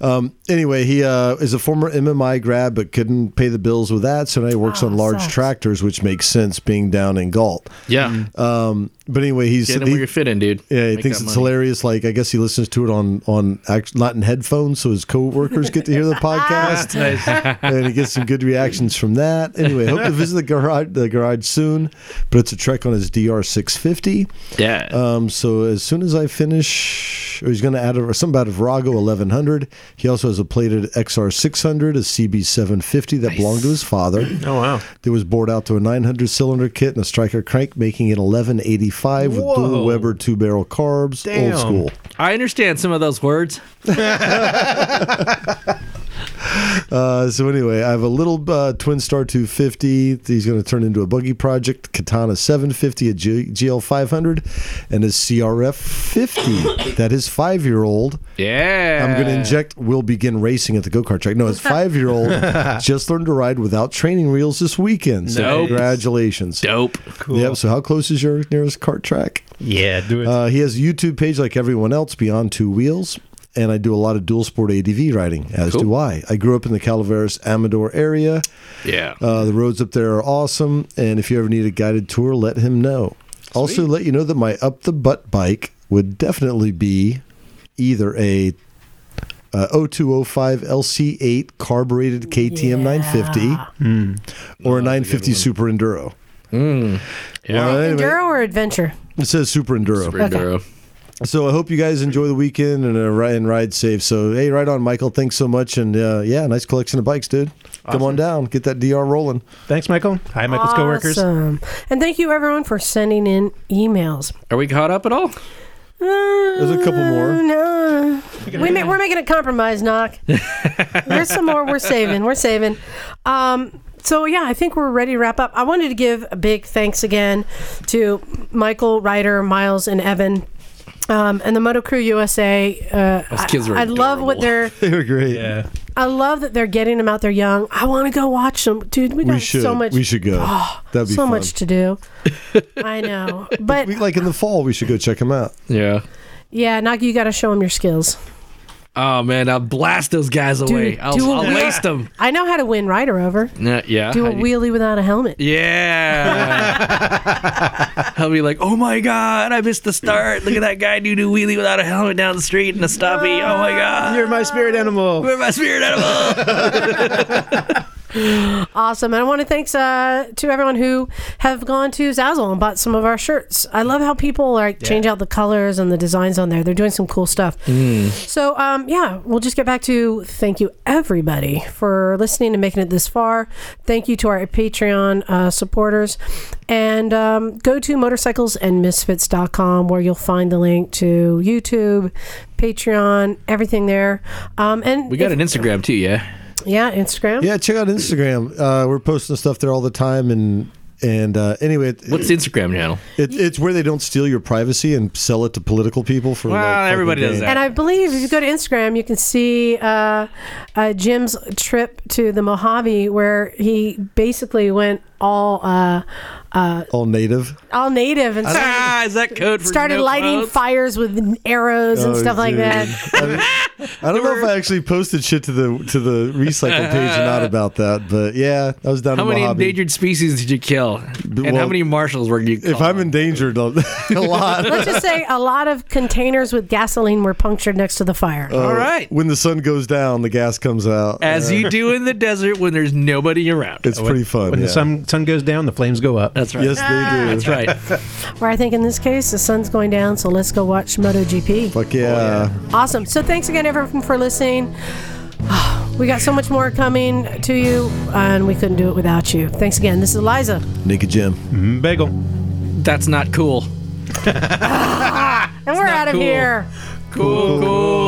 [SPEAKER 3] Um, anyway, he uh, is a former MMI grad, but couldn't pay the bills with that. So now he works on large
[SPEAKER 1] sucks.
[SPEAKER 3] tractors, which makes sense being down in Galt.
[SPEAKER 12] yeah.
[SPEAKER 3] Um, but anyway, he's
[SPEAKER 12] Mm. Get in
[SPEAKER 3] he-
[SPEAKER 12] where you fit in, dude.
[SPEAKER 3] Yeah, he
[SPEAKER 12] Make
[SPEAKER 3] thinks
[SPEAKER 12] that
[SPEAKER 3] it's
[SPEAKER 12] money.
[SPEAKER 3] hilarious. Like, I guess he listens to it on on act- not in headphones, so his coworkers get to
[SPEAKER 12] (laughs)
[SPEAKER 3] hear the podcast. and he gets some good reactions from that. Anyway, hope to visit the garage the garage soon. But it's a trek on his DR six fifty.
[SPEAKER 12] Yeah.
[SPEAKER 3] Um, so as soon as I finish, or he's going to add a, something about a Virago 1100. He also has a plated XR 600, a CB 750 that belonged to his father.
[SPEAKER 2] (clears throat) Oh wow!
[SPEAKER 3] That was bored out to a 900 cylinder kit and a striker crank, making it 1185 with
[SPEAKER 2] Whoa.
[SPEAKER 3] dual Weber two barrel carbs,
[SPEAKER 2] Damn.
[SPEAKER 3] old school.
[SPEAKER 12] I understand some of those
[SPEAKER 3] (laughs)
[SPEAKER 12] words.
[SPEAKER 3] Uh, so anyway, I have a little uh, Twin Star 250. that He's going to turn into a buggy project. Katana 750, a G- GL 500, and a
[SPEAKER 2] (coughs)
[SPEAKER 3] CRF 50 that his five year old.
[SPEAKER 12] Yeah.
[SPEAKER 3] I'm going to inject. We'll begin racing at the go kart track. No, his five year old just learned to ride without training wheels this weekend. So
[SPEAKER 12] Nope.
[SPEAKER 3] congratulations.
[SPEAKER 12] Dope.
[SPEAKER 3] Yep. So how close is your nearest kart track?
[SPEAKER 2] Yeah, do it.
[SPEAKER 3] Uh, he has a YouTube page like everyone else, Beyond Two Wheels. And I do a lot of dual sport ADV riding, as do I. I grew up in the Calaveras Amador area.
[SPEAKER 12] (laughs) Yeah.
[SPEAKER 3] Uh, the roads up there are awesome. And if you ever need a guided tour, let him know. Also, let you know that my up the butt bike would definitely be either a uh, 0205 LC8 carbureted KTM 950 or a 950 Super Enduro. Uh,
[SPEAKER 12] Yeah.
[SPEAKER 3] anyway,
[SPEAKER 1] Enduro or adventure?
[SPEAKER 3] it says Super Enduro.
[SPEAKER 12] Pretty thorough.
[SPEAKER 3] So I hope you guys enjoy the weekend and uh, ri- and ride safe. So hey, right on, Michael. Thanks so much, and uh, yeah, nice collection of bikes, dude. Come on down, get that DR rolling.
[SPEAKER 2] Thanks, Michael. Hi, Michael's coworkers.
[SPEAKER 1] Awesome. And thank you, everyone, for sending in emails.
[SPEAKER 12] Are we caught up at all?
[SPEAKER 3] There's a couple more.
[SPEAKER 1] No. Uh, We ma- we're making a compromise, Knock. There's some more we're saving. We're saving. Um, so, yeah, I think we're ready to wrap up. I wanted to give a big thanks again to Michael, Ryder, Miles, and Evan. Um, and the Moto Crew USA. Uh,
[SPEAKER 12] Those kids
[SPEAKER 1] I,
[SPEAKER 12] are
[SPEAKER 1] I love what
[SPEAKER 12] adorable.
[SPEAKER 1] they're.
[SPEAKER 3] They were great.
[SPEAKER 2] Yeah.
[SPEAKER 1] I love that they're getting them out there young. I want to go watch them, dude. We got
[SPEAKER 3] We should.
[SPEAKER 1] so much.
[SPEAKER 3] we should
[SPEAKER 1] (gasps)
[SPEAKER 3] go. That'd be
[SPEAKER 1] so
[SPEAKER 3] fun.
[SPEAKER 1] much to do. I
[SPEAKER 3] (laughs)
[SPEAKER 1] know, but
[SPEAKER 3] We- like in the fall, we should go check them out.
[SPEAKER 12] Yeah.
[SPEAKER 1] yeah, Nagi, you got to show them your skills.
[SPEAKER 12] Oh man, I'll blast those guys away.
[SPEAKER 1] Dude,
[SPEAKER 12] I'll,
[SPEAKER 1] do
[SPEAKER 12] I'll
[SPEAKER 1] a-
[SPEAKER 12] waste them.
[SPEAKER 1] I know how to win Ryder over.
[SPEAKER 12] Yeah, yeah.
[SPEAKER 1] Do a
[SPEAKER 12] how do you-
[SPEAKER 1] wheelie without a helmet.
[SPEAKER 12] Yeah. (laughs) I'll be like, oh my God, I missed the start. Look at that guy do do wheelie without a helmet down the street and a stoppie. Oh my God.
[SPEAKER 2] You're my spirit animal.
[SPEAKER 12] You're my spirit
[SPEAKER 1] Awesome. And I want to thanks uh, to everyone who have gone to Zazzle and bought some of our shirts. I love how people like change out the colors and the designs on there. They're doing some cool stuff.
[SPEAKER 12] Hmm.
[SPEAKER 1] So, um, yeah, we'll just get back to thank you everybody for listening and making it this far. Thank you to our Patreon uh, supporters. And um, go to motorcyclesandmisfits.com where you'll find the link to YouTube, Patreon, everything there. Um, and
[SPEAKER 12] (laughs) We got
[SPEAKER 1] if-
[SPEAKER 12] an Instagram too, yeah.
[SPEAKER 1] Yeah, Instagram.
[SPEAKER 3] Yeah, check out Instagram. Uh, we're posting stuff there all the time, and and uh, anyway, it,
[SPEAKER 12] What's the Instagram channel?
[SPEAKER 3] It, it's where they don't steal your privacy and sell it to political people for.
[SPEAKER 12] Well,
[SPEAKER 3] like, fucking
[SPEAKER 12] everybody does
[SPEAKER 3] gain.
[SPEAKER 1] And I believe if you go to Instagram, you can see uh, uh, Jim's trip to the Mojave, where he basically went all uh, uh,
[SPEAKER 3] all native.
[SPEAKER 1] all native and started,
[SPEAKER 12] Ah, is that code for
[SPEAKER 1] started
[SPEAKER 12] no
[SPEAKER 1] lighting
[SPEAKER 12] clothes?
[SPEAKER 1] fires with arrows and
[SPEAKER 3] Oh,
[SPEAKER 1] stuff like
[SPEAKER 3] dude.
[SPEAKER 1] that.
[SPEAKER 3] I don't know if I actually posted shit to the to the recycle page or
[SPEAKER 12] (laughs)
[SPEAKER 3] not about that, but yeah, I was down
[SPEAKER 12] How
[SPEAKER 3] in
[SPEAKER 12] many
[SPEAKER 3] Mojave.
[SPEAKER 12] endangered species did you kill? And how
[SPEAKER 3] well,
[SPEAKER 12] many marshals were you
[SPEAKER 3] if I'm endangered,
[SPEAKER 12] (laughs)
[SPEAKER 3] I'll- (laughs) a lot.
[SPEAKER 1] Let's just say a lot of containers with gasoline were punctured next to the fire.
[SPEAKER 3] Uh, When the sun goes down, the gas comes out. Uh,
[SPEAKER 12] As you do in the desert when there's nobody around.
[SPEAKER 3] It's pretty fun.
[SPEAKER 2] When the
[SPEAKER 3] yeah.
[SPEAKER 2] sun sun goes down, the flames go up.
[SPEAKER 12] That's right.
[SPEAKER 3] Yes, they do.
[SPEAKER 12] That's right.
[SPEAKER 2] (laughs)
[SPEAKER 1] Where I think in this case, the sun's going down, so let's go watch MotoGP.
[SPEAKER 3] Fuck yeah.
[SPEAKER 1] Awesome. So thanks again, everyone, for listening. (sighs) We got so much more coming to you, and we couldn't do it without you. Thanks again. This is Eliza.
[SPEAKER 3] Naked Jim.
[SPEAKER 2] Mm-hmm, Bagel.
[SPEAKER 12] That's not cool.
[SPEAKER 1] And we're out of
[SPEAKER 12] cool.
[SPEAKER 1] here.
[SPEAKER 12] Cool, cool.